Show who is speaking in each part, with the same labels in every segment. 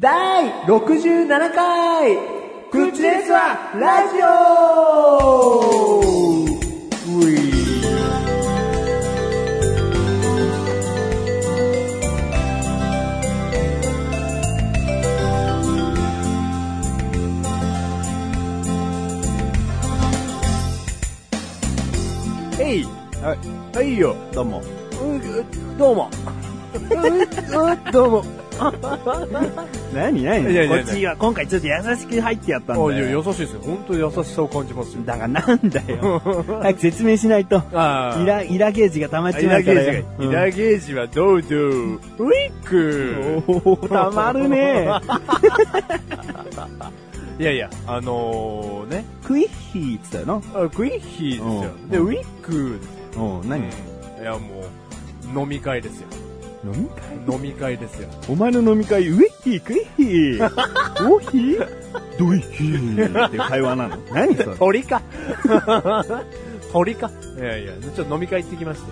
Speaker 1: 第67回クッチレスはラジオういえい
Speaker 2: はい、
Speaker 1: はいよ
Speaker 2: どうも。
Speaker 1: ううどうもううどう も
Speaker 2: なになに
Speaker 1: いやいや
Speaker 2: こ
Speaker 1: いや
Speaker 2: っちは今回ちょっと優しく入ってやったん
Speaker 1: あい
Speaker 2: だ
Speaker 1: や
Speaker 2: よ。
Speaker 1: 優しいですよ本当に優しさを感じますよ
Speaker 2: だからなんだ よ。早く説明しないと。
Speaker 1: あ
Speaker 2: イラ、イラゲージが溜まっち
Speaker 1: イ
Speaker 2: ま
Speaker 1: ラ
Speaker 2: う
Speaker 1: ゲ
Speaker 2: から
Speaker 1: ージ
Speaker 2: よ。
Speaker 1: が、イラゲージはどうぞ、ウィッ
Speaker 2: うん
Speaker 1: ク
Speaker 2: おー溜ま るね。
Speaker 1: いやいや、あのー、ね、
Speaker 2: クイッヒーって言ったよ
Speaker 1: あクイッヒーですよ
Speaker 2: う。ん
Speaker 1: で、ウィックです
Speaker 2: な。うん、何
Speaker 1: うんいやもう、飲み会です よ。
Speaker 2: 飲み会
Speaker 1: 飲み会ですよ。
Speaker 2: お前の飲み会、ウィッヒー、クイッ ヒー、オーヒー、ドイヒーっていう会話なの。何 それ。
Speaker 1: 鳥か鳥かいやいや、ちょっと飲み会行ってきまして、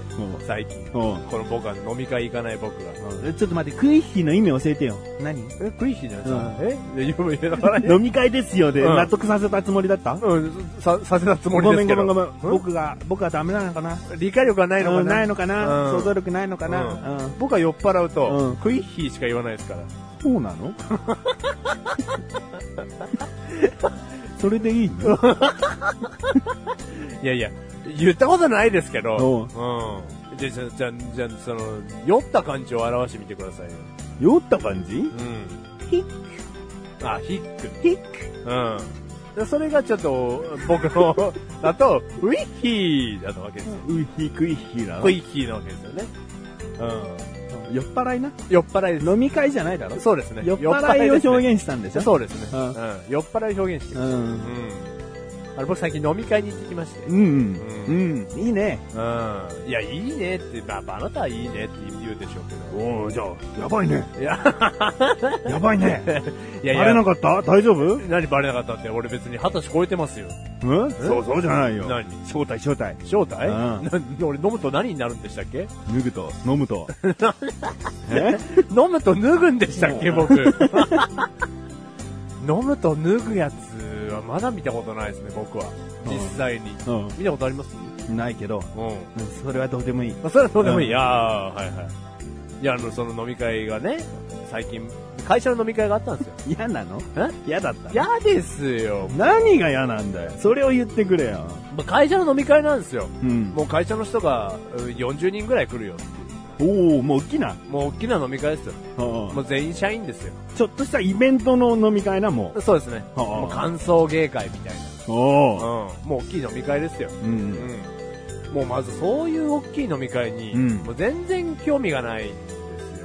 Speaker 1: 最近。
Speaker 2: うん
Speaker 1: この僕は飲み会行かない僕が。
Speaker 2: うんちょっと待って、クイッヒーの意味教えてよ。何
Speaker 1: え、クイッヒーじゃないですか。えいや、いやいやだから
Speaker 2: 飲み会ですよで
Speaker 1: うん
Speaker 2: 納得させたつもりだった
Speaker 1: うん、さ、させたつもり
Speaker 2: ご
Speaker 1: で
Speaker 2: め
Speaker 1: す
Speaker 2: ん
Speaker 1: け
Speaker 2: ごめ
Speaker 1: ど。
Speaker 2: んごめん。
Speaker 1: ん
Speaker 2: 僕が、僕はダメなのかな
Speaker 1: 理解力がないのか
Speaker 2: う
Speaker 1: なん
Speaker 2: ないのかな、
Speaker 1: うん
Speaker 2: 想像力ないのかな、うん
Speaker 1: 僕は酔っ払うと、
Speaker 2: うん
Speaker 1: クイッヒーしか言わないですから。
Speaker 2: そうな のそれでいいの
Speaker 1: いやいや、言ったことないですけど、
Speaker 2: う
Speaker 1: うん。じゃ、じゃ、じゃ、じゃ、その、酔った感じを表してみてくださいよ。
Speaker 2: 酔った感じ
Speaker 1: うん。
Speaker 2: ヒ
Speaker 1: ック。あ、ヒック。
Speaker 2: ヒック
Speaker 1: うん。でそれがちょっと、僕 の、だと、ウィッヒーだったわけですよ。
Speaker 2: ウイヒクイヒな
Speaker 1: ク
Speaker 2: の
Speaker 1: イッヒーなわけですよね。うん。
Speaker 2: 酔っ払いな
Speaker 1: 酔っ払いです。
Speaker 2: 飲み会じゃないだろ
Speaker 1: そうですね。
Speaker 2: 酔っ払いを
Speaker 1: 現
Speaker 2: 表現したんでしょ
Speaker 1: そうですね。う
Speaker 2: うん
Speaker 1: ん。酔っ払いを表現して
Speaker 2: う
Speaker 1: る。うんん。あれ、僕最近飲み会に行ってきまして。
Speaker 2: うんうん、いいね
Speaker 1: うん。いや、いいねって、まあ、あなたはいいねって言うでしょうけど。
Speaker 2: おおじゃあやばいね
Speaker 1: いや、
Speaker 2: やばいね
Speaker 1: いやいや、
Speaker 2: バレなかった大丈夫
Speaker 1: 何バレなかったって、俺別に二十歳超えてますよ。
Speaker 2: うんそうそうじゃないよ
Speaker 1: 何
Speaker 2: 正体正体
Speaker 1: 正体
Speaker 2: うん
Speaker 1: な俺飲むと何になるんでしたっけ
Speaker 2: 脱ぐと飲む とえ
Speaker 1: 飲むと脱ぐんでしたっけ
Speaker 2: も
Speaker 1: 僕。飲むと脱ぐやつはまだ見たことないですね、僕は。
Speaker 2: うん
Speaker 1: 実際に。
Speaker 2: う
Speaker 1: 見たことあります
Speaker 2: んないけど
Speaker 1: うん。
Speaker 2: うんそれはどうでもいい
Speaker 1: まあ、それはどうでもいい。
Speaker 2: うん
Speaker 1: いやーはいはい。いや、あの、その飲み会がね、最近、会社の飲み会があったんですよ。
Speaker 2: 嫌なの
Speaker 1: え
Speaker 2: 嫌だったの
Speaker 1: 嫌ですよ。
Speaker 2: 何が嫌なんだよそれを言ってくれよ
Speaker 1: まあ会社の飲み会なんですよ。
Speaker 2: うん
Speaker 1: もう会社の人がうん40人ぐらい来るよ。
Speaker 2: おおもう大きな、
Speaker 1: もう大きな飲み会ですよ。もう全員社員ですよ。
Speaker 2: ちょっとしたイベントの飲み会なも
Speaker 1: そうですね。
Speaker 2: う
Speaker 1: もう歓送迎会みたい
Speaker 2: おお
Speaker 1: な。うん。もう大きい飲み会ですよ。う
Speaker 2: う
Speaker 1: んん。もうまずそういう大きい飲み会に、
Speaker 2: うん
Speaker 1: もう全然興味がないんで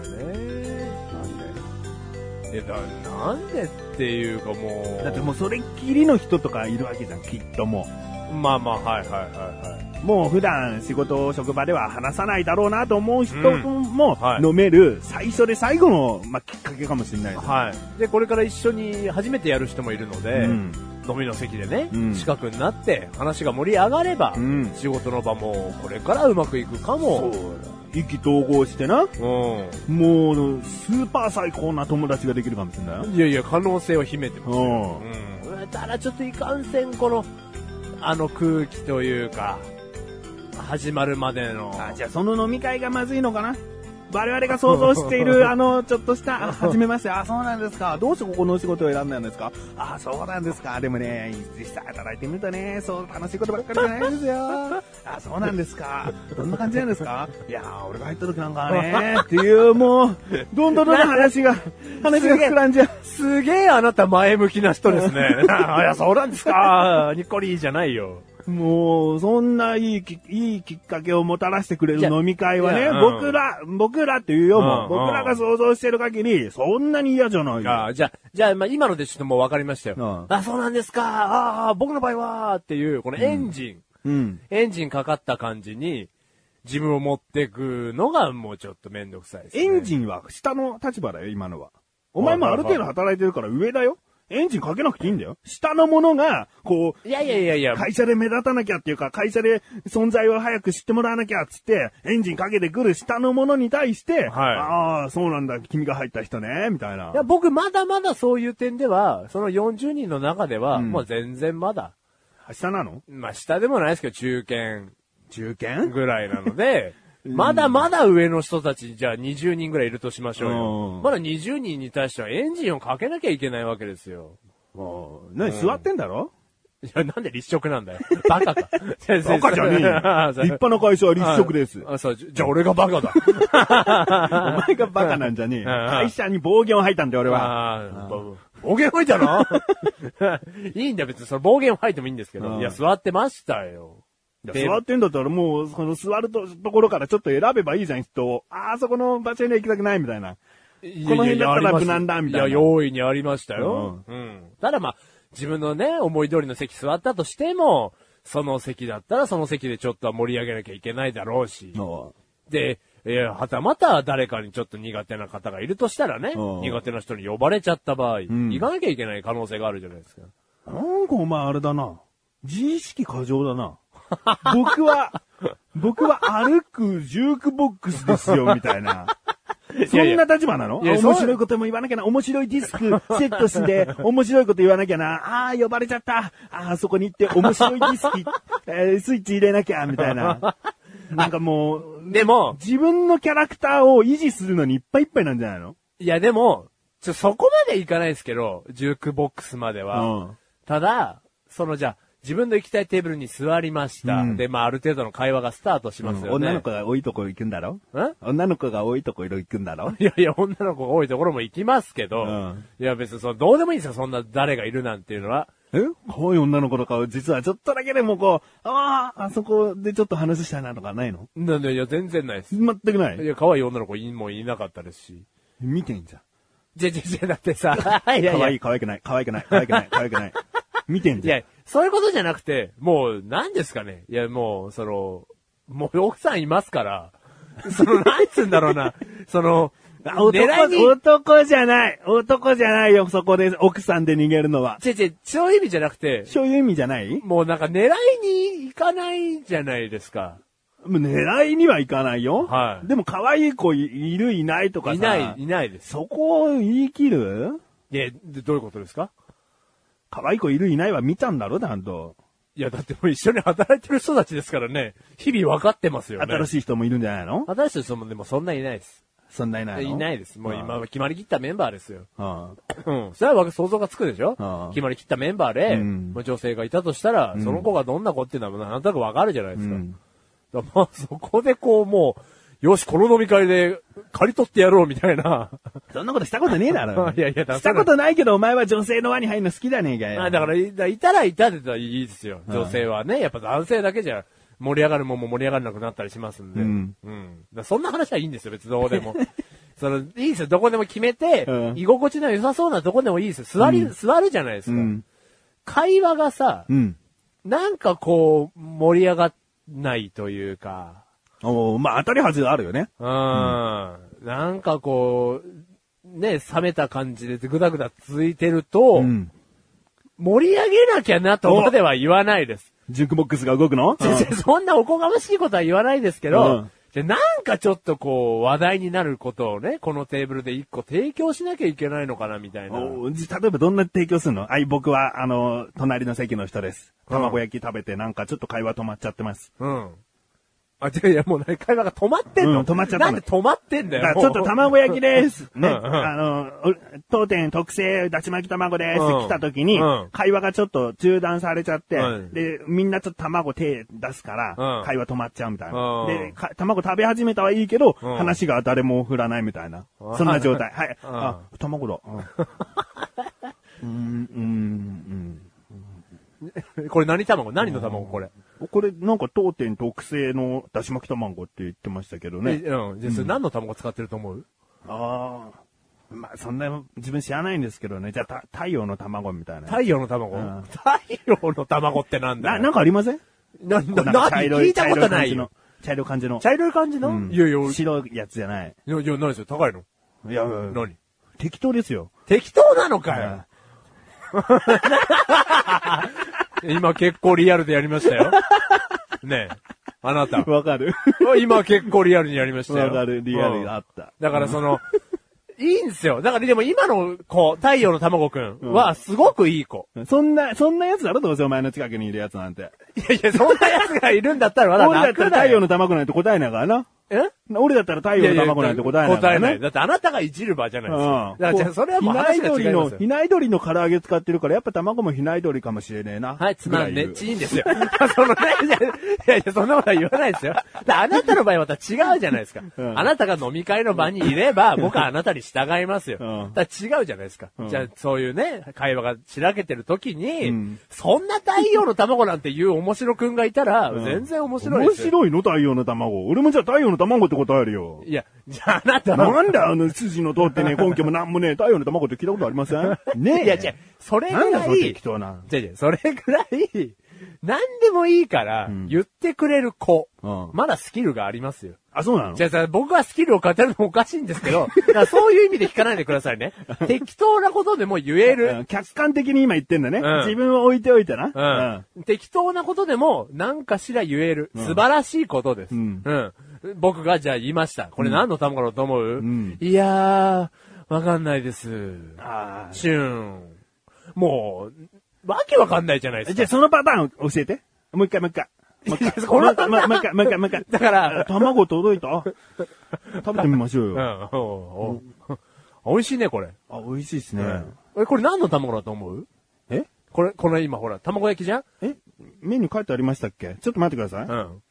Speaker 1: すよね。
Speaker 2: なんで
Speaker 1: え、だ、なんでっていうかもう。
Speaker 2: だってもうそれっきりの人とかいるわけじゃんきっとも
Speaker 1: まあまあ、はいはいはいはい。
Speaker 2: うもう普段仕事職場では話さないだろうなと思う人
Speaker 1: う
Speaker 2: も
Speaker 1: んはい
Speaker 2: 飲める最初で最後の、まあ、きっかけかもしれないです
Speaker 1: はい。で、これから一緒に初めてやる人もいるので、
Speaker 2: うん
Speaker 1: 飲みの席でね、
Speaker 2: うん
Speaker 1: 近くになって話が盛り上がれば、
Speaker 2: うん
Speaker 1: 仕事の場もこれからうまくいくか
Speaker 2: そ
Speaker 1: も
Speaker 2: う。意気投合してな
Speaker 1: う
Speaker 2: もうスーパー最高な友達ができるかもしれないよ
Speaker 1: ん。いやいや、可能性を秘めてますよ。
Speaker 2: うん
Speaker 1: うん。ただちょっといかんせん、この、あの空気というか、始まるまでの。
Speaker 2: あじゃあその飲み会がまずいのかな我々が想像してい る、あの、ちょっとした、あの、はじめまして、あ、そうなんですか。どうしてここのお仕事を選んだんですかあ、そうなんですか。でもね、実際働いてみるとね、そう楽しいことばっかりじゃないですよ。あ、そうなんですか。どんな感じなんですかいやー、俺が入った時なんかね、っていう、もう、どんどんどんどん話 が、話が膨らんじゃう。
Speaker 1: すげえあなた前向きな人です ね。あいや、そうなんですか。ニコリーじゃないよ。
Speaker 2: もう、そんないいき、いいきっかけをもたらしてくれる
Speaker 1: いや
Speaker 2: 飲み会はいね、
Speaker 1: やうん
Speaker 2: 僕ら、僕らっていうよ、もう、
Speaker 1: うんうん
Speaker 2: 僕らが想像してる限り、そんなに嫌じゃないよ。
Speaker 1: あじゃあ、じゃあ、まあ、今のでちょっともう分かりましたよ。
Speaker 2: う
Speaker 1: あ、そうなんですか。ああ、僕の場合は、っていう、このエンジン、
Speaker 2: うん。
Speaker 1: エンジンかかった感じに、自分を持ってくのがもうちょっとめんどくさいです、ね。
Speaker 2: エン
Speaker 1: ン
Speaker 2: ジンは下の立場だよ、今のは。お前もある程度働いてるから上だよ。エンジンかけなくていいんだよ。下のものが、こう、
Speaker 1: いやいやいやいや、
Speaker 2: 会社で目立たなきゃっていうか、会社で存在を早く知ってもらわなきゃっつって、エンジンかけてくる下のものに対して、
Speaker 1: はい。
Speaker 2: ああ、そうなんだ、君が入った人ね、みたいない
Speaker 1: や僕まだまだそういう点では、その40人の中では、
Speaker 2: うん
Speaker 1: もう全然まだ、
Speaker 2: 下なの
Speaker 1: まあ下でもないですけど中堅
Speaker 2: 中堅
Speaker 1: ぐらいなの で、まだまだ上の人たち、じゃあ20人ぐらいいるとしましょう
Speaker 2: う
Speaker 1: よ
Speaker 2: ん。
Speaker 1: まだ20人に対してはエンジンをかけなきゃいけないわけですよ。
Speaker 2: もう、何、座ってんだ ろ
Speaker 1: いや、なんで立食なんだよ。バカか。先生
Speaker 2: バカ じゃねえよ
Speaker 1: あ。
Speaker 2: 立派な会社は立食です。
Speaker 1: あ、 そう、じゃじゃあ俺がバカだ。
Speaker 2: お前がバカなんじゃねえよ。
Speaker 1: うん
Speaker 2: 会社に暴言を吐いたんだよ、俺は。
Speaker 1: あー暴言吐いたの いいんだよ、別に。その暴言を吐いてもいいんですけ
Speaker 2: うん
Speaker 1: ど。いや、座ってましたよ。
Speaker 2: いや
Speaker 1: で
Speaker 2: 座ってんだったらもう、その座るとところからちょっと選べばいいじゃん、人を。ああ、そこの場所には行きたくない、みたいな。
Speaker 1: こ
Speaker 2: この辺だったら無難だみたいない
Speaker 1: や、容易にありましたよ。うん。ただまあ、自分のね、思い通りの席座ったとしても、その席だったらその席でちょっとは盛り上げなきゃいけないだろうし。で、えーはたまた誰かにちょっと苦手な方がいるとしたらね、
Speaker 2: うん
Speaker 1: 苦手な人に呼ばれちゃった場合、
Speaker 2: ん
Speaker 1: 行かなきゃいけない可能性があるじゃないですか。
Speaker 2: なんかお前あれだな。自意識過剰だな。僕は、僕は歩くジュークボックスですよ、みたい な。そんな立場なの
Speaker 1: いや
Speaker 2: あ
Speaker 1: そう
Speaker 2: 面白いことも言わなきゃな。面白いディスクセットして、面白いこと言わなきゃな。ああー、呼ばれちゃった。ああー、そこに行って、面白いディスク、えースイッチ入れなきゃ、みたいな。なんかもう、
Speaker 1: でも、
Speaker 2: 自分のキャラクターを維持するのにいっぱいいっぱいなんじゃないの
Speaker 1: いやでも、ちょ、そこまで行かないですけど、ジュークボックスまでは。
Speaker 2: うん
Speaker 1: ただ、そのじゃあ、自分の行きたいテーブルに座りました。
Speaker 2: うん
Speaker 1: で、まあ、ある程度の会話がスタートしますよね。
Speaker 2: 女の子が多いとこ行くんだろ
Speaker 1: ん
Speaker 2: 女の子が多いとこいろ行くんだろ
Speaker 1: いやいや、女の子が多いところも行きますけど、
Speaker 2: うん
Speaker 1: いや別にその、どうでもいいんですよ、そんな誰がいるなんていうのは。
Speaker 2: え可愛い女の子とか、実はちょっとだけでもこう、ああ、あそこでちょっと話したいなとかないの
Speaker 1: なんで、いや、全然ないです。い
Speaker 2: 全くない。
Speaker 1: や、可愛い女の子いもういなかったですし。
Speaker 2: 見てんじゃん。
Speaker 1: じゃじゃじゃ、だってさ、いやい
Speaker 2: 可
Speaker 1: や、
Speaker 2: 愛い
Speaker 1: い
Speaker 2: 可愛くない、可愛くない、可愛くない、可愛く ない。見てんじゃん。
Speaker 1: や、そういうことじゃなくて、もう、何ですかね。いや、もう、その、もう奥さんいますから、その、なんつうんだろうな、その、
Speaker 2: あ男
Speaker 1: 狙いに、
Speaker 2: 男じゃない男じゃないよ、そこで奥さんで逃げるのは。
Speaker 1: 違う違う、そういう意味じゃなくて、
Speaker 2: そういう意味じゃない
Speaker 1: もうなんか狙いに行かないじゃないですか。
Speaker 2: もう狙いにはいかないよ。
Speaker 1: はい
Speaker 2: でも可愛い子いいるいないとかさ。
Speaker 1: いない、いないです。
Speaker 2: そこを言い切る
Speaker 1: いや、でどういうことですか
Speaker 2: 可愛い子いるいないは見たんだろ、ちゃんと。
Speaker 1: いや、だってもう一緒に働いてる人たちですからね、日々分かってますよね。
Speaker 2: 新
Speaker 1: い。
Speaker 2: しい人もいるんじゃないの
Speaker 1: 新しい人もでもそんないないです。
Speaker 2: そんないないの
Speaker 1: いないです。もう今は決まりきったメンバーですよ。
Speaker 2: あ
Speaker 1: うん。それは想像がつくでしょ
Speaker 2: ああ
Speaker 1: 決まりきったメンバーで、
Speaker 2: うん
Speaker 1: もう女性がいたとしたら、その子がどんな子っていうのはなんとなく分かるじゃないですか。
Speaker 2: うん
Speaker 1: だからまあそこでこうもう、よし、この飲み会で借り取ってやろうみたいな。。
Speaker 2: そんなことしたことねえだ ろ
Speaker 1: いやいや
Speaker 2: したことないけどお前は女性の輪に入るの好きだねえかよ。
Speaker 1: あ だから、いだいたらいたでたらいいですよ。女性はね。やっぱ男性だけじゃ盛り上がるもんも盛り上がらなくなったりしますんで。
Speaker 2: うん。
Speaker 1: うん。だそんな話はいいんですよ、別にどこでも。 その、いいですよ、どこでも決めて、
Speaker 2: うん
Speaker 1: 居心地の良さそうなとこでもいいですよ。座り、座るじゃないです
Speaker 2: う
Speaker 1: か。
Speaker 2: ん。
Speaker 1: 会話がさ、
Speaker 2: うん。
Speaker 1: なんかこう、盛り上がらないというか、
Speaker 2: おーまあ当たりはずあるよね。
Speaker 1: うん。なんかこう、ね、冷めた感じでぐだぐだ続いてると、
Speaker 2: うん。
Speaker 1: 盛り上げなきゃなとまでは言わないです。
Speaker 2: ジュークボックスが動くの
Speaker 1: 先生 そんなおこがましいことは言わないですけ
Speaker 2: う
Speaker 1: ど
Speaker 2: ん、
Speaker 1: じゃあなんかちょっとこう、話題になることをね、このテーブルで一個提供しなきゃいけないのかな、みたいな。
Speaker 2: おーじ例えばどんな提供するのあい、僕は、あの、隣の席の人です。卵焼き食べてなんかちょっと会話止まっちゃってます。
Speaker 1: うん。あ、違ういや、もう会話が止まってんの、
Speaker 2: うん止まっちゃったの
Speaker 1: なんで止まってんだ
Speaker 2: だ
Speaker 1: よ。
Speaker 2: から
Speaker 1: もう
Speaker 2: ちょっと卵焼きです。ね。
Speaker 1: うんうん
Speaker 2: あの、お当店特製だし巻き卵です。
Speaker 1: うん
Speaker 2: 来た時に
Speaker 1: うん、
Speaker 2: 会話がちょっと中断されちゃって
Speaker 1: うん、
Speaker 2: で、みんなちょっと卵手出すから
Speaker 1: う、ん
Speaker 2: 会話止まっちゃうみたいな
Speaker 1: う。ん
Speaker 2: で、か卵食べ始めたはいいけど、
Speaker 1: うん
Speaker 2: 話が誰も振らないみたいな。
Speaker 1: うん
Speaker 2: そんな状態。はい。
Speaker 1: うん
Speaker 2: あ、卵だ。うん、うん、うん。
Speaker 1: これ何卵何の卵これ。
Speaker 2: うんこれ、なんか当店特製のだし巻き卵って言ってましたけどね。
Speaker 1: えうん。じゃあそれ何の卵使ってると思う、
Speaker 2: ああ。まあ、そんな、自分知らないんですけどね。じゃあ、た太陽の卵みたいな。
Speaker 1: 太陽の卵、
Speaker 2: うん
Speaker 1: 太陽の卵ってなんだ
Speaker 2: な、
Speaker 1: よ
Speaker 2: なんかありません
Speaker 1: な、な、
Speaker 2: んか
Speaker 1: な、聞いたことないよ。
Speaker 2: 茶色い感じの。茶
Speaker 1: 茶色い感じの、
Speaker 2: 色い感じの。うん
Speaker 1: いやいや、い
Speaker 2: 白いやつじゃない。
Speaker 1: や、いや、何ですよ、高いの
Speaker 2: いやいやいや
Speaker 1: 何
Speaker 2: 適当ですよ。
Speaker 1: 適当なのかよ、
Speaker 2: うん
Speaker 1: 今結構リアルでやりました よ。ねえ。あな た。
Speaker 2: わかる。
Speaker 1: 今結構リアルにやりましたよ。
Speaker 2: わかる、リアル
Speaker 1: うん
Speaker 2: あった。
Speaker 1: だからその、いいんすよ。だからでも今の子、太陽の卵くんはすごくいい子。
Speaker 2: そんな、そんなやつだろどうせお前の近くにいるやつなんて。
Speaker 1: いやいや、そんな奴がいるんだったらまだ
Speaker 2: 俺だったら
Speaker 1: 楽だ
Speaker 2: 太陽
Speaker 1: よ。
Speaker 2: の卵なんて答えないからな。
Speaker 1: え
Speaker 2: 俺だったら太陽の卵なんて答えないか
Speaker 1: 答
Speaker 2: ら
Speaker 1: え
Speaker 2: な。
Speaker 1: ない。だってあなたがいじる場じゃないですか。
Speaker 2: うん。
Speaker 1: だからじゃあそれはもう話が違います
Speaker 2: ひない鳥の、
Speaker 1: よ
Speaker 2: ひ。ない鳥の唐揚げ使ってるから、やっぱ卵もひない鳥かもしれねえな。
Speaker 1: はい、つまん
Speaker 2: ぐらい
Speaker 1: ね
Speaker 2: 言う。
Speaker 1: ちいいんですよ。 そのね、いやいやいや、そんなことは言わないですよ。だからあなたの場合また違うじゃないですか。
Speaker 2: うん
Speaker 1: あなたが飲み会の場にいれば、僕はあなたに従いますよ。
Speaker 2: うん
Speaker 1: だから違うじゃないですか。
Speaker 2: ん
Speaker 1: じゃあ、そういうね、会話がしらけてる時に、
Speaker 2: うん
Speaker 1: そんな太陽の卵なんていう面白くんがいたら、
Speaker 2: ん
Speaker 1: 全然面白い
Speaker 2: 面
Speaker 1: ですよ。
Speaker 2: 白いの太陽の卵。俺もじゃあ太陽の卵って答えるよ。
Speaker 1: いや、じゃああなたは、
Speaker 2: なんだあの筋の通って ね、根拠もなんもねえ、太陽の卵って聞いたことありませんねえ。
Speaker 1: いや違う、それぐ
Speaker 2: なんだ
Speaker 1: ら
Speaker 2: その
Speaker 1: い
Speaker 2: 適、当な。
Speaker 1: じゃじゃそれぐらい、何でもいいから、言ってくれる子、
Speaker 2: うん
Speaker 1: まだスキルがありますよ。
Speaker 2: あ、そうなの
Speaker 1: じゃあさ、僕はスキルを語るのおかしいんですけ ど、だからそういう意味で聞かないでくださいね。適当なことでも言え
Speaker 2: う
Speaker 1: る。
Speaker 2: ん客観的に今言ってんだね。
Speaker 1: うん
Speaker 2: 自分を置いておいてな。
Speaker 1: うん。適当なことでも何かしら言える。素晴らしいことです。
Speaker 2: うん
Speaker 1: うん僕がじゃあ言いました。これ何の卵だと思う、
Speaker 2: ん
Speaker 1: いやー、わかんないです。
Speaker 2: あ
Speaker 1: シューン。もう、わけわかんないじゃないで
Speaker 2: ー
Speaker 1: す
Speaker 2: じゃあ
Speaker 1: か。
Speaker 2: そのパターンを教えて。もう一回もう一回。もう一回。もう一回、もう一回、もう一回、もう一回。
Speaker 1: だから
Speaker 2: あ、卵届いた食べてみましょう
Speaker 1: う
Speaker 2: よ。
Speaker 1: ん。おうおう美味しいね、これ。
Speaker 2: あ、美味しいですね。
Speaker 1: え、これ何の卵だと思う
Speaker 2: え
Speaker 1: これ、この今ほら、卵焼きじゃん
Speaker 2: えメニュー書いてありましたっけちょっと待ってください。
Speaker 1: うん。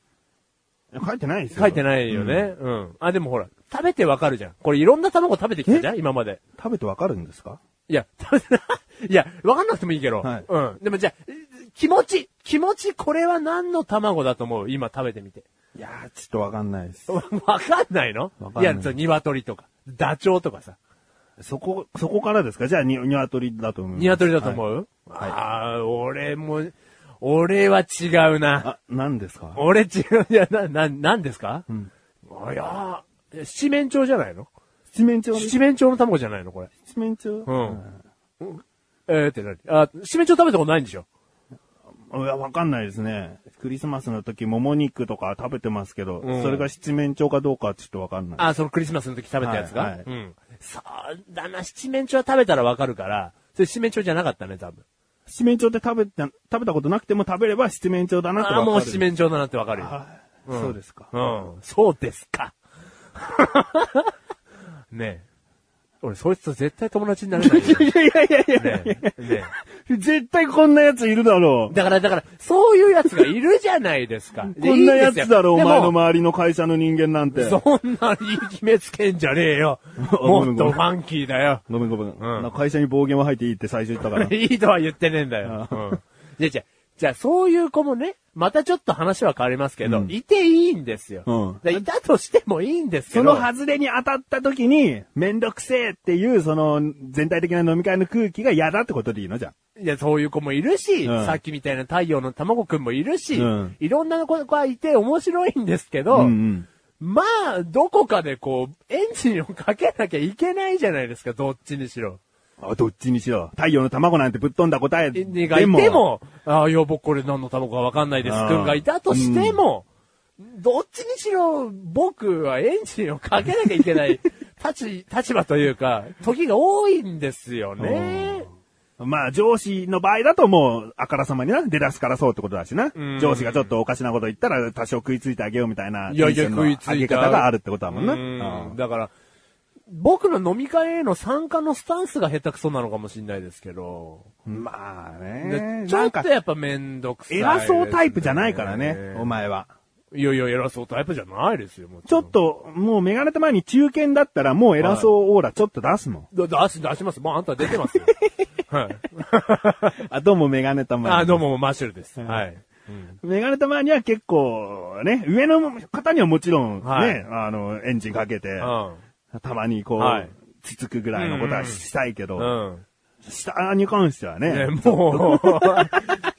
Speaker 2: 書いてないですよ。
Speaker 1: 書いてないよね。うん。あ、でもほら、食べてわかるじゃん。これいろんな卵食べてきたじゃん今まで。
Speaker 2: 食べてわかるんですか
Speaker 1: いや、食べてないや、わかんなくてもいいけど。
Speaker 2: はい
Speaker 1: うん。でもじゃあ、え気持ち、気持ち、これは何の卵だと思う今食べてみて。
Speaker 2: いやー、ちょっとわかんないです。
Speaker 1: わわかんないの
Speaker 2: わかんない
Speaker 1: や、ちょ、鶏とか、ダチョウとかさ。
Speaker 2: そこ、そこからですかじゃあ、に、鶏だと思う。
Speaker 1: 鶏だと思
Speaker 2: う。
Speaker 1: う、
Speaker 2: はい
Speaker 1: ああ、俺も、俺は違うな。
Speaker 2: あ、何ですか
Speaker 1: 俺違う。いや、な、な、なんですかうん。あいやー七面鳥じゃないの
Speaker 2: 七面鳥
Speaker 1: 七面鳥の卵じゃないのこれ。
Speaker 2: 七面鳥
Speaker 1: うん。えー、って何あ、七面鳥食べたことないんでしょ
Speaker 2: いや、わかんないですね。クリスマスの時、もも肉とか食べてますけど、
Speaker 1: うん
Speaker 2: それが七面鳥かどうかはちょっとわかんない。
Speaker 1: あ、そのクリスマスの時食べたやつが、
Speaker 2: はいはい
Speaker 1: うん。そうだな、七面鳥は食べたらわかるから、それ七面鳥じゃなかったね、多分。
Speaker 2: 七面鳥って食べた、食べたことなくても食べれば七面鳥だなってわ
Speaker 1: ああ、
Speaker 2: かる。
Speaker 1: もう七面鳥だなってわかるよ。
Speaker 2: はい、そうですか。
Speaker 1: うん。そうですか。 ねえ。俺、そいつと絶対友達になれない よ。ね
Speaker 2: いやいやいやいやいや
Speaker 1: え。ねえ。
Speaker 2: 絶対こんなやついるだろ
Speaker 1: だから、だから、そういうやつがいるじゃないですか。
Speaker 2: う。
Speaker 1: で
Speaker 2: こんなやつだろ、
Speaker 1: いいんです
Speaker 2: お
Speaker 1: よ
Speaker 2: 前の
Speaker 1: でも
Speaker 2: 周りの会社の人間なんて。
Speaker 1: そんなに決めつけんじゃねえ よ。もっとファンキーだよ。
Speaker 2: ごめんごめん。
Speaker 1: ん
Speaker 2: な会社に暴言は入っていいって最初言ったから。
Speaker 1: いいとは言ってねえんだよ。うん。じゃあじゃあじゃあそういう子もね、またちょっと話は変わりますけど、いていいんですよ。
Speaker 2: うん
Speaker 1: でいたとしてもいいんですけ
Speaker 2: そ
Speaker 1: ど。
Speaker 2: の外れに当たった時に、めんどくせえっていう、その、全体的な飲み会の空気が嫌だってことでいいのじゃあ。
Speaker 1: いや、そういう子もいるし、
Speaker 2: うん
Speaker 1: さっきみたいな太陽の卵くんもいるし、
Speaker 2: うん
Speaker 1: いろんな子がいて面白いんですけど、
Speaker 2: ん。
Speaker 1: まあ、どこかでこう、エンジンをかけなきゃいけないじゃないですか、どっちにしろ。
Speaker 2: あ、どっちにしろ。太陽の卵なんてぶっ飛んだ答え。
Speaker 1: にがいても、、ああ、いや、僕これ何の卵かわかんないです、
Speaker 2: うん
Speaker 1: くんがいたとしても、どっちにしろ僕はエンジンをかけなきゃいけ ない立ち、立場というか、時が多いんですよね。
Speaker 2: まあ、上司の場合だともう、あからさまにな、出だすからそうってことだしな。
Speaker 1: ん
Speaker 2: 上司がちょっとおかしなこと言ったら、多少食いついてあげようみたいな、
Speaker 1: いやいや
Speaker 2: テンションの
Speaker 1: 食いついてあ
Speaker 2: 上
Speaker 1: げ
Speaker 2: げ方があるってことだもんな。
Speaker 1: うん
Speaker 2: うん
Speaker 1: だから、僕の飲み会への参加のスタンスが下手くそなのかもしれないですけど、
Speaker 2: まあ
Speaker 1: で
Speaker 2: ね。
Speaker 1: ちょっ
Speaker 2: なん
Speaker 1: と
Speaker 2: か
Speaker 1: やっぱめんどくさい、
Speaker 2: 偉そうタイプじゃないからね、お。前は。
Speaker 1: いやいや、偉そうタイプじゃないですよ、も
Speaker 2: ちょっと、もうメガネた前に中堅だったら、もう偉そうオーラちょっと出すもん。
Speaker 1: と。だ出し、出します。もうあんた出て ますよ。はい。
Speaker 2: あ、どうもメガネたま
Speaker 1: あ、
Speaker 2: に。
Speaker 1: どうも、マッシュルです。はい。
Speaker 2: メガネたまには結構、ね、上の方にはもちろん、ね、
Speaker 1: はい
Speaker 2: あの、エンジンかけて、
Speaker 1: うん。
Speaker 2: たまにこう、
Speaker 1: はい
Speaker 2: つつくぐらいのことはしたいけど、
Speaker 1: うん。
Speaker 2: 下に関してはね、
Speaker 1: ね、も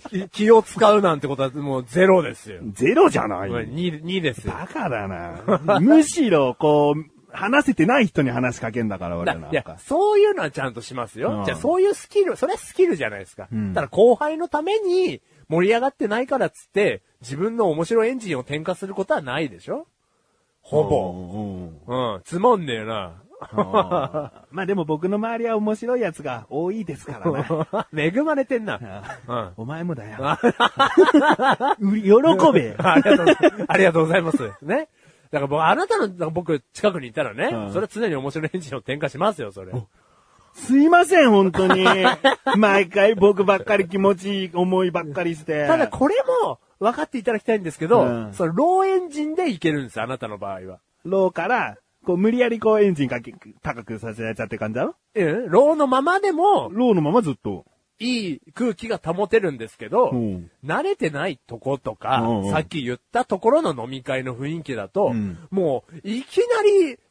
Speaker 1: うき、気を使うなんてことはもうゼロですよ。
Speaker 2: ゼロじゃないよ。
Speaker 1: 2、二ですよ。
Speaker 2: バカだな。むしろ、こう、話せてない人に話しかけんだから、俺なん
Speaker 1: いや
Speaker 2: か、。
Speaker 1: そういうのはちゃんとしますよ。
Speaker 2: うん
Speaker 1: じゃあそういうスキル、それはスキルじゃないですか。
Speaker 2: うん
Speaker 1: ただ後輩のために盛り上がってないからっつって、自分の面白いエンジンを転化することはないでしょほぼ。
Speaker 2: ぼ。
Speaker 1: うん、つまんねえな。
Speaker 2: まあでも僕の周りは面白いやつが多いですからね。
Speaker 1: 恵まれてんな。うん。
Speaker 2: お前もだよ。喜べ。
Speaker 1: ありがとうございます。ありがとうございます。ね。だから僕、あなたの、だから僕、近くにいたらね、
Speaker 2: うん
Speaker 1: それは常に面白いエンジンを転化しますよ、それ。
Speaker 2: すいません、本当に。毎回僕ばっかり気持ちいい思いばっかりして。
Speaker 1: ただ、これも、分かっていただきたいんですけど、
Speaker 2: うん
Speaker 1: その、ローエンジンでいけるんです、あなたの場合は。
Speaker 2: ローから、こう無理やりこうエンジンかけ、高くさせられちゃって感じだろ
Speaker 1: うん、ローのままでも、
Speaker 2: ローのままずっと。
Speaker 1: いい空気が保てるんですけど、
Speaker 2: うん
Speaker 1: 慣れてないとことか、
Speaker 2: うんうん
Speaker 1: さっき言ったところの飲み会の雰囲気だと、
Speaker 2: うん
Speaker 1: もう、いきな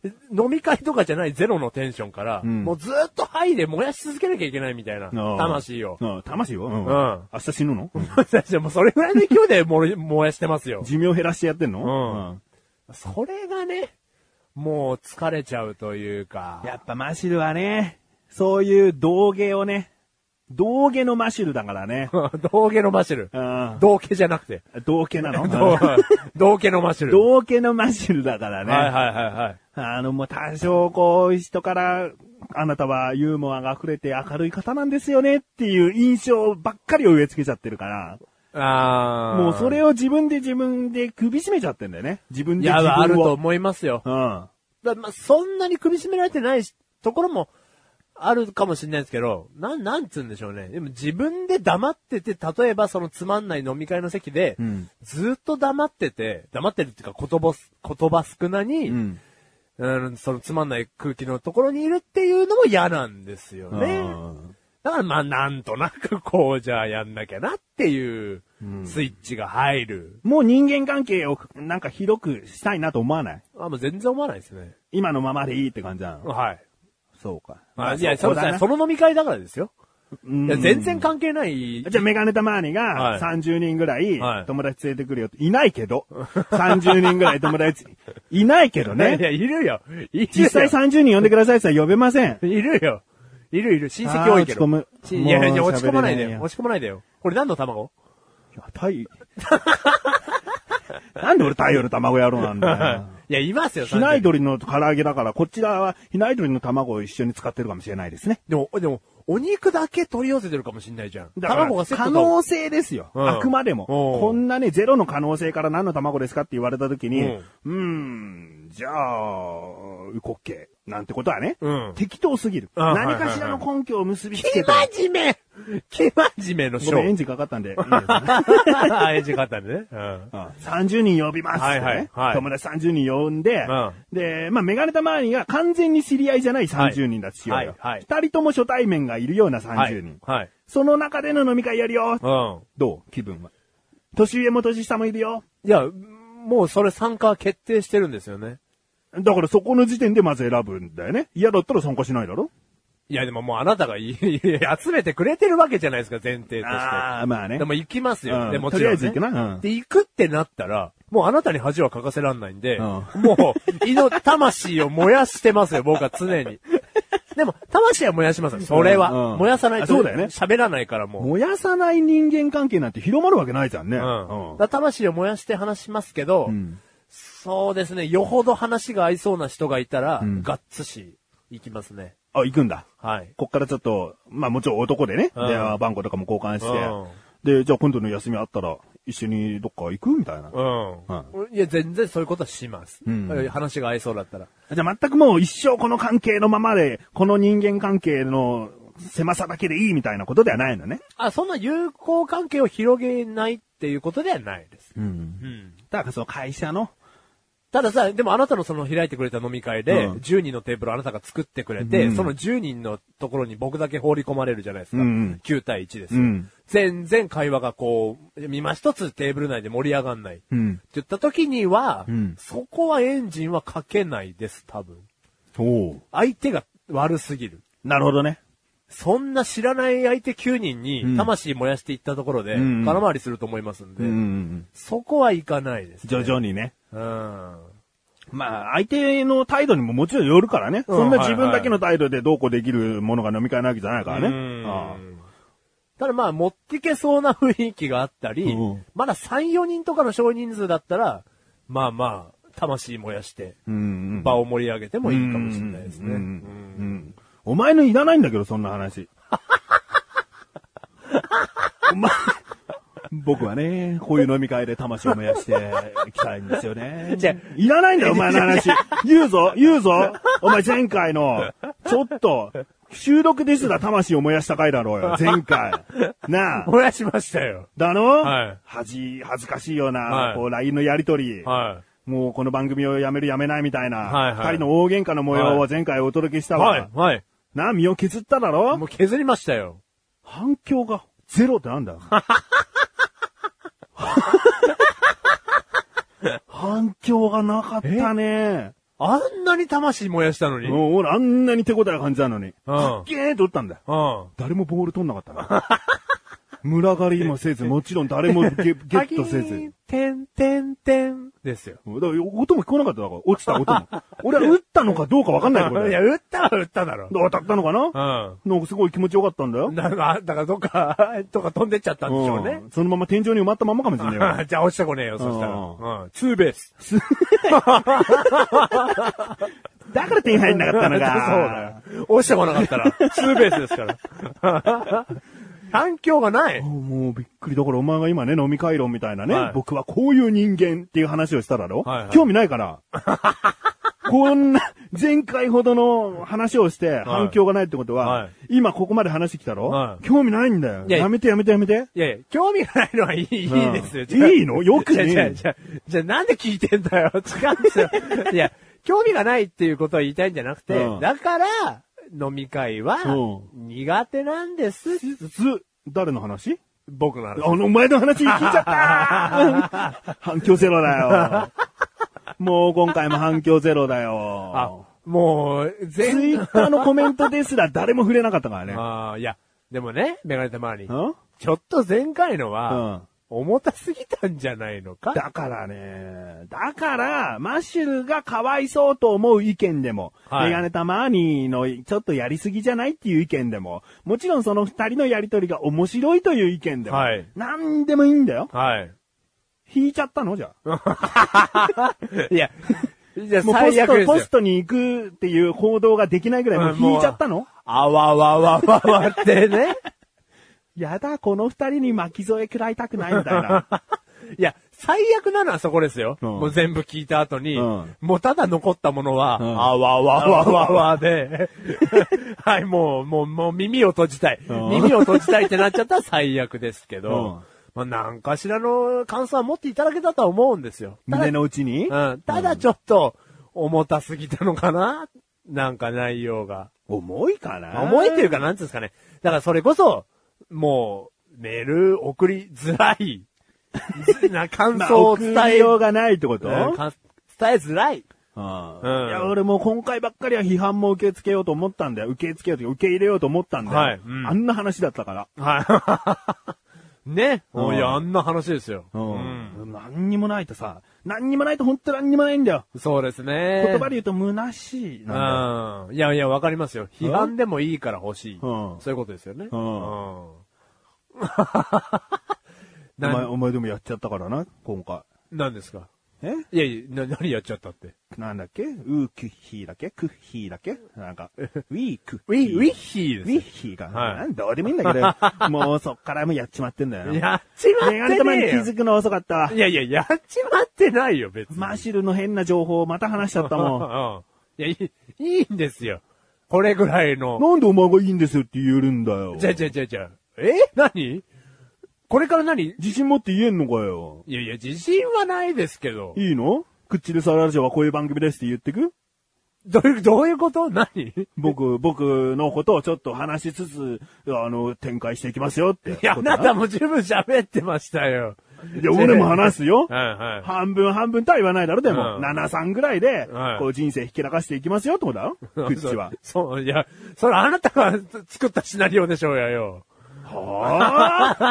Speaker 1: り、飲み会とかじゃないゼロのテンションから、
Speaker 2: うん
Speaker 1: もうずっとハイで燃やし続けなきゃいけないみたいな、魂を。
Speaker 2: ああ魂を、うん
Speaker 1: ん
Speaker 2: 明日死ぬの、
Speaker 1: 私はもうそれぐらいの勢いで燃え燃やしてますよ。
Speaker 2: 寿命減らしてやってん
Speaker 1: う
Speaker 2: の、
Speaker 1: んそれがね、もう疲れちゃうというか。
Speaker 2: やっぱマシルはね、そういう道芸をね、道芸のマシルだからね。
Speaker 1: 道家のマシュル。
Speaker 2: うん
Speaker 1: 道家じゃなくて。
Speaker 2: 道家なの
Speaker 1: 道道家のマシュル。
Speaker 2: 道家のマシルだからね。
Speaker 1: はいはいはいはい。
Speaker 2: あの、もう多少こう、人から、あなたはユーモアが溢れて明るい方なんですよねっていう印象ばっかりを植え付けちゃってるから、
Speaker 1: あー
Speaker 2: もうそれを自分で自分で首絞めちゃってんだよね。自分
Speaker 1: い
Speaker 2: で自
Speaker 1: や、
Speaker 2: 分を。
Speaker 1: あると思いますよ。
Speaker 2: うん。
Speaker 1: だまあ、そんなに首絞められてないしところもあるかもしれないですけど、なん、なんつうんでしょうね。でも自分で黙ってて、例えばそのつまんない飲み会の席で、
Speaker 2: うん
Speaker 1: ずっと黙ってて、黙ってるっていうか言葉す、言葉少なに、
Speaker 2: うん。
Speaker 1: うんそのつまんない空気のところにいるっていうのも嫌なんですよね。だからまあなんとなくこうじゃあやんなきゃなっていうスイッチが入る。
Speaker 2: もう人間関係をなんか広くしたいなと思わない
Speaker 1: あ、もう全然思わないですね。
Speaker 2: 今のままでいいって感じじゃん。
Speaker 1: はい。
Speaker 2: そうか。
Speaker 1: あ、いや、そ
Speaker 2: こ
Speaker 1: う
Speaker 2: だな
Speaker 1: その飲み会だからですよ。
Speaker 2: うん
Speaker 1: いや、全然関係ない。
Speaker 2: じゃあメガネたまーに
Speaker 1: は
Speaker 2: が
Speaker 1: い
Speaker 2: 30人ぐらい
Speaker 1: はい
Speaker 2: 友達連れてくるよって、いないけど、30人ぐらい友達、いないけど
Speaker 1: い
Speaker 2: ね、
Speaker 1: や、いるよ。いるよ。
Speaker 2: 実際30人呼んでくださいって言ったら呼べません。
Speaker 1: いるよ。いるいる。親戚多いけど。
Speaker 2: あー落ち込む
Speaker 1: いやいやいや、
Speaker 2: もう
Speaker 1: 落ち込まない
Speaker 2: 喋れ
Speaker 1: で
Speaker 2: ない
Speaker 1: よ。
Speaker 2: や
Speaker 1: 落ち込まないでよ。これ何の卵
Speaker 2: いや太 なんで俺太陽の卵野郎なんだよ。
Speaker 1: いや、いますよ、
Speaker 2: ひない
Speaker 1: 30
Speaker 2: どりの唐揚げだから、こちらはひないどりの卵を一緒に使ってるかもしれないですね。
Speaker 1: でも、でも、お肉だけ取り寄せてるかもしんないじゃん。
Speaker 2: だから
Speaker 1: 卵がセッ
Speaker 2: 可
Speaker 1: トだ
Speaker 2: 能性ですよ。
Speaker 1: うん
Speaker 2: あくまでも。
Speaker 1: うん
Speaker 2: こんなね、ゼロの可能性から何の卵ですかって言われた時に、
Speaker 1: う
Speaker 2: うんーん、じゃあ、ウコッケーなんてことはね、
Speaker 1: うん
Speaker 2: 適当すぎる。
Speaker 1: あ
Speaker 2: 何かしらの根拠を結びつけ
Speaker 1: 生
Speaker 2: て。
Speaker 1: 真面目生真面目の
Speaker 2: ご
Speaker 1: 賞。
Speaker 2: めん、エンジンかかったんで、いいですね
Speaker 1: あ、エンジン買ったんでね。うん。
Speaker 2: うん30人呼びますってね、
Speaker 1: はいはいはい
Speaker 2: 友達30人呼んで、
Speaker 1: うん
Speaker 2: で、まあ、メガネた周りが完全に知り合いじゃない30人だとしようよ。
Speaker 1: はいはい
Speaker 2: 2人とも初対面がいるような
Speaker 1: は
Speaker 2: 30人。
Speaker 1: い。はい。
Speaker 2: その中での飲み会やるよ。
Speaker 1: うん。
Speaker 2: どう気分は。年上も年下もいるよ。
Speaker 1: いや、もうそれ参加決定してるんですよね。
Speaker 2: だからそこの時点でまず選ぶんだよね。嫌だったら参加しないだろ
Speaker 1: いや、でももうあなたがい 集めてくれてるわけじゃないですか、前提として。
Speaker 2: あー、まあね
Speaker 1: で。も行きます
Speaker 2: う
Speaker 1: よ。
Speaker 2: ん
Speaker 1: でも
Speaker 2: とりあえず行くなうん
Speaker 1: で、行くってなったら、もうあなたに恥はかかせらんないんで、
Speaker 2: うん
Speaker 1: もう、胃の魂を燃やしてますよ、僕は常に。でも、魂は燃やしますよ、それは。
Speaker 2: うんうん
Speaker 1: 燃やさないと、
Speaker 2: あそうだよね
Speaker 1: 喋らないからもう。
Speaker 2: 燃やさない人間関係なんて広まるわけないじゃんね。
Speaker 1: うん。だか
Speaker 2: う
Speaker 1: ら魂を燃やして話しますけど、
Speaker 2: ん
Speaker 1: そうですね、よほど話が合いそうな人がいたら、
Speaker 2: ん
Speaker 1: ガッツし、行きますね。
Speaker 2: あ、行くんだ。
Speaker 1: はい。
Speaker 2: こっからちょっと、まあもちろん男でね、
Speaker 1: うん
Speaker 2: 電話番号とかも交
Speaker 1: う
Speaker 2: 換
Speaker 1: ん
Speaker 2: して、で、じゃあ今度の休みあったら一緒にどっか行くみたいな。
Speaker 1: うん。いや、全然そういうことはします。
Speaker 2: うん
Speaker 1: 話が合いそうだったら。
Speaker 2: じゃあ全くもう一生この関係のままで、この人間関係の狭さだけでいいみたいなことではないのね。
Speaker 1: あ、そんな友好関係を広げないっていうことではないです。
Speaker 2: うん。
Speaker 1: うん。
Speaker 2: だからその会社の、
Speaker 1: たださ、でもあなたのその開いてくれた飲み会で、
Speaker 2: うん
Speaker 1: 10人のテーブルをあなたが作ってくれて、
Speaker 2: うん
Speaker 1: その10人のところに僕だけ放り込まれるじゃないですか。
Speaker 2: うん
Speaker 1: 9対1です、
Speaker 2: うん
Speaker 1: 全然会話がこう、今一つテーブル内で盛り上がんない。って
Speaker 2: うん。
Speaker 1: 言った時には、
Speaker 2: うん
Speaker 1: そこはエンジンはかけないです、多分。
Speaker 2: おう
Speaker 1: 相手が悪すぎる。
Speaker 2: なるほどね。
Speaker 1: そんな知らない相手9人に魂燃やしていったところで、
Speaker 2: うん
Speaker 1: 空回りすると思いますんで、
Speaker 2: うん。
Speaker 1: そこはいかないです、ね。
Speaker 2: 徐々にね。
Speaker 1: うん。
Speaker 2: まあ、相手の態度にももちろんよるからね。
Speaker 1: うん
Speaker 2: そんな自分だけの態度でどうこうできるものが飲み会なわけじゃないからね。あ
Speaker 1: うんただまあ、持ってけそうな雰囲気があったり、
Speaker 2: うん
Speaker 1: まだ3、4人とかの少人数だったら、まあまあ、魂燃やして、
Speaker 2: あうん
Speaker 1: 場を盛り上げてもいいかもしれないですね。
Speaker 2: うんうんお前のいらないんだけど、そんな話。 お前僕はね、こういう飲み会で魂を燃やしていきたいんですよね
Speaker 1: じゃあ。
Speaker 2: いらないんだよ、お前の話。言うぞ、言うぞ。お前前回の、ちょっと、収録ですら魂を燃やした回だろう よ、前回。なあ。
Speaker 1: 燃やしましたよ。
Speaker 2: だろ
Speaker 1: はい
Speaker 2: 恥、恥ずかしいような、
Speaker 1: はい
Speaker 2: こう、LINE のやりとり。
Speaker 1: は
Speaker 2: もうこの番組をやめるやめないみたいな、
Speaker 1: はいはい
Speaker 2: 二人の大喧嘩の模様を前回お届けし
Speaker 1: い。
Speaker 2: たわ。
Speaker 1: はい。はい。
Speaker 2: な、身を削っただろ
Speaker 1: もう削りましたよ。
Speaker 2: 反響がゼロってなんだ反響がなかったね。
Speaker 1: あんなに魂燃やしたのに。うん。
Speaker 2: もう俺あんなに手応え感じたのに。かっけーって打ったんだよ。
Speaker 1: は
Speaker 2: 誰もボール取んなかったな。群がりもせ ず、もちろん誰もゲゲットせず。。
Speaker 1: てんてんてん。ですよ。
Speaker 2: だから音も聞こえなかっただから、落ちた音も。俺は打ったのかどうかわかんないところ だ
Speaker 1: いや、
Speaker 2: よ
Speaker 1: 打ったは打っただろ。
Speaker 2: 当たったのかな
Speaker 1: う
Speaker 2: なんかすごい気持ちよかったんだよ
Speaker 1: ん。。だ から、だからどっか、 とか飛んでっちゃったんでしょうね。
Speaker 2: んそのまま天井に埋まったままかもしれない よ。
Speaker 1: じゃあ落ちてこねえよ、そしたら。
Speaker 2: うん
Speaker 1: うん。ツーベース。
Speaker 2: だから手に入んなかったのか。
Speaker 1: そうだよ。落ちてこなかったら、 ツーベースですから。 反響がない。
Speaker 2: もうびっくり。だからお前が今ね、飲み会論みたいなね、
Speaker 1: はい
Speaker 2: 僕はこういう人間っていう話をしただろ、
Speaker 1: はいはい
Speaker 2: 興味な いから。こんな、前回ほどの話をして反響がないってことは、
Speaker 1: はい
Speaker 2: 今ここまで話してきたろ、
Speaker 1: はい
Speaker 2: 興味ないんだよ。
Speaker 1: いや
Speaker 2: やめてやめてやめて。
Speaker 1: いやいや、興味がないのはいい、いい
Speaker 2: うん
Speaker 1: ですよ。
Speaker 2: いいのよくねえ
Speaker 1: じゃじゃじゃなんで聞いてんだよ。 違うんですよ。いや、興味がないっていうことを言いたいんじゃなくて、
Speaker 2: うん
Speaker 1: だから、飲み会は
Speaker 2: そ、
Speaker 1: 苦手なんです。
Speaker 2: ず、誰の話
Speaker 1: 僕なら。
Speaker 2: あの、お前の話聞いちゃっ た反響ゼロだよ。もう今回も反響ゼロだ
Speaker 1: あ
Speaker 2: よ。、
Speaker 1: もう、
Speaker 2: ツイ
Speaker 1: 全
Speaker 2: ッターのコメントです ら誰も触れなかったからね。
Speaker 1: ああ、いや、でもね、メガネたまに
Speaker 2: う、ん
Speaker 1: ちょっと前回の
Speaker 2: う
Speaker 1: は
Speaker 2: ん、
Speaker 1: 重たすぎたんじゃないのか
Speaker 2: だからね、だから、マッシュルがかわいそうと思う意見でも、
Speaker 1: はい
Speaker 2: メガネたまーにのちょっとやりすぎじゃないっていう意見でも、もちろんその二人のやりとりが面白いという意見でも、
Speaker 1: はい
Speaker 2: なんでもいいんだよ。
Speaker 1: はい。
Speaker 2: 引いちゃったのじゃあ。
Speaker 1: いや、じゃあ
Speaker 2: もうポ
Speaker 1: 最
Speaker 2: ス
Speaker 1: 悪で
Speaker 2: ト、
Speaker 1: すよ
Speaker 2: ポストに行くっていう行動ができないぐらいもう引いちゃったの、
Speaker 1: あわわわわわってね。
Speaker 2: やだ、この二人に巻き添え食らいたくないみたいな。
Speaker 1: いや、最悪なのはそこですよ。
Speaker 2: うん
Speaker 1: もう全部聞いた後に、
Speaker 2: うん
Speaker 1: もうただ残ったものは、
Speaker 2: ん
Speaker 1: あわわわわわ で、はい、もう、もう、もう耳を閉じたい。
Speaker 2: うん
Speaker 1: 耳を閉じたいってなっちゃったら最悪ですけど、
Speaker 2: うん
Speaker 1: まあ、なんかしらの感想は持っていただけたとは思うんですよ。ただ
Speaker 2: 胸の内に、
Speaker 1: うん、ただちょっと、重たすぎたのかななんか内容が。
Speaker 2: 重いかな
Speaker 1: 重いっていうか、なんつうんですかね。だからそれこそ、もう、メール送りづらい。な感
Speaker 2: まあ、
Speaker 1: 想を伝
Speaker 2: 送り
Speaker 1: え、
Speaker 2: ようがないってこと、
Speaker 1: うんか伝えづらい。
Speaker 2: うん
Speaker 1: うん
Speaker 2: いや、俺もう今回ばっかりは批判も受け付けようと思ったんだよ。受け付けようというか受け入れようと思ったんだよ。
Speaker 1: はいうん
Speaker 2: あんな話だったから。
Speaker 1: はい。ね。
Speaker 2: うん
Speaker 1: いや、あんな話ですよ。
Speaker 2: うん。何にもないとさ、何にもないと本当何にもないんだよ。
Speaker 1: そうですね。
Speaker 2: 言葉で言うと虚しいなんだよ。
Speaker 1: うん。いやいや、わかりますよ。批判でもいいから欲しい。
Speaker 2: うん
Speaker 1: そういうことですよね。
Speaker 2: うん
Speaker 1: ん。
Speaker 2: お前、
Speaker 1: な、
Speaker 2: お前でもやっちゃったからな、今回。
Speaker 1: なんですか
Speaker 2: え
Speaker 1: いやいや、な、何やっちゃったって。
Speaker 2: なんだっけウークッヒーだっけクッヒーだっけなんか、ウ ィークッヒー。
Speaker 1: ウィ、ウィッヒー
Speaker 2: ウ
Speaker 1: で
Speaker 2: ィッ
Speaker 1: す
Speaker 2: ヒーが。
Speaker 1: はい
Speaker 2: なんどうでもいいんだ けど、もうそっからもうやっちまってんだよ。
Speaker 1: よ。やっちまっ
Speaker 2: メガネ
Speaker 1: て
Speaker 2: 玉に
Speaker 1: ね
Speaker 2: 気
Speaker 1: えよ。
Speaker 2: づくの遅かったわ。
Speaker 1: いやいや、やっちまってないよ、別に。
Speaker 2: マシルの変な情報をまた話しちゃったもん。
Speaker 1: うん。いや、いい、いいんですよ。これぐらいの。
Speaker 2: なんでお前がいいんですよって言えるんだよ。
Speaker 1: じゃじゃじゃじゃ。え何これから何い
Speaker 2: 自信持って言えんのかよ。
Speaker 1: やいや、自信はないですけど。
Speaker 2: いいのクッチルサラジオはこういう番組ですって言ってく
Speaker 1: どういう、どういうこと何
Speaker 2: 僕、僕のことをちょっと話しつつ、あの、展開していきますよって。
Speaker 1: いや、あなた
Speaker 2: も。
Speaker 1: も十分喋ってましたよ。
Speaker 2: いや、俺も話すよ。
Speaker 1: はいはい。
Speaker 2: 半分半分とは言わないだろ、でも。
Speaker 1: うん
Speaker 2: 7、3ぐらいで
Speaker 1: はい、
Speaker 2: こう人生ひけらかしていきますよってことだろクッチは。
Speaker 1: そう。そう、いや、それあなたが作ったシナリオでしょうやよ。
Speaker 2: はぁ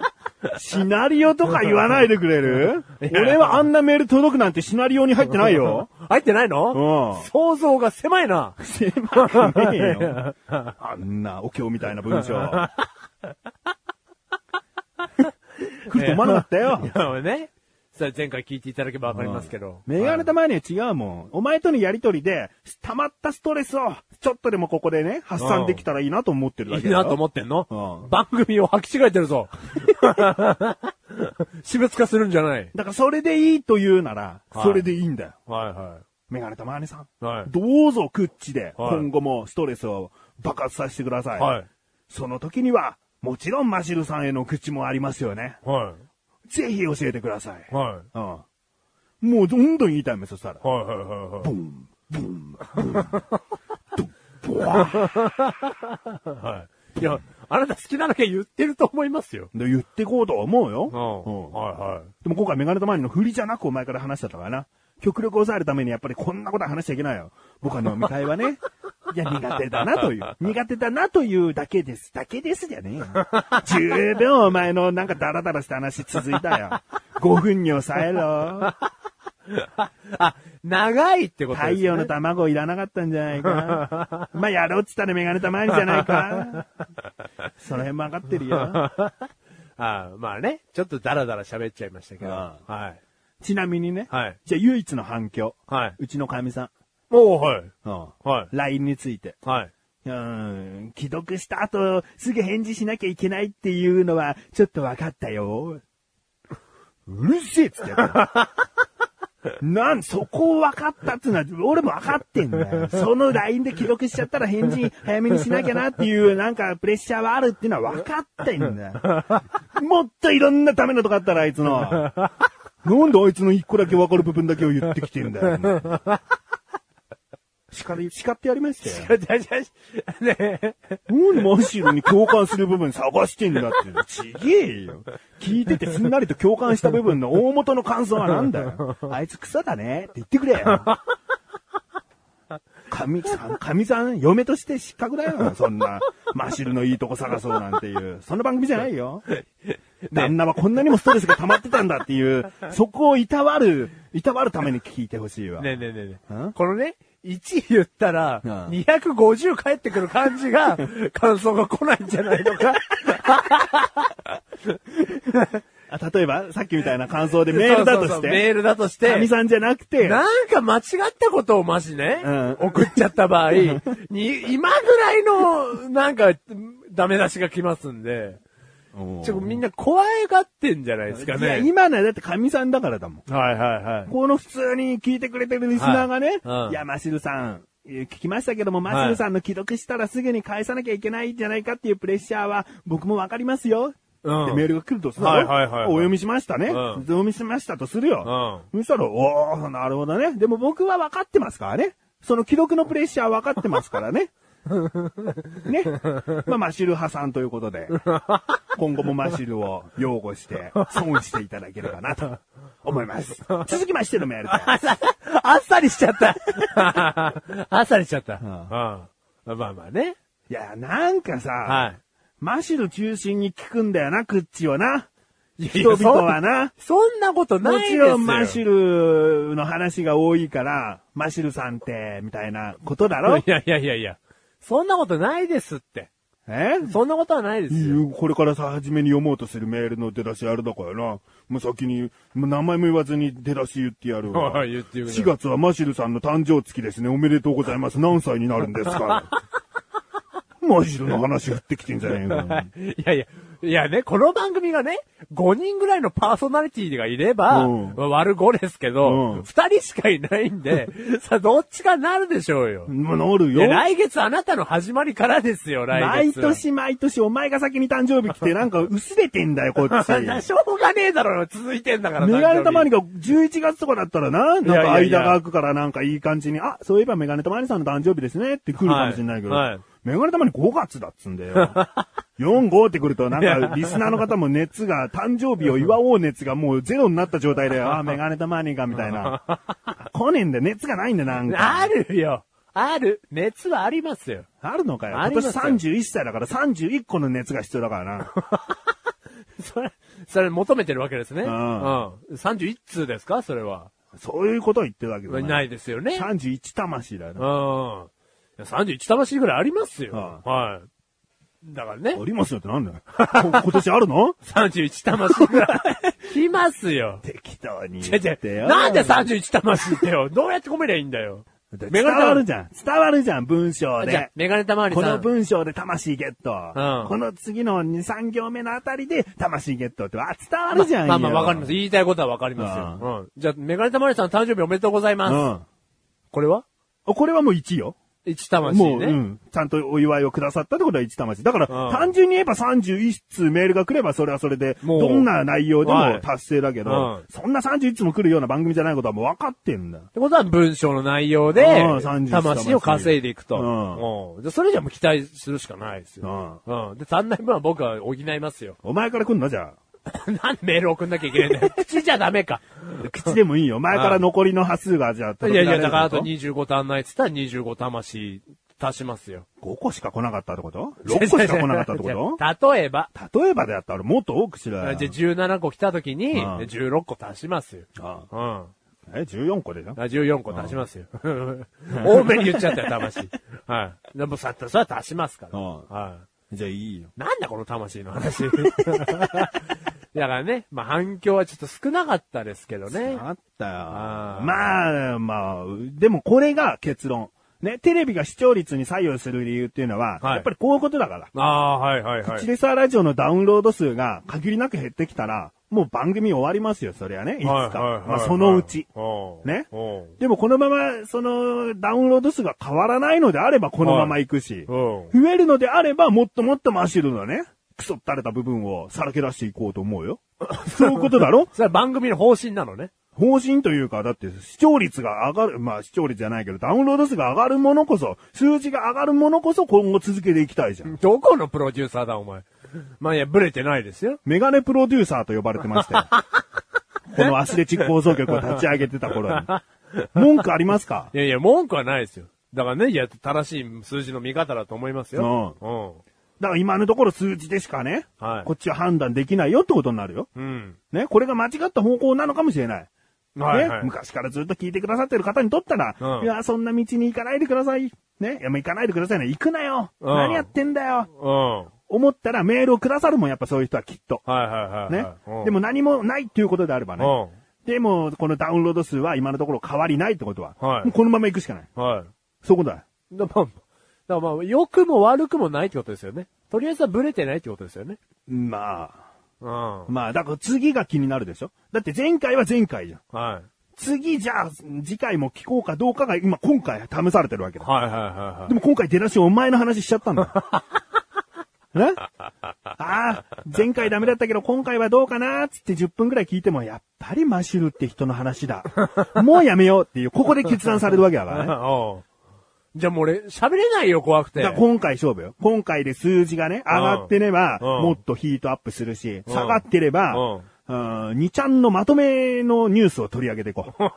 Speaker 2: シナリオとか言わないでくれる俺はあんなメール届くなんてシナリオに入ってな いよ。
Speaker 1: 入ってないの
Speaker 2: うん
Speaker 1: 想像が狭いな。
Speaker 2: 狭くねえよ。あんなお経みたいな文章。 来ると思わなかったよ。
Speaker 1: いやね。さあ前回聞いていただけばわかりますけど。
Speaker 2: メガネたまには違うもん。お前とのやりとりで、溜まったストレスを、ちょっとでもここでね、発散できたらいいなと思ってるだ
Speaker 1: い
Speaker 2: け
Speaker 1: い
Speaker 2: だよ
Speaker 1: なと思ってんの、
Speaker 2: うん
Speaker 1: 番組を履き違えてるぞ。 私物化するんじゃない。
Speaker 2: だからそれでいいと言うなら、
Speaker 1: はい
Speaker 2: それでいいんだよ。
Speaker 1: はいは
Speaker 2: メガネたまにさん。
Speaker 1: い。はい。
Speaker 2: どうぞ、クッチで、
Speaker 1: はい
Speaker 2: 今後もストレスを爆発させてください。
Speaker 1: はい。
Speaker 2: その時には、もちろんマシルさんへの口もありますよね。
Speaker 1: は
Speaker 2: ぜひ教えてください
Speaker 1: い。。はい。
Speaker 2: うん。もうどんどん言いたいもん、そした ら。
Speaker 1: はいはいはいはい
Speaker 2: ブン、ブン、ブン、ドン、ボワー。
Speaker 1: はい。いや、あなた好きなだけ言ってると思いますよ。
Speaker 2: で言ってこうとは思うよ。
Speaker 1: うん。はいはい。
Speaker 2: でも今回メガネとマニの振りじゃなくお前から話しちゃったからな。極力抑えるためにやっぱりこんなことは話しちゃいけないよ。僕は飲み会はね、いや苦手だなという、苦手だなというだけです。だけですじゃねえよ。十分お前のなんかダラダラした話続いたよ。5分に抑えろ。
Speaker 1: あ、長いってことです
Speaker 2: 太
Speaker 1: ね。
Speaker 2: 陽の卵いらなかったんじゃないか。まあやろうっつったらメガネたまにじゃないか。その辺もわかってるよ。
Speaker 1: あまあね、ちょっとダラダラ喋っちゃいましたけど。
Speaker 2: あ
Speaker 1: はい。
Speaker 2: ちなみにね、
Speaker 1: はい。
Speaker 2: じゃあ唯一の反響。
Speaker 1: はい。
Speaker 2: うちの神さ
Speaker 1: もう、はい。
Speaker 2: ん。
Speaker 1: はい。
Speaker 2: LINE について。
Speaker 1: はい。
Speaker 2: うーん、既読した後、すぐ返事しなきゃいけないっていうのは、ちょっと分かったよ。うるせえっつってやったよなん、そこを分かったってのは、俺も分かってんだよ。その LINE で既読しちゃったら返事早めにしなきゃなっていう、なんかプレッシャーはあるっていうのは分かってんだよ。もっといろんなためのとこあったら、あいつの。なんであいつの一個だけ分かる部分だけを言ってきてんだよ。叱り、叱ってやりました よ。
Speaker 1: じゃじゃ、ね
Speaker 2: なんでマシロに共感する部分探してんだって。ちげえよ。聞いててすんなりと共感した部分の大元の感想はなんだ よ。あいつ草だねって言ってくれよ。神さん、神さん、嫁として失格だよ。そんな、マシルのいいとこ探そうなんていう。そんな番組じゃないよ。旦那はこんなにもストレスが溜まってたんだっていう、そこをいたわる、いたわるために聞いてほしいわ。
Speaker 1: ねえねえねえね
Speaker 2: ん
Speaker 1: え。このね、1言ったら、
Speaker 2: うん
Speaker 1: 250返ってくる感じ が、感想が来ないんじゃないのか。
Speaker 2: あ例えば、さっきみたいな感想で メールだと
Speaker 1: そうそうそ
Speaker 2: し
Speaker 1: うメ
Speaker 2: て、
Speaker 1: ールだとして、
Speaker 2: 神さんじゃなくて、
Speaker 1: なんか間違ったことをマジね、
Speaker 2: うん
Speaker 1: 送っちゃった 場合、に、今ぐらいの、なんか、ダメ出しが来ますんで、ちょ、みんな怖がってんじゃないですか
Speaker 2: いや、
Speaker 1: ね。
Speaker 2: 今のはだって神さんだからだもん。
Speaker 1: はいはいはい。
Speaker 2: この普通に聞いてくれてるリスナーがね、
Speaker 1: はいうん
Speaker 2: いや、マシルさん、えー聞きましたけども、
Speaker 1: い
Speaker 2: マシルさんの既読したらすぐに返さなきゃいけないんじゃないかっていうプレッシャーは僕もわかりますよ。
Speaker 1: うん
Speaker 2: ってメールが来るとする
Speaker 1: はいはいはいはい
Speaker 2: お読みしましたね。
Speaker 1: うん
Speaker 2: お読みしましたとするよ。そしたら、おー、なるほどね。でも僕は分かってますからね。その既読のプレッシャー分かってますからね。ね。まあ、マシル派さんということで、今後もマシルを擁護して、損していただければなと思います。続きましてのメールです。
Speaker 1: あっさりしちゃった。あっさりしちゃった。うん
Speaker 2: ん
Speaker 1: まあまあね。
Speaker 2: いや、なんかさ、
Speaker 1: は
Speaker 2: マシル中心に聞くんだよな、クッチはな。
Speaker 1: い。
Speaker 2: 人々はな。
Speaker 1: そんなことない
Speaker 2: も
Speaker 1: です
Speaker 2: ち
Speaker 1: よ。
Speaker 2: ろんマシルの話が多いから、マシルさんって、みたいなことだ ろ
Speaker 1: いやいやいやいや。そんなことないですって。
Speaker 2: え
Speaker 1: そんなことはないですよ。
Speaker 2: これからさ、初めに読もうとするメールの出だしあれだからな。もう先に、もう名前も言わずに出だし言ってやるわ
Speaker 1: はい 言ってくれ
Speaker 2: 4月はマシルさんの誕生月ですね。おめでとうございます。何歳になるんです かマシルの話振ってきてんじゃねえか。
Speaker 1: いやいや、いやね、この番組がね、5人ぐらいのパーソナリティがいれば、
Speaker 2: うん
Speaker 1: 割る5ですけど、
Speaker 2: うん
Speaker 1: 2人しかいないん で、さ、どっちかなるでしょうよ。
Speaker 2: まあなる
Speaker 1: いや
Speaker 2: よ。
Speaker 1: 来月あなたの始まりからですよ、来
Speaker 2: 毎
Speaker 1: 月は。
Speaker 2: 年毎年お前が先に誕生日来てなんか薄れてんだよ、 こっち。
Speaker 1: そんなしょうがねえだろうよ、続いてんだから。
Speaker 2: メガネたま
Speaker 1: に
Speaker 2: にが11月とかだったらな、なん
Speaker 1: いやい
Speaker 2: か
Speaker 1: やいや
Speaker 2: 間が空くからなんかいい感じに、あ、そういえばメガネたまにさんの誕生日ですねって来るかもしれないけど、
Speaker 1: はいはい
Speaker 2: メガネたまに5月だっつんだよ。4、5って来るとなんかリスナーの方も熱が、誕生日を祝おう熱がもうゼロになった状 態で、あ、メガネたまにかみたいな。来ねえんだよ、熱がないんだよなんか。
Speaker 1: あるよ。ある。熱はありますよ。
Speaker 2: あるのかよ。
Speaker 1: あ
Speaker 2: 今
Speaker 1: りま
Speaker 2: 年
Speaker 1: すよ
Speaker 2: 31歳だから31個の熱が必要だからな。
Speaker 1: それ、それ求めてるわけですね。う
Speaker 2: うんん。
Speaker 1: 31通ですかそれは。
Speaker 2: そういうことを言ってるわけじゃ。
Speaker 1: ないいですよね。
Speaker 2: 31魂だよ
Speaker 1: うん。い
Speaker 2: な。
Speaker 1: や31魂ぐらいありますよ。
Speaker 2: う
Speaker 1: はい。だからね
Speaker 2: あ。りますよってなんだよ。こ今年あるの
Speaker 1: 31魂ぐらい。 来ますよ。
Speaker 2: 適当に
Speaker 1: 違
Speaker 2: 言
Speaker 1: う違
Speaker 2: っ
Speaker 1: う
Speaker 2: てよ。
Speaker 1: なんで31魂ってよ。どうやって込めりゃいいんだよ。メ
Speaker 2: 伝
Speaker 1: ガネ
Speaker 2: わるじゃん。伝わるじゃん、文章
Speaker 1: じゃあ
Speaker 2: で、。
Speaker 1: メガネたまわり
Speaker 2: こ
Speaker 1: さ
Speaker 2: の
Speaker 1: ん。
Speaker 2: 文章で魂ゲット。
Speaker 1: うん
Speaker 2: この次の2、3行目のあたりで魂ゲットって、あ、伝わるじゃん。
Speaker 1: まあまあわかりますす。言いたいことはわかりますよ。うん。じゃあ、メガネたまわりさん誕生日おめでとうございます。
Speaker 2: うん。
Speaker 1: これは
Speaker 2: あこれはもう1よ。
Speaker 1: 一魂ね。
Speaker 2: もう、うん。ちゃんとお祝いをくださったってことは1魂。だから、
Speaker 1: うん
Speaker 2: 単純に言えば31通メールが来ればそれはそれで、
Speaker 1: もう
Speaker 2: どんな内容で
Speaker 1: はい
Speaker 2: も達成だけど、
Speaker 1: うん
Speaker 2: そんな31通も来るような番組じゃないことはもう分かってんだ。
Speaker 1: ってことは文章の内容で
Speaker 2: うん30、
Speaker 1: 魂を稼いでいくと。
Speaker 2: うん
Speaker 1: うんでそれじゃもう期待するしかないです
Speaker 2: う
Speaker 1: よ。
Speaker 2: ん。。
Speaker 1: うん。で、足んない分は僕は補いますよ
Speaker 2: お前から来んのじゃ
Speaker 1: なんでメール送んなきゃいけないん だよ。口じゃダメか。
Speaker 2: あ。口でもいいよ。前から残りの端数が、じゃあ、
Speaker 1: いやい や、だからあ
Speaker 2: 届
Speaker 1: と
Speaker 2: けれるって
Speaker 1: 25足んないって言ったら25魂足しますよ。
Speaker 2: こと5個しか来なかったってこと ?6 個しか来なかったってこと
Speaker 1: 例え ば、
Speaker 2: と例えばであったらもっと多くしろ
Speaker 1: じゃあ
Speaker 2: よ。
Speaker 1: 17個来た時に、
Speaker 2: うん
Speaker 1: 16個足しますよ。
Speaker 2: ああ
Speaker 1: うん。
Speaker 2: え、14個でしょ
Speaker 1: あ14個足しますよ。 多めに言っちゃったよ、魂。はい。でもさ、それは足しますから。
Speaker 2: うん
Speaker 1: はい。
Speaker 2: じゃあいいよ。
Speaker 1: なんだこの魂の 話。だからね、まあ反響はちょっと少なかったですけどね。
Speaker 2: あったよ。
Speaker 1: あー
Speaker 2: まあ、まあ、でもこれが結論。ね、テレビが視聴率に左右する理由っていうのは、
Speaker 1: はい
Speaker 2: やっぱりこういうことだから。
Speaker 1: ああ、はいはいは
Speaker 2: チ
Speaker 1: い。
Speaker 2: レサーラジオのダウンロード数が限りなく減ってきたら、もう番組終わりますよ、そりゃね。いつか。
Speaker 1: はいはいはいはい
Speaker 2: まあ、そのうち。。
Speaker 1: うん
Speaker 2: ね
Speaker 1: うん
Speaker 2: でもこのまま、その、ダウンロード数が変わらないのであれば、このまま行くし、
Speaker 1: うん。
Speaker 2: 増えるのであれば、もっともっとマシルのね、クソったれた部分をさらけ出していこうと思うよ。 そういうことだろ
Speaker 1: それは番組の方針なのね。
Speaker 2: 方針というか、だって視聴率が上がる、まあ視聴率じゃないけど、ダウンロード数が上がるものこそ、数字が上がるものこそ今後続けていきたいじゃん。
Speaker 1: どこのプロデューサーだ、お前。まあいや、ブレてないですよ。
Speaker 2: メガネプロデューサーと呼ばれ てましたよ。このアスレチック放送局を立ち上げてた頃に。文句ありますか
Speaker 1: いやいや、文句はないですよ。だからね、いや、正しい数字の見方だと思いますよ。
Speaker 2: だから今のところ数字でしかね、
Speaker 1: はい
Speaker 2: こっちは判断できないよってことになるよ。
Speaker 1: うん。うん。
Speaker 2: ね、これが間違った方向なのかもしれない。
Speaker 1: はいはい
Speaker 2: ね、昔からずっと聞いてくださってる方にとったら、
Speaker 1: うん
Speaker 2: いや、そんな道に行かないでください。ね、いや、もう行かないでくださいね。行くなよ。
Speaker 1: うん
Speaker 2: 何やってんだよ。
Speaker 1: うん。は
Speaker 2: 思ったらメールをくださるもん、やっぱそういう人はきっと。
Speaker 1: いはいはいはい。
Speaker 2: ね
Speaker 1: うん。
Speaker 2: でも、何もないっていうことであれば
Speaker 1: う
Speaker 2: ね。
Speaker 1: ん。
Speaker 2: でも、このダウンロード数は今のところ変わりないってことは。
Speaker 1: はい
Speaker 2: もうこのまま行くしかない。
Speaker 1: はい。
Speaker 2: そういうことだ。
Speaker 1: だからまあ、だからまあ、良くも悪くもないってことですよね。とりあえずはブレてないってことですよね。
Speaker 2: ま
Speaker 1: うん。
Speaker 2: あ、まあ、だから次が気になるでしょだって前回は前回じゃん。
Speaker 1: はい。
Speaker 2: 次じゃあ、次回も聞こうかどうかが今今回試されてるわけだ。
Speaker 1: はいはいはいは
Speaker 2: でも今回出だしお前の話しちゃったんだ。 ねああ、前回ダメだったけど今回はどうかなーっつって10分くらい聞いても、やっぱりマシュルって人の話だ。もうやめようっていう、ここで決断されるわけだからね。
Speaker 1: い。 うん。じゃあもう俺、喋れないよ、怖くて。
Speaker 2: だから今回勝負よ。今回で数字がね、上がってれば、
Speaker 1: うん
Speaker 2: もっとヒートアップするし、
Speaker 1: ん
Speaker 2: 下がってれば、うん、2ちゃんのまとめのニュースを取り上げていこ う。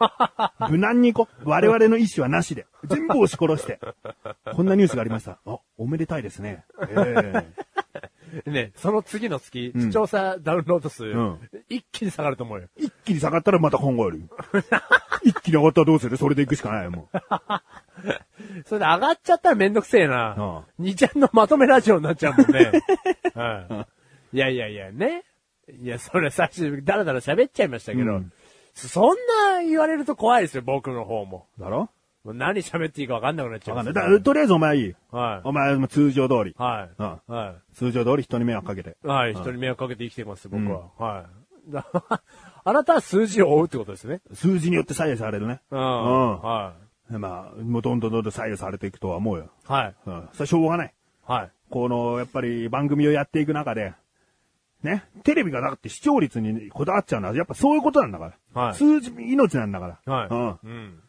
Speaker 2: 無難にいこう。我々の意思はなしで。全部押し殺して。こんなニュースがありました。あ、おめでたいですね。え え
Speaker 1: ね、その次の月、
Speaker 2: ん
Speaker 1: 視聴者ダウンロード数、
Speaker 2: ん
Speaker 1: 一気に下がると思うよ。
Speaker 2: 一気に下がったらまた考えるよ。一気に上がったらどうするそれで行くしかないよ、もう。
Speaker 1: それで上がっちゃったらめんどくせえな。二ちゃんのまとめラジオになっちゃうもん ね。はい。いやいやいや、ね。いや、それ最初、だらだら喋っちゃいましたけど、
Speaker 2: うん
Speaker 1: そんな言われると怖いですよ、僕の方も。
Speaker 2: だろ
Speaker 1: もう何喋っていいか分かんなくなっちゃ
Speaker 2: わ
Speaker 1: う
Speaker 2: か
Speaker 1: ま
Speaker 2: ん
Speaker 1: す
Speaker 2: な
Speaker 1: よ。
Speaker 2: い。だから、とりあえずお前いい。
Speaker 1: はい。
Speaker 2: お前、通常通り。
Speaker 1: は
Speaker 2: う
Speaker 1: い。は
Speaker 2: 通常通り人に迷惑かけて。
Speaker 1: い。はい。人に迷惑かけて生きてます、僕は。はい。 だあなたは数字を追うってことですね。
Speaker 2: 数字によって左右されるね。
Speaker 1: うん。
Speaker 2: うん
Speaker 1: は
Speaker 2: まあ、もうどんどんどんどん左右されていくとは思うよ。
Speaker 1: い。はい。
Speaker 2: うん。それはしょうがない。
Speaker 1: はい。
Speaker 2: この、やっぱり番組をやっていく中で、ね、テレビがだって視聴率にこだわっちゃうのは、やっぱそういうことなんだから。
Speaker 1: はい
Speaker 2: 数字、命なんだから。
Speaker 1: はい。うん。
Speaker 2: うん。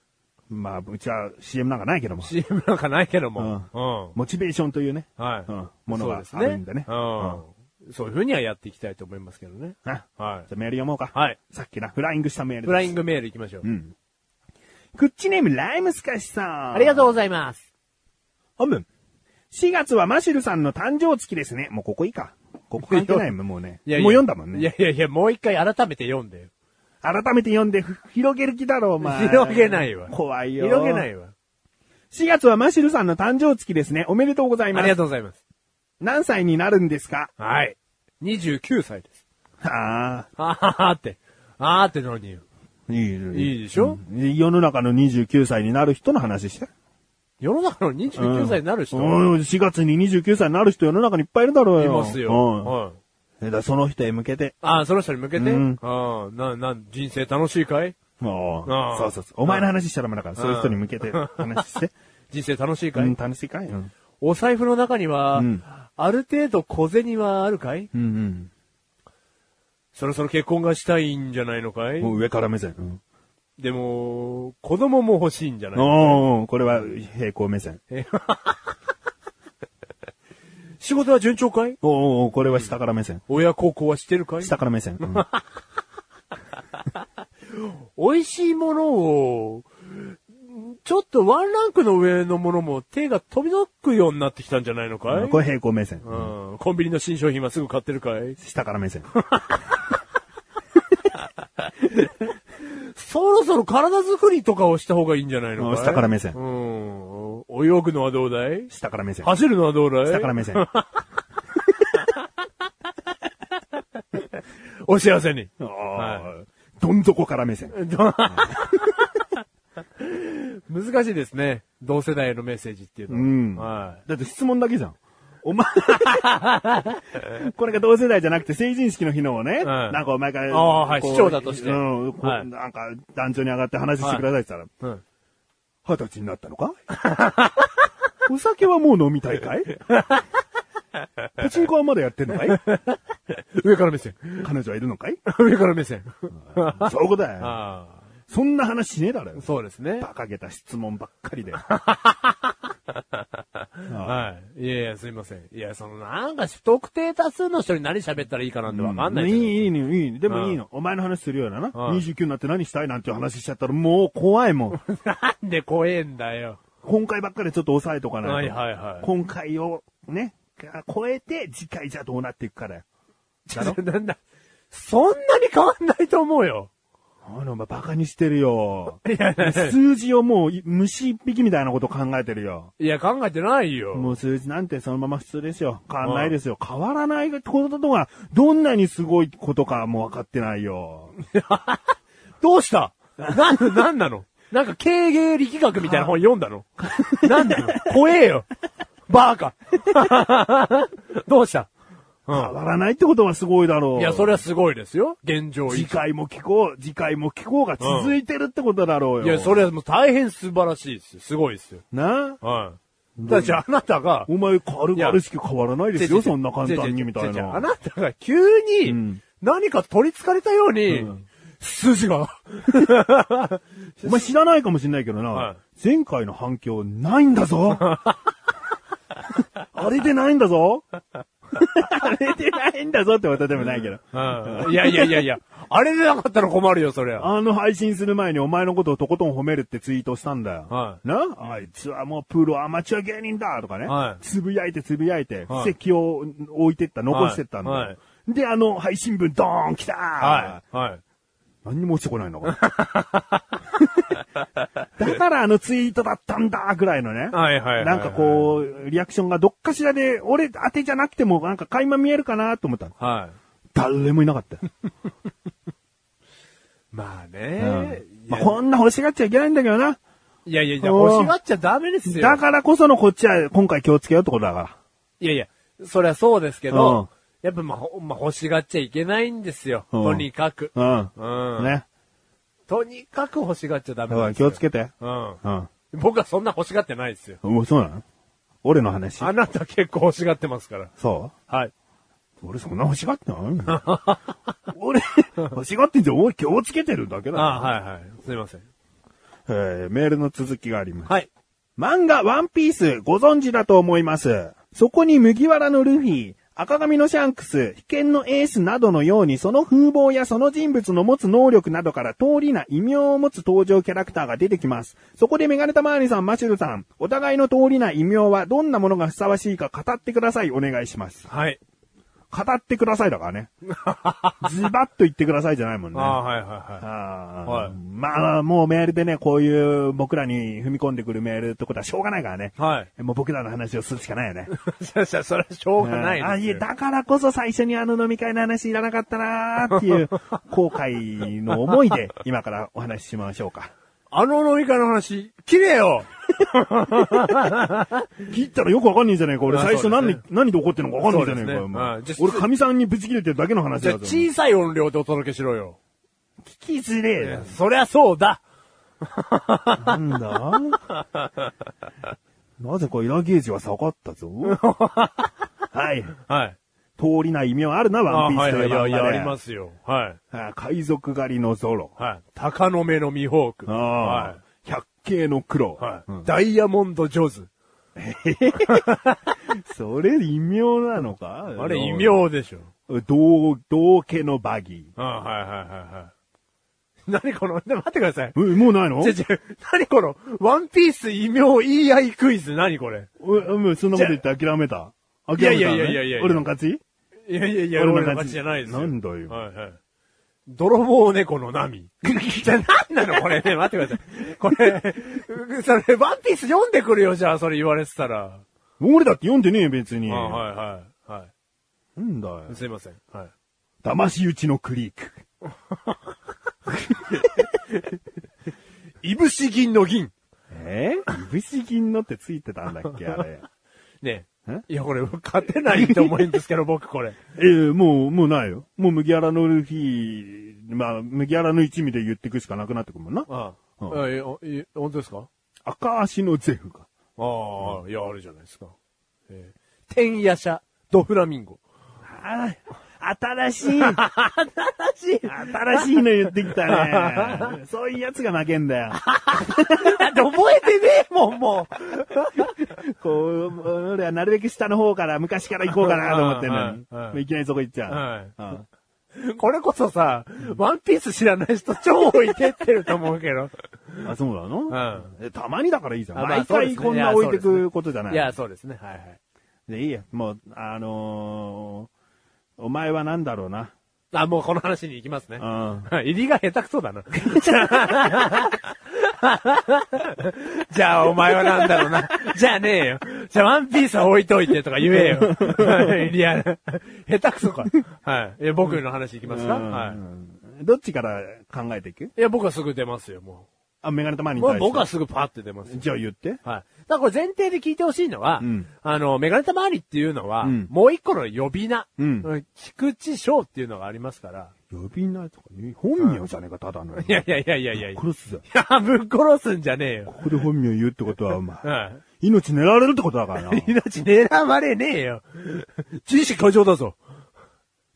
Speaker 2: まあ、うちは CM なんかないけども、
Speaker 1: CM なんかないけども。
Speaker 2: モチベーションというね、
Speaker 1: うん。はい。
Speaker 2: うん、ものが
Speaker 1: そ
Speaker 2: あ
Speaker 1: うです
Speaker 2: るんでね。
Speaker 1: う
Speaker 2: うん
Speaker 1: ん。そういうふうにはやっていきたいと思いますけどね。
Speaker 2: な
Speaker 1: は
Speaker 2: じゃあメール読もうか。
Speaker 1: はい
Speaker 2: さっきな、フライングしたメ
Speaker 1: い。
Speaker 2: ールです。
Speaker 1: フライングメール行きましょう
Speaker 2: う。ん。クッチネーム、ライムスカシさん。
Speaker 1: ありがとうございます。
Speaker 2: 本文。4月はマシルさんの誕生月ですね。もうここいいか。ここ関係ないもん、もうね。
Speaker 1: いやいや
Speaker 2: もう読んだもんね。
Speaker 1: いやいやいや、もう一回改めて読んでよ。
Speaker 2: 改めて読んで、ふ広げる気だろ、お前。
Speaker 1: 広げないわ
Speaker 2: 怖いよ。
Speaker 1: 広げないわ。
Speaker 2: 4月はマシルさんの誕生月ですね。おめでとうござい
Speaker 1: あ
Speaker 2: ま
Speaker 1: りが
Speaker 2: す。
Speaker 1: とうございます。
Speaker 2: 何歳になるんですか
Speaker 1: はい。29歳です。
Speaker 2: あ
Speaker 1: あははって。あーって何よ。
Speaker 2: あ、いいよ
Speaker 1: いいでしょ、
Speaker 2: うん世の中の29歳になる人の話して。
Speaker 1: 世の中の29歳になる人、
Speaker 2: うん、4月に29歳になる人世の中にいっぱいいるだろう
Speaker 1: い
Speaker 2: よ。
Speaker 1: ますよ。
Speaker 2: うん
Speaker 1: はい。
Speaker 2: えだからその人へ向けて。
Speaker 1: ああ、その人に向けて、
Speaker 2: うん
Speaker 1: ああ、な、な、人生楽しいかい
Speaker 2: もう
Speaker 1: ああ
Speaker 2: そうそうそう。お前の話しちゃダメだから、そういう人に向けて話して。
Speaker 1: 人生楽しいうかい、
Speaker 2: ん、楽しいかいうん。
Speaker 1: お財布の中には、
Speaker 2: うん
Speaker 1: ある程度小銭はあるかい
Speaker 2: うん
Speaker 1: そろそろ結婚がしたいんじゃないのか
Speaker 2: う
Speaker 1: い
Speaker 2: ん。もう上から目線。うん。
Speaker 1: でも、子供も欲しいんじゃない
Speaker 2: おーこれは平行目線。
Speaker 1: 仕事は順調かい
Speaker 2: おーこれは下から目線。
Speaker 1: 親孝行はしてるかい
Speaker 2: 下から目線。うん
Speaker 1: 美味しいものを、ちょっとワンランクの上のものも手が飛びどくようになってきたんじゃないのかい、
Speaker 2: これ平行目線。
Speaker 1: うん、コンビニの新商品はすぐ買ってるかい
Speaker 2: 下から目線。
Speaker 1: そろそろ体作りとかをした方がいいんじゃないのかい
Speaker 2: 下から目線
Speaker 1: うん。泳ぐのはどうだい
Speaker 2: 下から目線。
Speaker 1: 走るのはどうだい
Speaker 2: 下から目線。
Speaker 1: お幸せに。
Speaker 2: おー
Speaker 1: は
Speaker 2: どん底から目線。
Speaker 1: ど難しいですね。同世代へのメッセージっていうのは。
Speaker 2: うん
Speaker 1: はい。
Speaker 2: だって質問だけじゃん。お前、 これが同世代じゃなくて成人式の日のをね、なんかお前から、
Speaker 1: あーはい
Speaker 2: こう
Speaker 1: 市長だとして
Speaker 2: うん、こう
Speaker 1: はい
Speaker 2: なんか団長に上がって話してくださいって言った
Speaker 1: うん。
Speaker 2: ら、二十歳になったのか お酒はもう飲みた いかいパチンコはまだやってんのかい
Speaker 1: 上から目線。
Speaker 2: 彼女はいるのかい
Speaker 1: 上から目線。
Speaker 2: そういうことだよ。
Speaker 1: あ
Speaker 2: そんな話しねえだろ
Speaker 1: あ。
Speaker 2: よ。
Speaker 1: そうですね。
Speaker 2: 馬鹿げた質問ばっかり で。
Speaker 1: はい。いやいや、すいません。いや、その、なんか、不特定多数の人に何喋ったらいいかなんてわかんないけど。
Speaker 2: いい、いいの、いいの。で
Speaker 1: う
Speaker 2: も
Speaker 1: ん
Speaker 2: いいの。お前の話するようなな。
Speaker 1: うん
Speaker 2: 29になって何したいなんていう話しちゃったらもう怖いも ん。
Speaker 1: なんで怖えんだよ。
Speaker 2: 今回ばっかりちょっと抑えとかないと。
Speaker 1: はいはいはい
Speaker 2: 今回をね、超えて次回じゃどうなっていくかだよ。だろ
Speaker 1: なんだ。そんなに変わんないと思うよ。
Speaker 2: あの、お前バカにしてるよ。
Speaker 1: いやいや
Speaker 2: 数字をもうい虫一匹みたいなこと考えてるよ。
Speaker 1: いや、考えてないよ。
Speaker 2: もう数字なんてそのまま普通ですよ。変わんないですよ。変わらないこととは、どんなにすごいことかもう分かってないよ。
Speaker 1: どうしたなん、なんなのなんか経営力学みたいな本読んだ のなんなの怖えよバーカ どうしたう
Speaker 2: 変
Speaker 1: ん。
Speaker 2: わらないってことはすごいだろう。
Speaker 1: いや、それはすごいですよ。現状維持
Speaker 2: 次回も聞こう、次回も聞こうが続いてるってことだろうよ。
Speaker 1: いや、それはもう大変素晴らしいですよ。すごいですよ。
Speaker 2: な
Speaker 1: はい。だってあなたが、
Speaker 2: お前軽
Speaker 1: いや
Speaker 2: 々しく変わらないですよ、そんな簡単にみたい
Speaker 1: 違う違う違う違う
Speaker 2: な。
Speaker 1: あなたが急
Speaker 2: う
Speaker 1: に
Speaker 2: ん、
Speaker 1: 何か取り憑かれたように、数字が。
Speaker 2: お前知らないかもしれないけどな、
Speaker 1: はい
Speaker 2: 前回の反響ないんだ ぞあれでないんだぞ あれでないんだぞってことでもないけど。
Speaker 1: うんいやいやいやいや、あれでなかったら困るよ、それは。
Speaker 2: あの配信する前にお前のことをとことん褒めるってツイートしたんだよ。
Speaker 1: はい
Speaker 2: なあいつはもうプロアマチュア芸人だとかね。
Speaker 1: はい
Speaker 2: つぶやいてつぶやいて、
Speaker 1: はい
Speaker 2: 布石を置いてった、残してったんだよ。
Speaker 1: はいは
Speaker 2: で、あの配信分ドーン来た、
Speaker 1: はい。はい。
Speaker 2: 何にも落ちてこないのかな だからあのツイートだったんだぐらいのね。
Speaker 1: はいはいはいはい
Speaker 2: なんかこう、リアクションがどっかしらで、俺当てじゃなくてもなんか垣間見えるかなと思ったの。
Speaker 1: はい。
Speaker 2: 誰もいな かったよ。
Speaker 1: まあ
Speaker 2: うん
Speaker 1: ね。
Speaker 2: まあ、こんな欲しがっちゃいけないんだけどな。
Speaker 1: いやいやいや、
Speaker 2: うん
Speaker 1: 欲しがっちゃダメですよ。
Speaker 2: だからこそのこっちは今回気をつけようってことだから。
Speaker 1: いやいや、そりゃそうですけ
Speaker 2: うん
Speaker 1: ど、やっぱまあ、ほまあ、欲しがっちゃいけないんですよ。
Speaker 2: うん
Speaker 1: とにかく。
Speaker 2: う。
Speaker 1: うんん。
Speaker 2: ね。
Speaker 1: とにかく欲しがっちゃダメな
Speaker 2: だか
Speaker 1: ん
Speaker 2: ら
Speaker 1: です
Speaker 2: 気
Speaker 1: よ。
Speaker 2: をつけて。
Speaker 1: うん。
Speaker 2: うん。
Speaker 1: 僕はそんな欲しがってないですよ。
Speaker 2: もうそうなの俺の話。
Speaker 1: あなた結構欲しがってますから。
Speaker 2: そ
Speaker 1: はい。
Speaker 2: う俺そんな欲しがってない 俺、欲しがってんじゃん。俺気をつけてるだけだ
Speaker 1: あ
Speaker 2: よ。
Speaker 1: あはいはい。すいません。
Speaker 2: えーメールの続きがあります。
Speaker 1: はい。
Speaker 2: 漫画ワンピースご存知だと思います。そこに麦わらのルフィ、赤髪のシャンクス、秘剣のエースなどのようにその風貌やその人物の持つ能力などから通りな異名を持つ登場キャラクターが出てきます。そこでメガネタマーニさん、マシュルさん、お互いの通りな異名はどんなものがふさわしいか語ってください。お願いします。
Speaker 1: はい。
Speaker 2: 語ってくださいだ からね。ズバッと言ってくださいじゃないもんね。
Speaker 1: ああー、はいはいは
Speaker 2: あー
Speaker 1: はい
Speaker 2: まあ、もうメールでね、こういう僕らに踏み込んでくるメールってことはしょうがないからね。
Speaker 1: い。はい。
Speaker 2: もう僕らの話をするしかないよ
Speaker 1: い
Speaker 2: ね。
Speaker 1: やい や、それはしょうがないですよ
Speaker 2: あ、いえ、だからこそ最初にあの飲み会の話いらなかったなーって いう後悔の思いで今からお話ししましょうか。
Speaker 1: あの飲み会の話、綺麗よ
Speaker 2: 聞いたらよくわかんねえじゃねえか。俺
Speaker 1: まあ
Speaker 2: 最初
Speaker 1: そう
Speaker 2: 何
Speaker 1: で
Speaker 2: で、
Speaker 1: すね
Speaker 2: 何で怒ってんのかわかんねえじゃねえ
Speaker 1: そ
Speaker 2: か。
Speaker 1: うですね
Speaker 2: もう
Speaker 1: はいじゃあ
Speaker 2: 俺神さんにぶち切れてるだけの話
Speaker 1: じゃ
Speaker 2: だ
Speaker 1: あ
Speaker 2: ぞ。
Speaker 1: 小さい音量でお届けしろよ。
Speaker 2: きづれえよ
Speaker 1: そりゃそうだ
Speaker 2: なんだなぜかイラゲージは下がった ぞ。はい。
Speaker 1: はい。
Speaker 2: 通りない異名あるな、ワンピースと
Speaker 1: はいいうやい
Speaker 2: 漫
Speaker 1: や、
Speaker 2: 画
Speaker 1: あ
Speaker 2: で
Speaker 1: りますよ。はい。
Speaker 2: あ海賊狩りのゾロ。
Speaker 1: はい。鷹の目のミホーク。
Speaker 2: あ
Speaker 1: は
Speaker 2: あ百景の黒。
Speaker 1: い。はい。
Speaker 2: うん
Speaker 1: ダイヤモンドジョズ。
Speaker 2: それ異名なのか
Speaker 1: あれ、異名でしょ。
Speaker 2: 同、同家のバギ
Speaker 1: あはいはいはいはい。何この、で待ってください。
Speaker 2: ー。え、もうないの
Speaker 1: ちょちょ、何この、ワンピース異名言い合いクイズ、何これ。
Speaker 2: えもうそんなこと言って諦めた。諦めた、ね、
Speaker 1: いやいやいやいやいや
Speaker 2: 俺の勝ち
Speaker 1: いやいやいや、
Speaker 2: 俺の
Speaker 1: 俺の
Speaker 2: 勝
Speaker 1: 勝
Speaker 2: ち
Speaker 1: ちじゃないですよ。
Speaker 2: なんだよ
Speaker 1: はいはい。泥棒猫の波。 じゃあ、なんなのこれね、待ってください。これ、それ、ワンピース読んでくるよ、じゃあ、それ言われてたら。
Speaker 2: 俺だって読んでねえよ、別に。
Speaker 1: あはいはい。は
Speaker 2: なんだよ
Speaker 1: い。。すいません。はい。
Speaker 2: 騙し討ちのクリーク。
Speaker 1: いぶし銀の銀。
Speaker 2: えいぶし銀のってついてたんだっ け、あれ。
Speaker 1: ね
Speaker 2: え
Speaker 1: いや、これ、勝てないと思うんですけど、僕これ。
Speaker 2: ええもう、もうないよ。もう麦わらのルフィ、まあ、麦わらの一味で言ってくしかなくなってくるもんな。
Speaker 1: ああ。
Speaker 2: うん
Speaker 1: え、え本当ですか
Speaker 2: 赤足のゼフが。
Speaker 1: ああ、いや、あるじゃないですか。えー、天夜叉、ドフラミンゴ。
Speaker 2: ああ、新しい。新しい。新しいの言ってきた ね。そういうやつが負けんだよ。
Speaker 1: だって 覚えてねえもん、もう。
Speaker 2: こう、俺はなるべく下の方から昔から行こうかなと思ってんのに。
Speaker 1: はいはい
Speaker 2: もういきなりそこ行っちゃう。
Speaker 1: はい
Speaker 2: うん
Speaker 1: これこそさ、ワンピース知らない人超置いてってると思うけ ど。
Speaker 2: あ、そうなの、
Speaker 1: う
Speaker 2: えたまにだからいいじゃん。
Speaker 1: あまあ
Speaker 2: 毎
Speaker 1: そうで
Speaker 2: 回
Speaker 1: すね
Speaker 2: こんな置いてくことじゃない。
Speaker 1: いや、そうですね。はいはい。
Speaker 2: でいいや。もう、あのーお前はなんだろうな。
Speaker 1: あ、もうこの話に行きますね
Speaker 2: う。ん。
Speaker 1: 入りが下手くそだ な。じゃあ、お前はなんだろうな。じゃあねえよ。じゃあ、ワンピースは置いといてとか言え よ。リアル。下手くそか。はい。いや、僕の話行きますか、
Speaker 2: うん
Speaker 1: はい。
Speaker 2: どっちから考えていく
Speaker 1: いや、僕はすぐ出ますよ、も
Speaker 2: あ、メガネたま
Speaker 1: う。
Speaker 2: に
Speaker 1: も
Speaker 2: 対し
Speaker 1: う
Speaker 2: て。
Speaker 1: 僕はすぐパーって出ますよ。
Speaker 2: じゃあ言っ
Speaker 1: は
Speaker 2: て。
Speaker 1: い。だからこれ前提で聞いてほしいのは、
Speaker 2: うん
Speaker 1: あの、メガネタ周りっていうのは、
Speaker 2: うん
Speaker 1: もう一個の呼び名、
Speaker 2: うん
Speaker 1: 菊池翔っていうのがありますから、
Speaker 2: 呼び名とか言う、本名じゃねえか、ただの。
Speaker 1: いやいやいやいやいやい
Speaker 2: 殺すぞ。
Speaker 1: や、ぶっ殺すんじゃねえよ。
Speaker 2: ここで本名言うってことは、お前、
Speaker 1: は
Speaker 2: 命狙われるってこと だからな。
Speaker 1: い。命狙われねえよ。自意識過剰だぞ。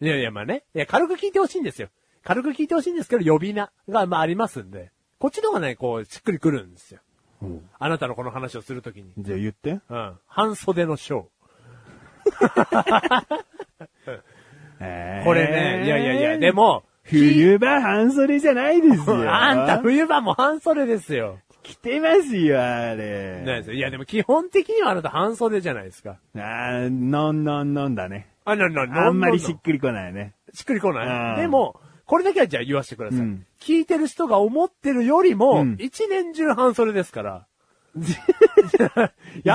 Speaker 1: いやいや、まあね。いや、軽く聞いてほしいんですよ。軽く聞いてほしいんですけど、呼び名が、まあありますんで。こっちの方がね、こう、しっくりくるんですよ。
Speaker 2: うん
Speaker 1: あなたのこの話をするときに。
Speaker 2: じゃあ言って。
Speaker 1: うん。半袖の翔。これね、いやいやいや、で
Speaker 2: も。
Speaker 1: も、
Speaker 2: 冬場半袖じゃないです よ。
Speaker 1: あんた冬場も半袖ですよ。
Speaker 2: 着てますよ、あれ。
Speaker 1: ないですよいやでも基本的にはあなた半袖じゃないですか。
Speaker 2: あー、のんのんのんだね。
Speaker 1: あ、な、な、
Speaker 2: あんまりし
Speaker 1: し
Speaker 2: っくりこないね。
Speaker 1: しっくりこな
Speaker 2: うん
Speaker 1: い。でも、これだけはじゃあ言わせてください。
Speaker 2: うん
Speaker 1: 聞いてる人が思ってるより
Speaker 2: う
Speaker 1: も
Speaker 2: ん、
Speaker 1: 一年中半袖です から。い
Speaker 2: 一
Speaker 1: や、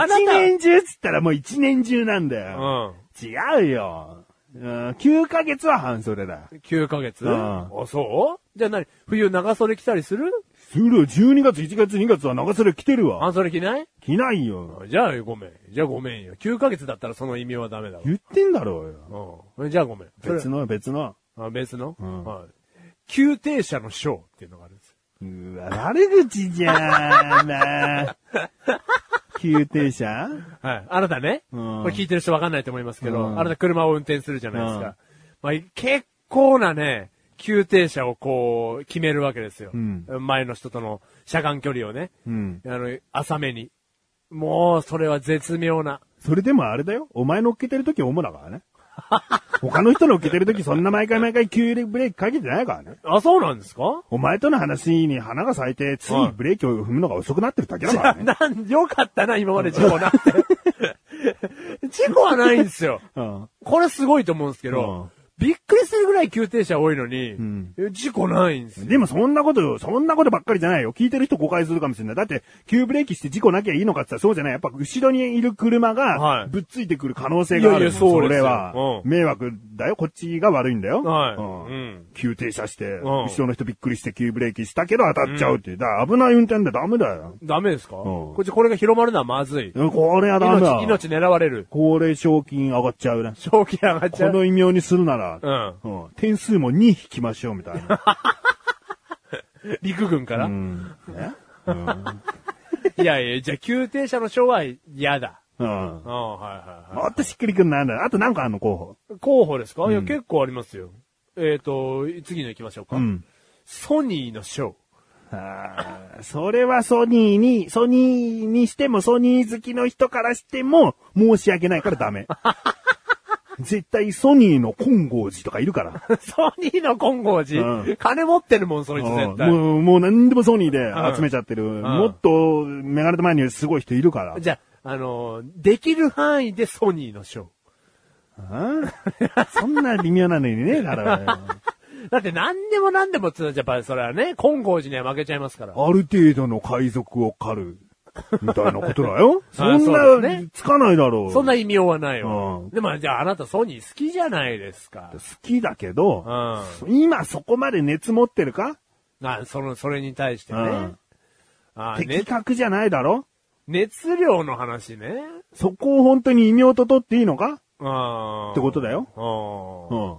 Speaker 1: あなた、
Speaker 2: 年中っつったらもう一年中なんだ
Speaker 1: う
Speaker 2: よ。
Speaker 1: ん。
Speaker 2: 違うよ。うん、9ヶ月は半袖だ。
Speaker 1: 9ヶ月
Speaker 2: うん
Speaker 1: あ、そうじゃあ何冬長袖着たりする
Speaker 2: する12月、1月、2月は長袖着てるわ。
Speaker 1: 半袖着ない
Speaker 2: 着ないよ。
Speaker 1: じゃあごめん。じゃあごめんよ。9ヶ月だったらその意味はダメだわ。
Speaker 2: 言ってんだろうよ。
Speaker 1: うん。じゃあごめん。それ
Speaker 2: 別の、別の。
Speaker 1: あ、別の、
Speaker 2: ん
Speaker 1: はい。宮廷者の章っていうのがあるんですよ。
Speaker 2: うわ、悪口じゃん な。急停車
Speaker 1: はい。あなたね、
Speaker 2: うん
Speaker 1: これ聞いてる人わかんないと思いますけど、
Speaker 2: うん
Speaker 1: あなた車を運転するじゃないです
Speaker 2: うん
Speaker 1: か。まあ、結構なね、宮廷者をこう、決めるわけですよ。
Speaker 2: うん
Speaker 1: 前の人との車間距離をね、
Speaker 2: うん。
Speaker 1: あの、浅めに。もう、それは絶妙な。
Speaker 2: それでもあれだよ。お前乗っけてる時主だからね。他の人乗っけてる時そんな毎回毎回急ブレーキかけてないからね。
Speaker 1: あ、そうなんですか
Speaker 2: お前との話に花が咲いて、ついブレーキ を踏むのが遅くなってるだけだからね。
Speaker 1: なん、よかったな、今まで事故なって。事故はないんですよ。
Speaker 2: うん。
Speaker 1: これすごいと思うんですけど、びっくりするぐらい急停車多いのに、
Speaker 2: ん
Speaker 1: え事故ないんですよ。
Speaker 2: でもそんなことよ、そんなことばっかりじゃないよ。聞いてる人誤解するかもしれない。だって、急ブレーキして事故なきゃいいのかって言ったらそうじゃない。やっぱ後ろにいる
Speaker 1: は
Speaker 2: 車が
Speaker 1: い、
Speaker 2: ぶっついてくる可能性があ
Speaker 1: い
Speaker 2: る。
Speaker 1: やいやそうですよ
Speaker 2: れは、
Speaker 1: うん
Speaker 2: 迷惑だよ。こっちが悪いんだよ。
Speaker 1: はい。
Speaker 2: う
Speaker 1: うんん。
Speaker 2: 急停車して、
Speaker 1: ん
Speaker 2: 後ろの人びっくりして急ブレーキしたけど当たっちゃうっていう。だから危ない運転でダメだよ。
Speaker 1: ダメですか、
Speaker 2: ん
Speaker 1: こっちこれが広まるのはまずい。
Speaker 2: これはダメだ
Speaker 1: 命、。命狙われる。
Speaker 2: これ賞金上がっちゃうね。
Speaker 1: 正気上がっ
Speaker 2: こ
Speaker 1: ちゃう。
Speaker 2: の異名にするなら、
Speaker 1: うん。
Speaker 2: うん点数も2引きましょうみたいな。
Speaker 1: 陸軍から、
Speaker 2: うん。ね
Speaker 1: いやいや、じゃあ、急停車の賞は嫌だ。
Speaker 2: うん。
Speaker 1: うん、はいはい
Speaker 2: も
Speaker 1: は
Speaker 2: っとしっくりくんなんだよ。あとなんかあんの候補。
Speaker 1: い。候補ですか、いや、結構ありますよ。えっ、と、次の行きましょうか。
Speaker 2: うん。
Speaker 1: ソニー の賞。
Speaker 2: あーそれはソニーに、ソニーにしても、ソニー好きの人からしても、申し訳ないから ダメ。絶対ソニーの金剛寺とかいるから。
Speaker 1: ソニーの金剛寺、
Speaker 2: うん
Speaker 1: 金持ってるもん、そいつ絶対。
Speaker 2: もう、もう何でもソニーで集めちゃってる。もっと、メガネと前にすごい人いるから。
Speaker 1: じゃあ、あのーできる範囲でソニーの賞。
Speaker 2: うんそんな微妙なのにね、だから。
Speaker 1: だって何でも何でもってのはやっぱりそれはね、金剛寺には負けちゃいますから。
Speaker 2: ある程度の海賊を狩る。みたいなことだ よ。そん
Speaker 1: そうです
Speaker 2: な、つかないだろう。
Speaker 1: そんな異名はないわ。
Speaker 2: うん
Speaker 1: でも、じゃああなたソニー好きじゃないですか
Speaker 2: 好。きだけど、
Speaker 1: う
Speaker 2: 今そこまで熱持ってるか、
Speaker 1: あ、その、それに対してね。
Speaker 2: うん
Speaker 1: あ
Speaker 2: 的
Speaker 1: ね、
Speaker 2: 確じゃないだろ
Speaker 1: 熱量の話ね。
Speaker 2: そこを本当に異名と取っていいのか
Speaker 1: あ
Speaker 2: ってことだよ。
Speaker 1: あ
Speaker 2: うん。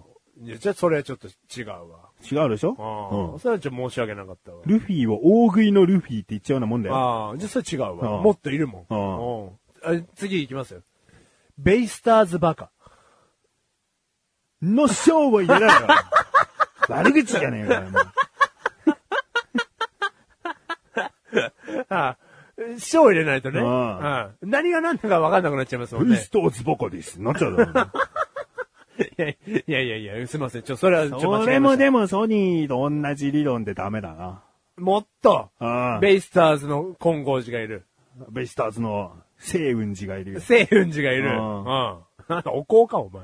Speaker 1: あ。じゃあそれはちょっと違うわ。
Speaker 2: 違うでし
Speaker 1: あ
Speaker 2: ょ
Speaker 1: ーそれはちょっと申し訳なかったわ。
Speaker 2: うん。ルフィを大食いのルフィって言っちゃうようなもんだよ。
Speaker 1: ああ、じゃあそれ違うわ。
Speaker 2: うん
Speaker 1: もっといるもん。うんあ次行きますよ。ベイスターズバカ。
Speaker 2: の賞を入れろ よ。悪口じゃねえかよ。
Speaker 1: ああ、賞入れないとね。
Speaker 2: うん
Speaker 1: うん何が何だか分かんなくなっちゃいますも
Speaker 2: もうんベー
Speaker 1: ね
Speaker 2: ス。トーズばかです。なっちゃ うだろうな。
Speaker 1: いやいやいやいや、すいません。ちょ、それはちょ、間違
Speaker 2: そ
Speaker 1: え
Speaker 2: れ
Speaker 1: ま
Speaker 2: も
Speaker 1: した
Speaker 2: でもソニーと同じ理論でダメだな。
Speaker 1: もっと、
Speaker 2: うん
Speaker 1: ベイスターズの金剛寺がいる。
Speaker 2: ベイスターズの星雲寺がいるよ。
Speaker 1: 星雲寺がいる。う
Speaker 2: うんん。
Speaker 1: なんかおこうか、お前。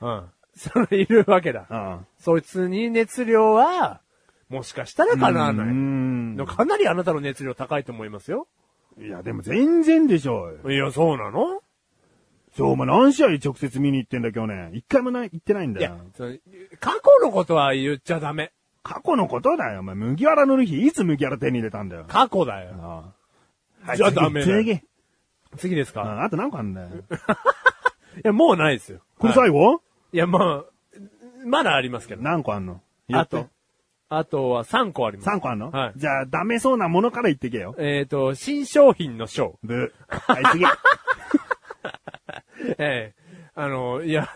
Speaker 1: うん。それいるわけだ。
Speaker 2: うん。
Speaker 1: そいつに熱量は、もしかしたら叶わ
Speaker 2: う
Speaker 1: ない。
Speaker 2: ん。
Speaker 1: でもかなりあなたの熱量高いと思いますよ。
Speaker 2: いや、でも全然でしょうよ。
Speaker 1: いや、そうなの
Speaker 2: そう、お前何試合直接見に行ってんだ、今日ね。一回もない、行ってないん
Speaker 1: い
Speaker 2: だ
Speaker 1: や
Speaker 2: よ。、
Speaker 1: その過去のことは言っちゃダメ。
Speaker 2: 過去のことだよ、お前。麦わらのルフィ、いつ麦わら手に入れたんだよ。
Speaker 1: 過去だよ。
Speaker 2: あ
Speaker 1: じゃあダメだよ
Speaker 2: 次、次
Speaker 1: 次ですか、
Speaker 2: ああと何個あんだよ。
Speaker 1: いや、もうないですよ。
Speaker 2: これ
Speaker 1: はい
Speaker 2: 最後
Speaker 1: いや、まあ、まだありますけど。
Speaker 2: 何個あんの言
Speaker 1: あ
Speaker 2: って
Speaker 1: と、あとは3個あります。
Speaker 2: 3個あんの
Speaker 1: はい
Speaker 2: じゃあ、ダメそうなものから言ってけよ。
Speaker 1: えっ、と、新商品の賞。
Speaker 2: ブー。は い、次。
Speaker 1: ええあの、いや、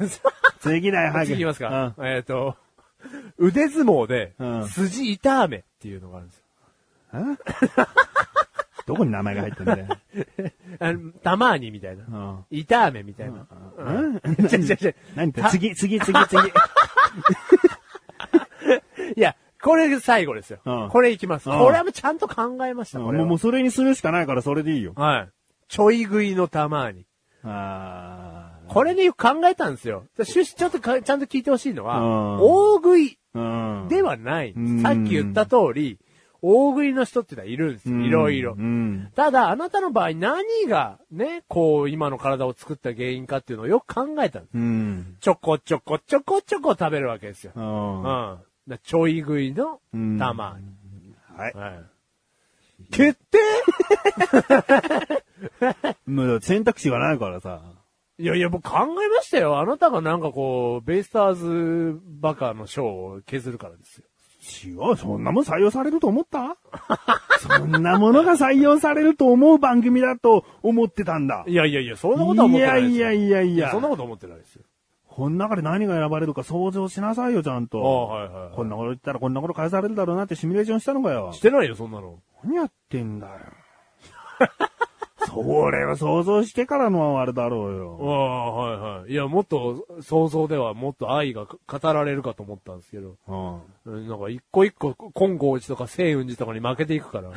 Speaker 2: 次だよ、早く。
Speaker 1: 次いきますか。えっ、と、腕相撲で
Speaker 2: うん、
Speaker 1: 筋痛めっていうのがあるんですよ。
Speaker 2: うん。んどこに名前が入ってんだよ。
Speaker 1: あのたまーにみたいな。
Speaker 2: うん
Speaker 1: 痛めみたいな。
Speaker 2: うん
Speaker 1: 違う違う違う
Speaker 2: 何って
Speaker 1: た
Speaker 2: 次、次、次、 次。
Speaker 1: いや、これ最後ですよ。
Speaker 2: うん
Speaker 1: これいきます。
Speaker 2: うん
Speaker 1: これはもうちゃんと考えました、
Speaker 2: も
Speaker 1: こ
Speaker 2: う
Speaker 1: れは
Speaker 2: もうそれにするしかないからそれでいいよ。
Speaker 1: はい。ちょい食いのたまーに。
Speaker 2: あ
Speaker 1: これね、よく考えたんですよ。趣旨ちょっとかちゃんと聞いてほしいのは、
Speaker 2: うん
Speaker 1: 大食い
Speaker 2: ーうん。
Speaker 1: ではない。
Speaker 2: うん
Speaker 1: さっき言った通り、大食いの人ってのはいるんですよ。いろいろ
Speaker 2: う。ん。
Speaker 1: ただ、あなたの場合何がね、こう、今の体を作った原因かっていうのをよく考えたんです。
Speaker 2: うん。
Speaker 1: ちょこちょこちょこちょこ食べるわけですよ。
Speaker 2: う
Speaker 1: うんん。だちょい食いの
Speaker 2: うん
Speaker 1: 玉、
Speaker 2: はい。
Speaker 1: はい。決定
Speaker 2: もう選択肢がないからさ。
Speaker 1: いやいや、僕考えましたよ。あなたがなんかこう、ベイスターズバカの賞を削るからですよ。
Speaker 2: 違う、そんなもん採用されると思った そんなものが採用されると思う番組だと思ってたんだ。
Speaker 1: いやいやいや、そんなことは思ってないですよ。
Speaker 2: いやいやいやいや
Speaker 1: そんなこと思ってないですよ。
Speaker 2: この中で何が選ばれるか想像しなさいよ、ちゃんと。
Speaker 1: ああはいはいはい
Speaker 2: こんなこと言ったらこんなこと返されるだろうなってシミュレーションしたのかよ
Speaker 1: し。てないよ、そんなの。
Speaker 2: 何やってん だよ。 それは想像してからのあれだろう
Speaker 1: あ
Speaker 2: よ。
Speaker 1: あ、はいはい。いや、もっと、想像ではもっと愛が語られるかと思ったんですけど、
Speaker 2: うん。
Speaker 1: うんなんか一個一個、金剛寺とか星雲寺とかに負けていく から、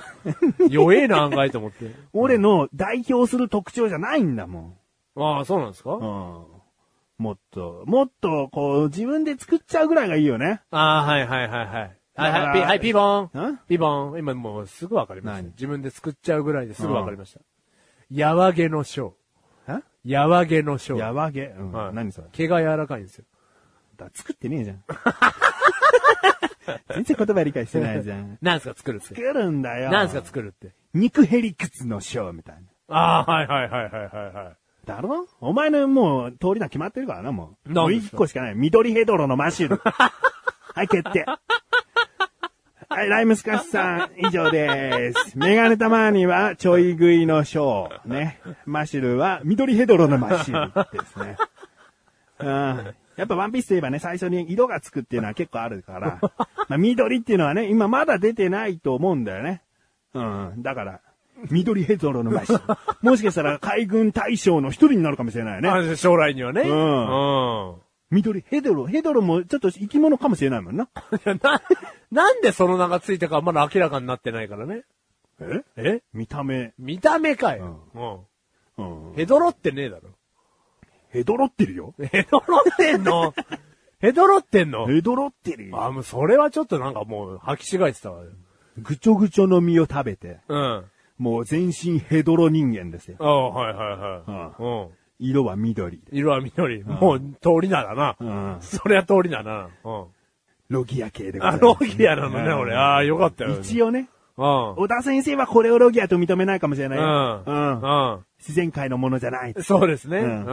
Speaker 1: 弱えな、案外と思って。
Speaker 2: 俺の代表する特徴じゃないんだもん。
Speaker 1: ああ、そうなんですか、
Speaker 2: う
Speaker 1: あ
Speaker 2: ん。もっと、もっと、こう、自分で作っちゃうぐらいがいいよね。
Speaker 1: あ、はいはいはいはい。はい
Speaker 2: だから
Speaker 1: はい、ピはい、ピーボン
Speaker 2: ん。
Speaker 1: ピーボン。今もうすぐわかりました。
Speaker 2: 何
Speaker 1: 自分で作っちゃうぐらいですぐわかりました。やわげの章。
Speaker 2: え
Speaker 1: やわげの章。
Speaker 2: やわげ。うん。
Speaker 1: はい
Speaker 2: 何それ。
Speaker 1: 毛が柔らかいんですよ。
Speaker 2: だ作ってねえじゃん。 全然言葉理解してないじゃん。
Speaker 1: なんすか作るって
Speaker 2: 作。るんだよ。
Speaker 1: なんすか作るって。
Speaker 2: 肉ヘリクツのショーみたいな。
Speaker 1: ああ、はいはいはいはいはい。
Speaker 2: だろお前のもう通りな決まってるからな、もう。
Speaker 1: 何
Speaker 2: もう
Speaker 1: です
Speaker 2: 一
Speaker 1: か
Speaker 2: 個しかない。緑ヘドロのマシュ ル。はい、決定。はい、ライムスカッシュさん、以上です。メガネたまーには、ちょい食いのショー。ね。マシュルは、緑ヘドロのマシュルですね。うん。やっぱワンピースといえばね、最初に色がつくっていうのは結構あ るから。まあ、緑っていうのはね、今まだ出てないと思うんだよね。うん。だから、緑ヘドロの マシュル。もしかしたら海軍大将の一人になるかもしれないよね。
Speaker 1: あ将来にはね。
Speaker 2: ん
Speaker 1: うん。
Speaker 2: 緑ヘドロ。ヘドロもちょっと生き物かもしれないもんな。
Speaker 1: いや、な、なんでその名がついたかはまだ明らかになってないからね。
Speaker 2: え
Speaker 1: え
Speaker 2: 見た目。
Speaker 1: 見た目かよ。
Speaker 2: うん
Speaker 1: うん。。ヘドロってねえ だろ。
Speaker 2: ヘドロってるよ。
Speaker 1: ヘドロってんのヘドロってんの
Speaker 2: ヘドロってるよ。
Speaker 1: あ、もうそれはちょっとなんかもう履き違えてたわ。
Speaker 2: ぐちょぐちょの実を食べて、
Speaker 1: うん。
Speaker 2: もう全身ヘドロ人間ですよ。
Speaker 1: ああ、はいはいはい。うん。
Speaker 2: 色は緑で。
Speaker 1: 色は緑。もう通りならな。
Speaker 2: うん。
Speaker 1: そりゃ通りならな。うん。
Speaker 2: ロギア系でござい
Speaker 1: あ、
Speaker 2: ます
Speaker 1: ロギアなのね、俺。ああ、よかったよ。
Speaker 2: 一応ね、
Speaker 1: 応。
Speaker 2: 小田先生はこれをロギアと認めないかもしれないよ。
Speaker 1: うん。
Speaker 2: うん。
Speaker 1: うん。
Speaker 2: 自然界のものじゃない。
Speaker 1: そうですね。
Speaker 2: う
Speaker 1: うんん。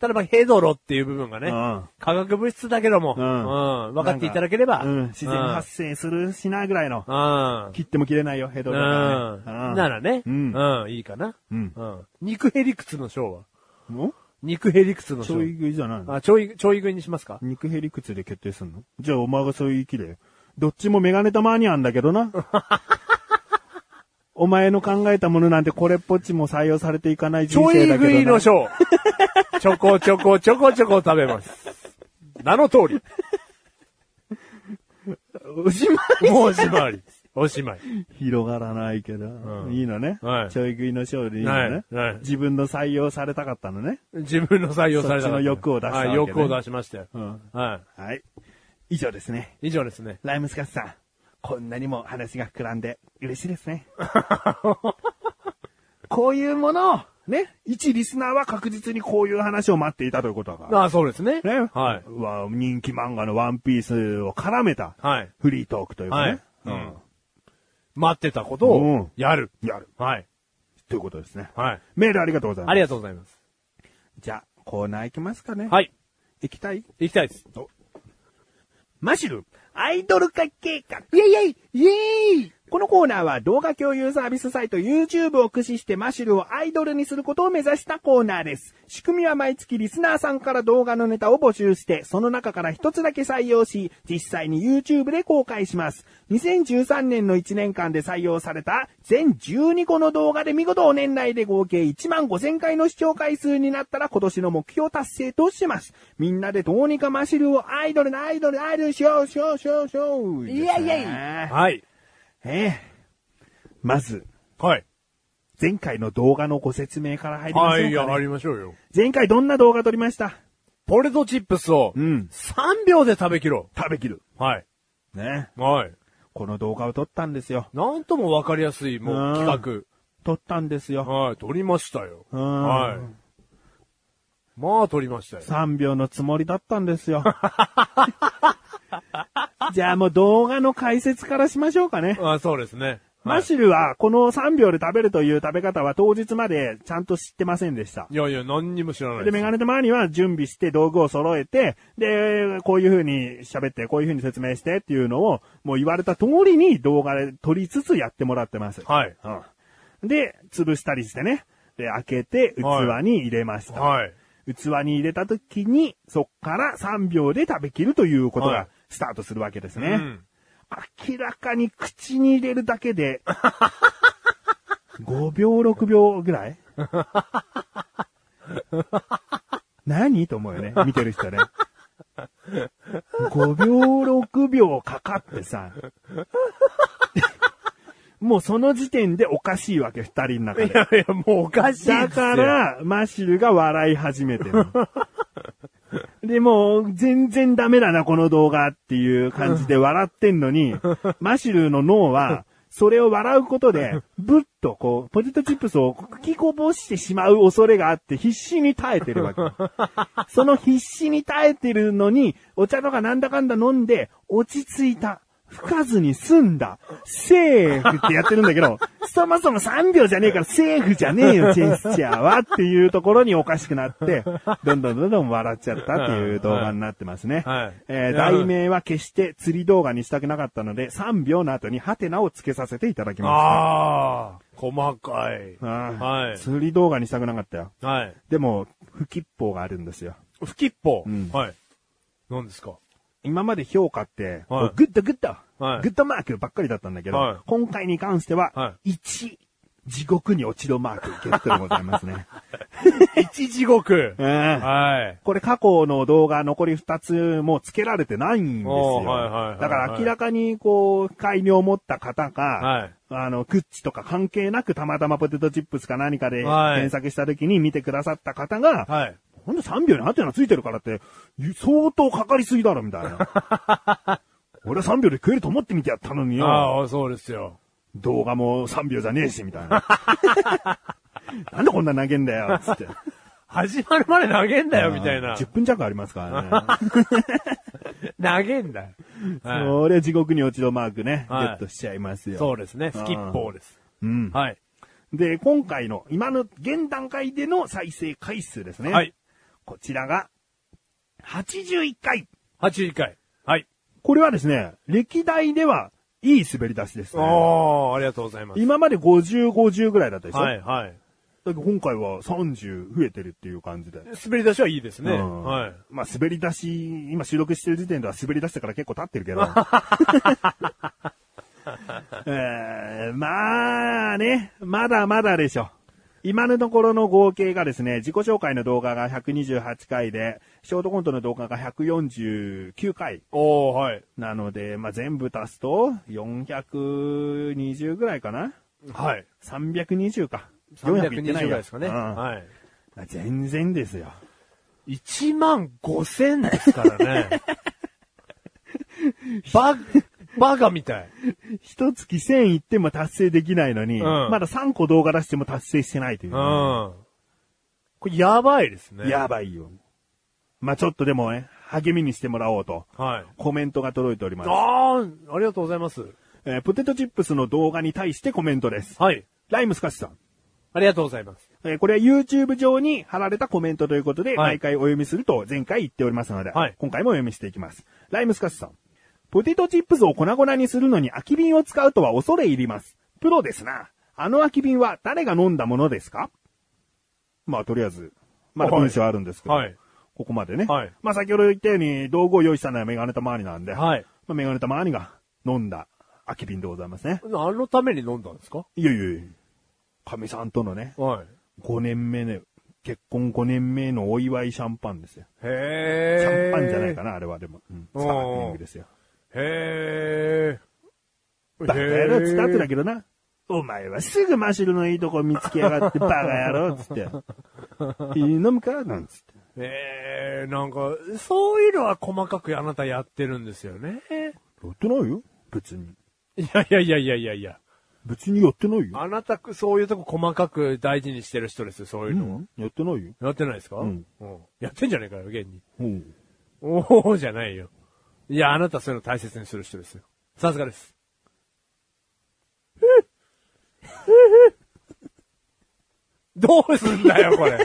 Speaker 1: ただまあ、ヘドロっていう部分がね、
Speaker 2: うん
Speaker 1: 化学物質だけども、
Speaker 2: う
Speaker 1: うんん。分かっていただければ、
Speaker 2: うん。自然発生するしないぐらいの。
Speaker 1: うん。
Speaker 2: 切っても切れないよ、ヘド
Speaker 1: う
Speaker 2: ロ
Speaker 1: ん。
Speaker 2: だからね。
Speaker 1: ならね、
Speaker 2: う
Speaker 1: うんん。いいかな。
Speaker 2: うん
Speaker 1: うん。肉ヘリクツの章は
Speaker 2: も
Speaker 1: 肉ヘリクツの
Speaker 2: ち
Speaker 1: 章
Speaker 2: ょい食いじゃないの
Speaker 1: あ、ちょい、ちょい食いにしますか
Speaker 2: 肉ヘリクツで決定すんのじゃあお前がそういうきで。どっちもメガネたマニアんだけ どな。お前の考えたものなんてこれっぽっちも採用されていかない
Speaker 1: ち
Speaker 2: 人
Speaker 1: ょい
Speaker 2: 生だけど
Speaker 1: 食
Speaker 2: な。
Speaker 1: いの 章。ちょこちょこちょこちょこ食べます。名の通 り。
Speaker 2: おしまい
Speaker 1: もうおしまい。おしまい。
Speaker 2: 広がらないけど。
Speaker 1: ん
Speaker 2: いいのね。
Speaker 1: はい
Speaker 2: ちょい食いの勝利いい
Speaker 1: は
Speaker 2: のね
Speaker 1: い。はい
Speaker 2: 自分の採用されたかったのね。
Speaker 1: 自分の採用された
Speaker 2: そっち
Speaker 1: 方
Speaker 2: の欲を出したわけね
Speaker 1: はい、欲を出しましたよ。
Speaker 2: うん
Speaker 1: は
Speaker 2: はい。以上ですね。
Speaker 1: い。以上ですね。
Speaker 2: ライムスカスさん、こんなにも話が膨らんで嬉しいです ね。こういうものを、ね、一リスナーは確実にこういう話を待っていたということだから。
Speaker 1: ああ、そうですね。
Speaker 2: ね、
Speaker 1: はい。
Speaker 2: わ人気漫画のワンピースを絡めた、
Speaker 1: はい。
Speaker 2: フリートークというか
Speaker 1: は
Speaker 2: ね
Speaker 1: い。。待ってたことをやる。
Speaker 2: うんやる。
Speaker 1: はい。
Speaker 2: ということですね。
Speaker 1: はい。
Speaker 2: メールありがとうございます。
Speaker 1: ありがとうございます。
Speaker 2: じゃあ、コーナー行きますかね。い。
Speaker 1: はい。
Speaker 2: 行きたい
Speaker 1: 行きたいです。
Speaker 2: マシル、アイドル化計画。
Speaker 1: イェイイェイイェイ
Speaker 2: このコーナーは動画共有サービスサイト YouTube を駆使してマシュルをアイドルにすることを目指したコーナーです。仕組みは毎月リスナーさんから動画のネタを募集して、その中から一つだけ採用し、実際に YouTube で公開します。2013年の1年間で採用された全12個の動画で見事お年内で合計1万5000回の視聴回数になったら今年の目標達成とします。みんなでどうにかマシュルをアイドルのアイドルアイドルしようしようしようしよう。
Speaker 1: イェイイェイはい。
Speaker 2: ええまず、
Speaker 1: はい。
Speaker 2: 前回の動画のご説明から入りま
Speaker 1: は
Speaker 2: しょ
Speaker 1: い、
Speaker 2: うか、
Speaker 1: や
Speaker 2: ね。
Speaker 1: りましょうよ。
Speaker 2: 前回どんな動画撮りました
Speaker 1: ポテトチップスを
Speaker 2: うん
Speaker 1: 3秒で食べきろ
Speaker 2: 食べきる。
Speaker 1: う。はい。
Speaker 2: ね。
Speaker 1: はい。
Speaker 2: この動画を撮ったんですよ。
Speaker 1: なんともわかりやすい、もう
Speaker 2: うん
Speaker 1: 企
Speaker 2: 撮ったんです
Speaker 1: 画。
Speaker 2: よ。
Speaker 1: はい、撮りましたよ。
Speaker 2: うん
Speaker 1: はい。まあ、撮りましたよ。
Speaker 2: 3秒のつもりだったんで すよ。じゃあもう動画の解説からしましょうかね。
Speaker 1: あそうですね。は
Speaker 2: マ
Speaker 1: い。
Speaker 2: シルはこの3秒で食べるという食べ方は当日までちゃんと知ってませんでした
Speaker 1: い。やいや、何にも知らない
Speaker 2: で、
Speaker 1: です。
Speaker 2: メガネと周りは準備して道具を揃えて、で、こういう風に喋って、こういう風に説明してっていうのを、もう言われた通りに動画で撮りつつやってもらってます。
Speaker 1: はい。
Speaker 2: うん、で、潰したりしてね。で、開けて器
Speaker 1: は
Speaker 2: に入れました。
Speaker 1: はい。
Speaker 2: 器に入れた時に、そっから3秒で食べきるということ
Speaker 1: はい
Speaker 2: がスタートするわけですね。
Speaker 1: うん
Speaker 2: 明らかに口に入れるだけで、5秒、6秒ぐらい何と思うよね、見てる人ね。5秒、6秒かかってさ、もうその時点でおかしいわけ、二人の中
Speaker 1: い
Speaker 2: で。
Speaker 1: やいや、もうおかしいっすよ
Speaker 2: だか、ら、マシルが笑い始めてる。 で、もう、全然ダメだな、この動画っていう感じで笑ってんの に、マシルの脳は、それを笑うことで、ぶっとこう、ポテトチップスを吹きこぼしてしまう恐れがあって、必死に耐えてるわけ。その必死に耐えてるのに、お茶とかなんだかんだ飲んで、落ち着いた。吹かずに済んだ。セーフってやってるんだけど、 そもそも3秒じゃねえからセーフじゃねえよ、ジェスチャーはっていうところにおかしくなって、どんどんどんどん笑っちゃったっていう動画になってますね。
Speaker 1: はい
Speaker 2: えー
Speaker 1: なるほど
Speaker 2: 題名は決して釣り動画にしたくなかったので、3秒の後にハテナをつけさせていただきま
Speaker 1: ああ、細かい。
Speaker 2: した。うん
Speaker 1: はい。
Speaker 2: 釣り動画にしたくなかったよ。
Speaker 1: はい。
Speaker 2: でも、不吉報があるんですよ。
Speaker 1: 不吉報。
Speaker 2: うん
Speaker 1: はい。何ですか
Speaker 2: 今まで評価って、
Speaker 1: はい
Speaker 2: グッドグッド、
Speaker 1: はい
Speaker 2: グッドマークばっかりだったんだけど、
Speaker 1: はい
Speaker 2: 今回に関して
Speaker 1: は
Speaker 2: は、1、地獄に落ちるマークゲットでございます ね。
Speaker 1: 一地獄。
Speaker 2: うん
Speaker 1: はい。
Speaker 2: これ過去の動画残り2つもつけられてないんですよ。
Speaker 1: おーはいはいはいはい
Speaker 2: だから明らかにこう、深いに思った方か、
Speaker 1: はい
Speaker 2: あの、クッチとか関係なくたまたまポテトチップスか何かで
Speaker 1: はい
Speaker 2: 検索した時に見てくださった方が、
Speaker 1: はい。
Speaker 2: ほんで3秒にハテナついてるからって、ゆ相当かかりすぎだろ、みたいな。 俺は3秒で食えると思ってみてやったのによ。
Speaker 1: ああ、そうですよ。
Speaker 2: 動画も3秒じゃねえし、みたい な。なんでこんな投げんだよ、つって。
Speaker 1: 始まるまで投げんだ よ、みたいな。
Speaker 2: 10分弱ありま すからね。
Speaker 1: 投げんだよ。は
Speaker 2: それ地獄に落ち度マークね、
Speaker 1: はい
Speaker 2: ゲットしちゃいます
Speaker 1: い。
Speaker 2: よ。
Speaker 1: そうですね。不吉報です。
Speaker 2: うん。
Speaker 1: はい。
Speaker 2: で、今回の、今の現段階での再生回数ですね。
Speaker 1: はい。
Speaker 2: こちらが、81回。
Speaker 1: 81回。はい。
Speaker 2: これはですね、歴代では、いい滑り出しですね。
Speaker 1: おー、ありがとうございます。
Speaker 2: 今まで50、50ぐらいだったでしょ、
Speaker 1: はい、はい。
Speaker 2: だけど今回は30増えてるっていう感じで。
Speaker 1: 滑り出しはいいですね。
Speaker 2: うん
Speaker 1: はい。
Speaker 2: まあ滑り出し、今収録してる時点では滑り出したから結構経ってるけ ど。 えーまあね、まだまだでしょ。今のところの合計がですね、自己紹介の動画が128回で、ショートコントの動画が149回
Speaker 1: おー、はい。
Speaker 2: なので、まあ全部足すと420ぐらいかな
Speaker 1: はい。
Speaker 2: 320か。400いっ
Speaker 1: 320ぐ
Speaker 2: てない
Speaker 1: らい
Speaker 2: よ
Speaker 1: ですかね。
Speaker 2: うん
Speaker 1: はい。
Speaker 2: 全然ですよ。
Speaker 1: 1万5千ですからね。 バ、バカみたい。
Speaker 2: 一月1000いっても達成できないのに、
Speaker 1: うん
Speaker 2: まだ3個動画出しても達成してないという
Speaker 1: う
Speaker 2: ね、
Speaker 1: ん。これやばいですね。
Speaker 2: やばいよ。まあちょっとでもね、励みにしてもらおうと、
Speaker 1: はい。
Speaker 2: コメントが届いております。
Speaker 1: ああ、ありがとうございます。
Speaker 2: えーポテトチップスの動画に対してコメントです。
Speaker 1: はい。
Speaker 2: ライムスカシさん。
Speaker 1: ありがとうございます。
Speaker 2: えーこれは YouTube 上に貼られたコメントということで、
Speaker 1: い
Speaker 2: 毎回お読みすると前回言っておりますので、
Speaker 1: はい
Speaker 2: 今回もお読みしていきます。ライムスカシさん。ポテトチップスを粉々にするのに空き瓶を使うとは恐れ入ります。プロですな。あの空き瓶は誰が飲んだものですかまあ、とりあえず、まだ文章あるんですけど、
Speaker 1: はい
Speaker 2: ここまでね。
Speaker 1: はい
Speaker 2: まあ、先ほど言ったように、道具を用意したのはメガネタマーニなんで、
Speaker 1: はい。
Speaker 2: まあ、メガネタマーニが飲んだ空き瓶でございますね。
Speaker 1: あのために飲んだんですか
Speaker 2: いやいやいや、神さんとのね、
Speaker 1: はい。
Speaker 2: 5年目ね、結婚5年目のお祝いシャンパンですよ。
Speaker 1: へえ。
Speaker 2: シャンパンじゃないかな、あれはでも。うん、
Speaker 1: お
Speaker 2: ス
Speaker 1: ー
Speaker 2: パークリングですよ。
Speaker 1: な。へえ。
Speaker 2: バカ野郎っつって後だけどな。お前はすぐマシルのいいとこ見つけや がって、バカ野郎っつって。いい飲むかなんつって。
Speaker 1: ええなんか、そういうのは細かくあなたやってるんですよね。
Speaker 2: やってないよ。別に。
Speaker 1: いやいやいやいやいやいや。
Speaker 2: 別にやってないよ。
Speaker 1: あなた、そういうとこ細かく大事にしてる人ですよ、そういううのを。
Speaker 2: ん、やってないよ。
Speaker 1: やってないですか
Speaker 2: うん。
Speaker 1: やってんじゃねえかよ、現に。
Speaker 2: うん。
Speaker 1: おおじゃないよ。いや、あなたそういうの大切にする人ですよ。さすがです。 どうすんだよ、これ。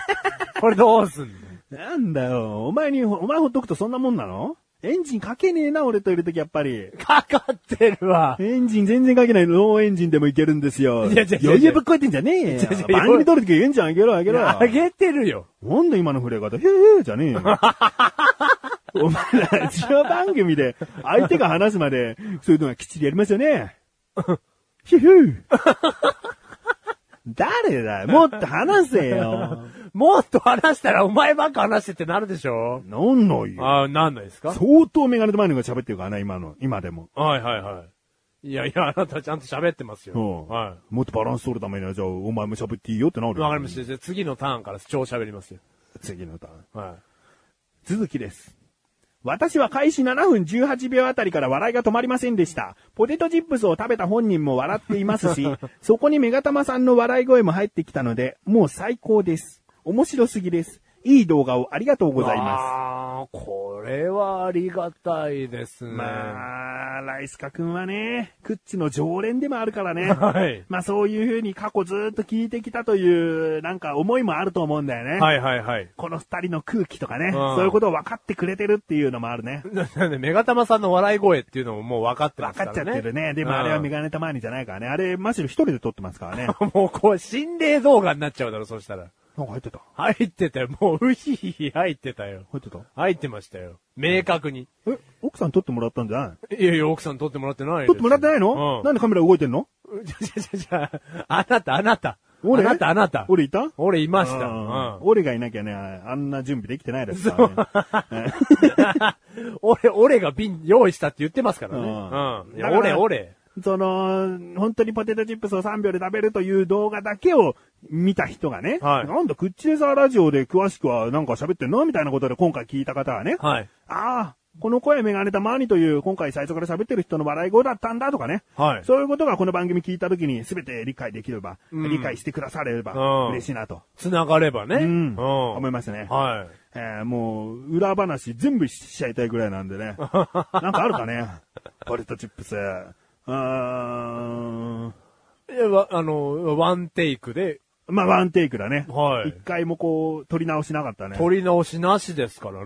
Speaker 1: これどうすんだよ。
Speaker 2: なんだよ。お前に、お前ほっとくとそんなもんなのエンジンかけねえな、俺といるときやっぱり。
Speaker 1: かかってるわ。
Speaker 2: エンジン全然かけないノーエンジンでもいけるんですよ。
Speaker 1: いやいやいやいや
Speaker 2: 余裕ぶっこいてんじゃねえ
Speaker 1: いやい
Speaker 2: よ。
Speaker 1: や
Speaker 2: 番組撮るときエンジン上げろ上げろ。
Speaker 1: あげてるよ。
Speaker 2: なんで今の触れ方、ヒューヒューじゃねえよ。 お前ラジオ番組で相手が話すまで、そういうのがきっちりやりますよね。ヒューヒュー。誰だよ、もっと話せよ。
Speaker 1: もっと話したらお前ばっか話してってなるでしょ
Speaker 2: なんのよ。
Speaker 1: ああ、なんないですか
Speaker 2: 相当メガネとマイノが喋ってるからな、今の、今でも。
Speaker 1: はいはいはい。いやいや、あなたちゃんと喋ってますよ。
Speaker 2: うん
Speaker 1: は
Speaker 2: もっとバランス取るためには、じゃあ、お前も喋っていいよってなる
Speaker 1: い。
Speaker 2: よ
Speaker 1: わかりました。じゃあ次のターンから超喋りますよ。
Speaker 2: 次の歌。
Speaker 1: は
Speaker 2: 続きです。私は開始7分18秒あたりから笑いが止まりませんでした。ポテトチップスを食べた本人も笑っていま すし、そこにメガタマさんの笑い声も入ってきたので、もう最高です。面白すぎです。いい動画をありがとう
Speaker 1: い。
Speaker 2: ございま
Speaker 1: あーこれはありがたいですね。
Speaker 2: す。まあ、ライスカ君はね、クッチの常連でもあるからね。
Speaker 1: はい。
Speaker 2: まあそういうふうに過去ずーっと聞いてきたという、なんか思いもあると思うんだよね。
Speaker 1: はいはいはい。
Speaker 2: この二人の空気とかね、
Speaker 1: ん
Speaker 2: そういうことを分かってくれてるっていうのもあるね。
Speaker 1: ななんで、メガタマさんの笑い声っていうのももう分かってま
Speaker 2: 分
Speaker 1: すか
Speaker 2: から
Speaker 1: ね。
Speaker 2: っちゃってるね。でもあれはメガネたまにじゃないからね。あれ、マシル一人で撮ってますか らね。
Speaker 1: うんもうこう、心霊動画になっちゃうだろ、そしたら。
Speaker 2: なんか入ってた。
Speaker 1: 入ってたよ。もう、うひひひ入ってたよ。
Speaker 2: 入ってた
Speaker 1: 入ってましたよ。明確に。
Speaker 2: え、奥さん撮ってもらったんじゃない
Speaker 1: いやいや、奥さん撮ってもらってないです。
Speaker 2: 撮ってもらってないの、
Speaker 1: うん
Speaker 2: なんでカメラ動いてんの
Speaker 1: じゃじゃじゃじゃ、あなた、あなた。あ
Speaker 2: 俺
Speaker 1: なた、あなた。
Speaker 2: 俺いた
Speaker 1: 俺いました。
Speaker 2: うん
Speaker 1: う
Speaker 2: 俺がいなきゃね、あんな準備できてないですからね。ね
Speaker 1: ん俺、俺が瓶用意したって言ってますからね。
Speaker 2: うん
Speaker 1: うん。いや
Speaker 2: だか
Speaker 1: 俺、
Speaker 2: ら
Speaker 1: 俺。
Speaker 2: その、本当にポテトチップスを3秒で食べるという動画だけを見た人がね、
Speaker 1: はい
Speaker 2: なんだ、クッチレザーラジオで詳しくはなんか喋ってんのみたいなことで今回聞いた方はね、
Speaker 1: はい。
Speaker 2: ああ、この声メガネたマーニという今回最初から喋ってる人の笑い声だったんだとかね、
Speaker 1: はい
Speaker 2: そういうことがこの番組聞いた時に全て理解できれば、
Speaker 1: うん
Speaker 2: 理解してくだされれば
Speaker 1: うん
Speaker 2: 嬉しいなと、
Speaker 1: 繋がればね。
Speaker 2: うん思
Speaker 1: 思
Speaker 2: いますね。
Speaker 1: は
Speaker 2: えーもう、裏話全部しちゃいたいぐらいなん でね。なんかあるかねポテトチップス。うーん。
Speaker 1: い。いや、わあの、ワンテイクで、
Speaker 2: まあ、ワンテイクだね。
Speaker 1: はい
Speaker 2: 一回もこう、撮り直しなかったね。
Speaker 1: 取り直しなしですからね。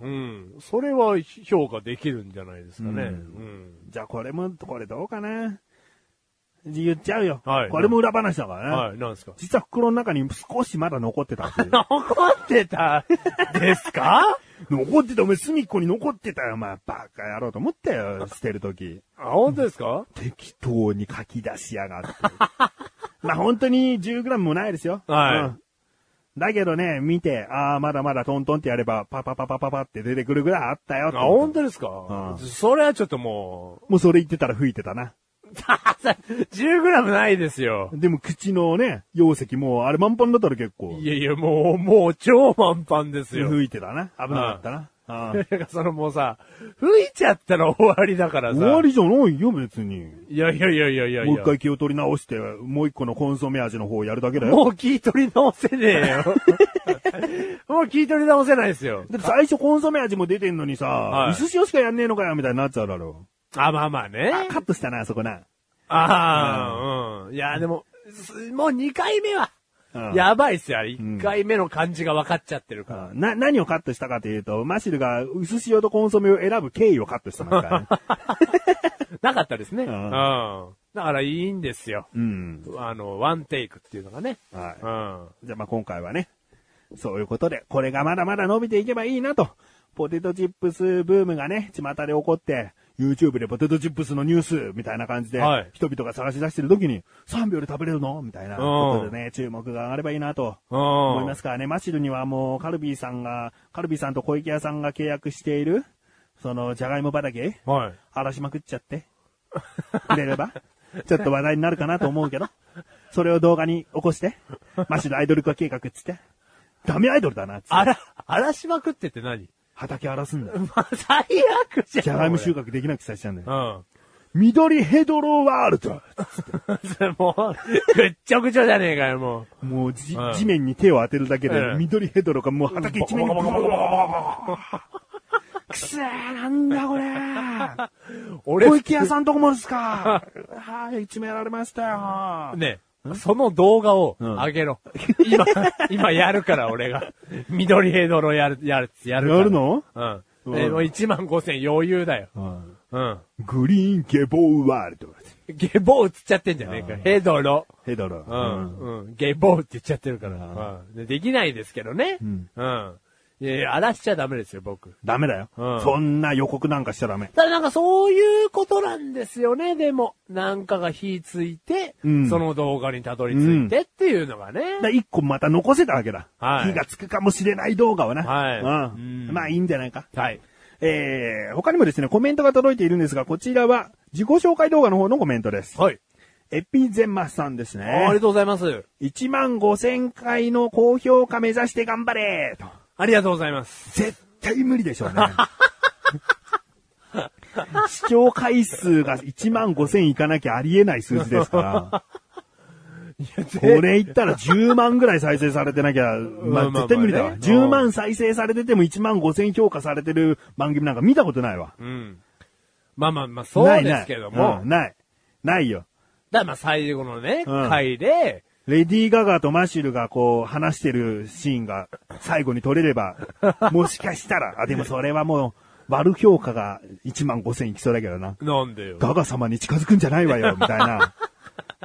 Speaker 1: うん。それは評価できるんじゃないですかね。
Speaker 2: う
Speaker 1: うん。
Speaker 2: じゃあ、これも、これどうかな言っちゃうよ。
Speaker 1: はい
Speaker 2: これも裏話だからね。
Speaker 1: はい、なんですか
Speaker 2: 実は袋の中に少しまだ残ってたって いう
Speaker 1: 残ってたですか
Speaker 2: 残ってた、お前隅っこに残ってたよ、お前。バカ野郎と思ったよ、捨てるとき。
Speaker 1: あ、本当ですか
Speaker 2: 適当に書き出しや がって。まあ本当に 10g もないですよ。
Speaker 1: はい
Speaker 2: うんだけどね、見て、ああ、まだまだトントンってやれば、パパパパパパって出てくるぐらいあったよ
Speaker 1: あ、
Speaker 2: って。
Speaker 1: 本当です
Speaker 2: う
Speaker 1: か
Speaker 2: ん
Speaker 1: それはちょっとも
Speaker 2: もうそれ言ってたら吹いてたな。
Speaker 1: う、10グラ ムないですよ。
Speaker 2: でも口のね、容石もうあれ満帆だったら結構
Speaker 1: い。やいや、もう、もう超満帆ですよ。
Speaker 2: 吹いてたな。危なかったな。あー
Speaker 1: だからそのもうさ、吹いちゃったら終わりだからさ。
Speaker 2: 終わりじゃないよ、別に。
Speaker 1: いやいやいやいやいやいや。
Speaker 2: もう一回気を取り直して、もう一個のコンソメ味の方をやるだけだよ。
Speaker 1: もう聞い取り直せね えよ。もう聞い取り直せないですよ。
Speaker 2: で最初コンソメ味も出てんのにさ、
Speaker 1: はい
Speaker 2: いすしおしかやんねえのかよ、みたいになっちゃうだろ
Speaker 1: あ、まあまあね
Speaker 2: う。。あカットしたな、そこな。
Speaker 1: ああ、うん。いや、でも、すもう2回目は、
Speaker 2: うん
Speaker 1: やばいっすよ。1回目の感じが分かっちゃってるから。
Speaker 2: な、何をカットしたかというと、マシルが薄塩とコンソメを選ぶ経緯をカットしてますからね。
Speaker 1: なかったですね。う。
Speaker 2: うんん
Speaker 1: だからいいんですよ。
Speaker 2: うん。
Speaker 1: あの、ワンテイクっていうのがね。
Speaker 2: は。
Speaker 1: うん。はい
Speaker 2: じゃあまあ今回はね、そういうことで、これがまだまだ伸びていけばいいなと。ポテトチップスブームがね、巷で起こって、YouTube でポテトチップスのニュースみたいな感じで、
Speaker 1: はい
Speaker 2: 人々が探し出してる時に、3秒で食べれるのみたいなことでね、注目が上がればいいなと
Speaker 1: うん
Speaker 2: 思いますからね、マシルにはもうカルビーさんが、カルビーさんと小池屋さんが契約している、その、じゃがいも畑
Speaker 1: い。はい。
Speaker 2: 荒らしまくっちゃって、くれれば、ちょっと話題になるかなと思うけど、それを動画に起こして、マシのアイドル化計画っつって、ダメアイドルだなっつって、
Speaker 1: あら、荒らしまくってって何
Speaker 2: 畑荒らすんだよ。
Speaker 1: まあ、最悪じゃん。
Speaker 2: じゃがいも収穫できなくさせちゃうんだよ。
Speaker 1: うん。
Speaker 2: 緑ヘドロワールド
Speaker 1: それ もう、ぐっちょぐちょじゃねえかよ、もう。
Speaker 2: もうじ、
Speaker 1: うん
Speaker 2: 地面に手を当てるだけで
Speaker 1: う、ん
Speaker 2: 緑ヘドロがもう畑一面に
Speaker 1: ボ
Speaker 2: ボ
Speaker 1: コ
Speaker 2: コ
Speaker 1: ボ
Speaker 2: ボ
Speaker 1: コボ
Speaker 2: コボ
Speaker 1: コボコ
Speaker 2: コくせーなんだこれ
Speaker 1: 俺
Speaker 2: 小池屋さんとこもで すかはい、一面やられましたよ。
Speaker 1: ね、その動画を
Speaker 2: ん
Speaker 1: 上げろ。 今、今やるから俺が。緑ヘドロやる、やる、やるから。
Speaker 2: やるの
Speaker 1: うん。
Speaker 2: うん
Speaker 1: え、もう1万5千余裕だよ。
Speaker 2: うん
Speaker 1: うん。
Speaker 2: グリーンゲボーワールド。
Speaker 1: ゲボ映っちゃってんじゃねえか。ヘドロ。
Speaker 2: ヘドロ。
Speaker 1: うん。うん。ゲボって言っちゃってるから。うんでできないですけどね。
Speaker 2: ん
Speaker 1: うん。いやいや、荒らしちゃダメですよ、僕。
Speaker 2: ダメだよ、
Speaker 1: うん
Speaker 2: そんな予告なんかしちゃダメ。
Speaker 1: ただなんかそういうことなんですよね、でも。なんかが火ついて、
Speaker 2: うん
Speaker 1: その動画にたどり着いてっていうのがね。
Speaker 2: だ一個また残せたわけだ、
Speaker 1: はい
Speaker 2: 火がつくかもしれない動画をな。
Speaker 1: はい
Speaker 2: うん
Speaker 1: うん
Speaker 2: まあいいんじゃないか。
Speaker 1: はい。
Speaker 2: えー、他にもですね、コメントが届いているんですが、こちらは、自己紹介動画の方のコメントです。
Speaker 1: はい。
Speaker 2: エピゼンマスさんです
Speaker 1: あーありが
Speaker 2: ね。
Speaker 1: とうございます。
Speaker 2: 1万5000回の高評価目指して頑張れと。
Speaker 1: ありがとうございます。
Speaker 2: 絶対無理でしょうね。 視聴回数が1万5000いかなきゃありえない数字ですから。これ言ったら10万ぐらい再生されてなきゃ、ま
Speaker 1: まあ
Speaker 2: あ
Speaker 1: まあ
Speaker 2: 絶対無理だわ。
Speaker 1: ね
Speaker 2: 10万再生されてても1万5000評価されてる番組なんか見たことないわ。
Speaker 1: うん。まあまあまあ、そ
Speaker 2: な
Speaker 1: う
Speaker 2: い
Speaker 1: で
Speaker 2: ない。
Speaker 1: すけど
Speaker 2: う
Speaker 1: も。
Speaker 2: んない。ないよ。
Speaker 1: だからまあ最後のね、
Speaker 2: うん
Speaker 1: 回で、
Speaker 2: レディー・ガガとマシュルがこう話してるシーンが最後に撮れれ ば、もしかしたら、あ、でもそれはもう悪評価が1万5000いきそうだけどな。
Speaker 1: なんでよ。
Speaker 2: ガガ様に近づくんじゃないわよ、みた いな。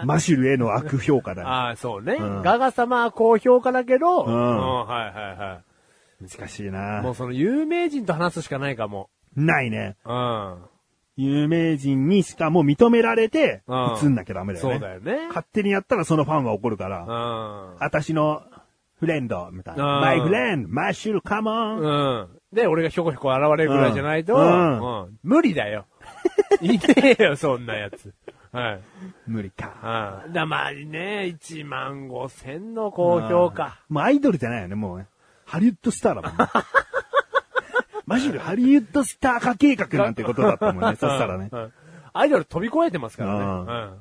Speaker 2: マシュルへの悪評価だよ。
Speaker 1: ああ、そうね。
Speaker 2: うん
Speaker 1: ガガ様は高評価だけど、
Speaker 2: ん
Speaker 1: はいはいは
Speaker 2: 難しい
Speaker 1: い。も
Speaker 2: な
Speaker 1: うその有名人と話すしかないかも。
Speaker 2: ないね。
Speaker 1: うん。
Speaker 2: 有名人にしかもう認められて、
Speaker 1: うん
Speaker 2: 映んなきゃダメだよね。
Speaker 1: そうだよね。
Speaker 2: 勝手にやったらそのファンは怒るから、
Speaker 1: う
Speaker 2: 私のフレンド、みたいな。
Speaker 1: うん
Speaker 2: マイフレンド、マッシュル、カモン、
Speaker 1: ん。うん。で、俺がひょこひょこ現れるぐらいじゃないと、
Speaker 2: う
Speaker 1: うんん。無理だ よ。いねえよ、そんなやつ。はい。
Speaker 2: 無理
Speaker 1: うん。だ
Speaker 2: か。
Speaker 1: からまあね、1万5千の高評価。
Speaker 2: もうアイドルじゃないよね、もうね。ハリウッドスターだもん ね。マッシュル、ハリウッドスター化計画なんてことだった もんね、そしたらね
Speaker 1: う。ん。アイドル飛び越えてますからね。
Speaker 2: う
Speaker 1: うんん。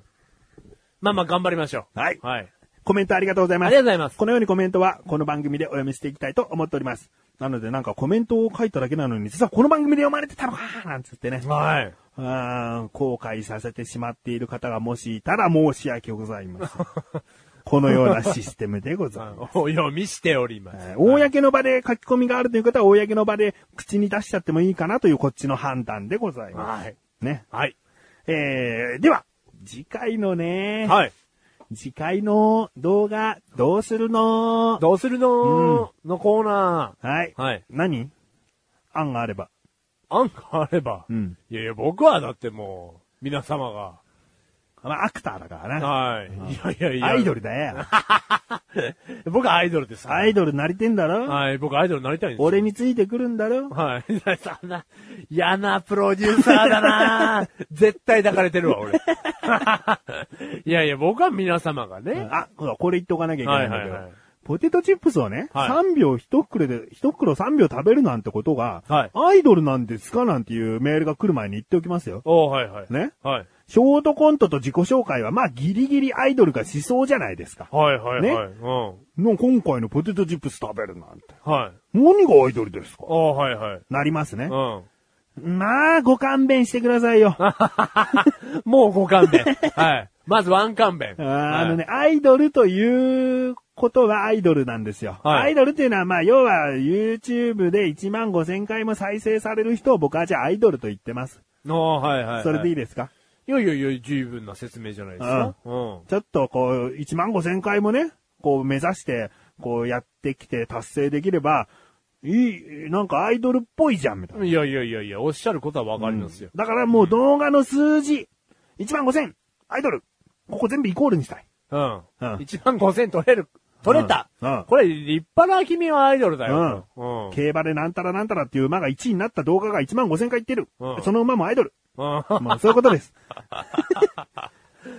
Speaker 1: まあまあ頑張りましょう。
Speaker 2: はい
Speaker 1: はい。
Speaker 2: コメントありがとうござい
Speaker 1: あ
Speaker 2: ま
Speaker 1: り
Speaker 2: す
Speaker 1: がと。うございます。
Speaker 2: このようにコメントは、この番組でお読みしていきたいと思っております。なので、なんかコメントを書いただけなのに、実はこの番組で読まれてたのかなんつっ てね。
Speaker 1: はい。
Speaker 2: あー後悔させてしまっている方がもしいたら申し訳ございま せん。このようなシステムでございます。
Speaker 1: お読みしておりま
Speaker 2: え
Speaker 1: す。
Speaker 2: ー公の場で書き込みがあるという方は、公の場で口に出しちゃってもいいかなというこっちの判断でございま
Speaker 1: はい。
Speaker 2: す。ね。
Speaker 1: はい。
Speaker 2: えー、では、次回のね、
Speaker 1: はい。
Speaker 2: 次回の動画、どうするの
Speaker 1: どうするのーのコーナ
Speaker 2: はい
Speaker 1: ー。。はい。
Speaker 2: 何案があれば。
Speaker 1: 案があれば。
Speaker 2: うん。
Speaker 1: いやいや、僕はだってもう、皆様が。
Speaker 2: まあ、アクターだからな。
Speaker 1: はい。いやいやいや。
Speaker 2: アイド
Speaker 1: ル。
Speaker 2: ルだよ。
Speaker 1: 僕はアイドルですから。
Speaker 2: アイドルなりてんだろ、
Speaker 1: はい。僕アイドルになりたいんですよ。
Speaker 2: 俺についてくるんだろ
Speaker 1: はい。そんな、嫌なプロデューサーだ な絶対抱かれてるわ、俺。いやいや、僕は皆様がね。
Speaker 2: あ、ほらこれ言っておかなきゃいけないんだけど。
Speaker 1: はいはいはい
Speaker 2: ポテトチップスをね、
Speaker 1: はい
Speaker 2: 3秒1袋で、1袋3秒食べるなんてことが、
Speaker 1: はい
Speaker 2: アイドルなんですかなんていうメールが来る前に言っておきますよ。
Speaker 1: おはいはい。
Speaker 2: ね
Speaker 1: はい。
Speaker 2: ショートコントと自己紹介は、まあギリギリアイドルがしそうじゃないですか。
Speaker 1: はいはいはい。
Speaker 2: ね
Speaker 1: うん。
Speaker 2: の今回のポテトチップス食べるなんて。
Speaker 1: はい。
Speaker 2: 何がアイドルですか
Speaker 1: おはいはい。
Speaker 2: なりますね
Speaker 1: う。ん。
Speaker 2: まあ、ご勘弁してくださいよ。
Speaker 1: もうご勘 弁。はい。まずワン勘弁。
Speaker 2: あーあのね、アイドルということがアイドルなんですよ。
Speaker 1: はい
Speaker 2: アイドルっていうのは、まあ、要は YouTube で1万5千回も再生される人を僕はじゃあアイドルと言ってます。
Speaker 1: はい。おはいはい。
Speaker 2: それでいい
Speaker 1: い
Speaker 2: ですか、
Speaker 1: やいやいや、十分な説明じゃないですか。うん。
Speaker 2: ちょっとこう、1万5千回もね、こう目指して、こうやってきて達成できれば、いい、なんかアイドルっぽいじゃん、みたいな。
Speaker 1: いやいやいやいや、おっしゃることはわかりますよ。
Speaker 2: だからもう動画の数字、1万5千、アイドル、ここ全部イコールにしたい。
Speaker 1: うん。
Speaker 2: うん
Speaker 1: 1万5000取れる。取れた、
Speaker 2: うんうん
Speaker 1: これ、立派な君はアイドルだよ。うん。
Speaker 2: 競馬でなんたらなんたらっていう馬が1位になった動画が1万5千回いってる。
Speaker 1: うん
Speaker 2: その馬もアイドル。
Speaker 1: うん。
Speaker 2: まあ、そういうことです。
Speaker 1: あ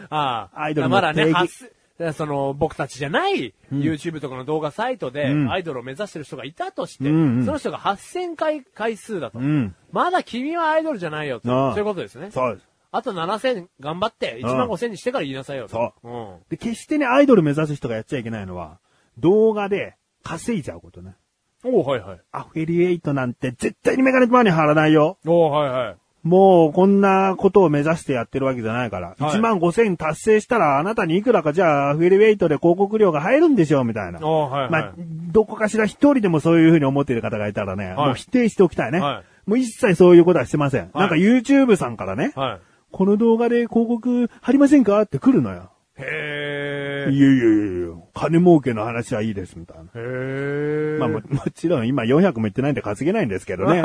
Speaker 1: あ。
Speaker 2: アイドルの
Speaker 1: まだね、
Speaker 2: 定義
Speaker 1: 発その、僕たちじゃない、YouTube とかの動画サイトで、
Speaker 2: うん
Speaker 1: アイドルを目指してる人がいたとして、
Speaker 2: うんうん
Speaker 1: その人が8000回、回数だと、
Speaker 2: うん
Speaker 1: まだ君はアイドルじゃないよと。
Speaker 2: ああ
Speaker 1: そういうことですね。
Speaker 2: そうです。
Speaker 1: あと7000頑張って、1万5000にしてから言いなさいよと。。
Speaker 2: そう
Speaker 1: うん。
Speaker 2: で、決してね、アイドル目指す人がやっちゃいけないのは、動画で稼いじゃうことね。
Speaker 1: おうはいはい。
Speaker 2: アフィリエイトなんて絶対にメガネとマに貼らないよ。
Speaker 1: おうはいはい。
Speaker 2: もう、こんなことを目指してやってるわけじゃないから。
Speaker 1: はい
Speaker 2: 1万5千達成したら、あなたにいくらかじゃあ、アフィリエイトで広告料が入るんでしょう、みたいな。
Speaker 1: おうはいはい。
Speaker 2: まあ、どこかしら一人でもそういうふうに思っている方がいたらね、
Speaker 1: はい
Speaker 2: もう否定しておきたいね。
Speaker 1: は
Speaker 2: もう一切そういうことはしてません。
Speaker 1: い
Speaker 2: なんか YouTube さんからね、
Speaker 1: はい。
Speaker 2: この動画で広告貼りませんかって来るのよ。
Speaker 1: へー。
Speaker 2: いやいやいやいや、金儲けの話はいいです、みたいな。
Speaker 1: へー。
Speaker 2: まあも、もちろん今400も行ってないんで稼げないんですけど ね。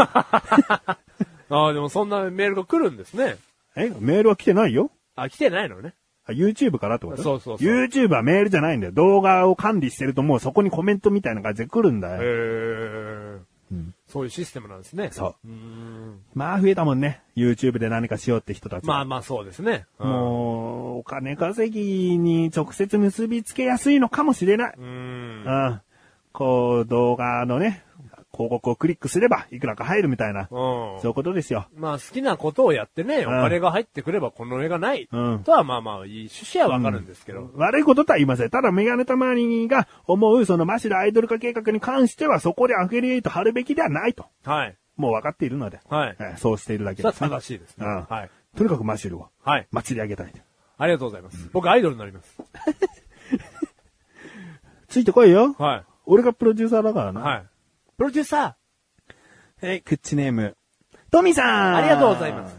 Speaker 1: ああ、でもそんなメールが来るんですね。
Speaker 2: え、メールは来てないよ。
Speaker 1: あ、来てないのね。
Speaker 2: あ YouTube からってこと
Speaker 1: そうそうそう
Speaker 2: YouTube はメールじゃないんだよ。動画を管理してるともうそこにコメントみたいな感じで来るんだ
Speaker 1: へ
Speaker 2: よ。
Speaker 1: ー。そういうシステムなんですね。。
Speaker 2: そう
Speaker 1: ん。
Speaker 2: まあ増えたもんね。YouTube で何かしようって人たち。
Speaker 1: まあまあそうですね。うん
Speaker 2: もう、お金稼ぎに直接結びつけやすいのかもしれない。
Speaker 1: う。ん。
Speaker 2: うん。こう、動画のね、広告をクリックすれば、いくらか入るみたいな。そう
Speaker 1: うん。
Speaker 2: いうことですよ。
Speaker 1: まあ好きなことをやってね、お
Speaker 2: ん
Speaker 1: 金が入ってくればこの絵がない。
Speaker 2: うん
Speaker 1: とはまあまあ、いい趣旨はわかるんですけど。
Speaker 2: 悪いこととは言いません。ただ、メガネたまりが思う、そのマシラアイドル化計画に関しては、そこでアフィリエイト貼るべきではないと。
Speaker 1: はい。
Speaker 2: もう分かっているので。
Speaker 1: はい
Speaker 2: えーそうしているだけ
Speaker 1: それ
Speaker 2: で
Speaker 1: は
Speaker 2: す
Speaker 1: 正し
Speaker 2: ね、
Speaker 1: いですね。
Speaker 2: うん
Speaker 1: はい。
Speaker 2: とにかくマシルを、
Speaker 1: はい。
Speaker 2: 祭り上げたいと。
Speaker 1: ありがとうございます。僕アイドルになります。
Speaker 2: ついてこいよ。
Speaker 1: は
Speaker 2: 俺がプロデューサーだから
Speaker 1: い。
Speaker 2: な。
Speaker 1: はい。プロデューサ
Speaker 2: えー、クッチネーム。トミさん
Speaker 1: ー、ありがとうございます。。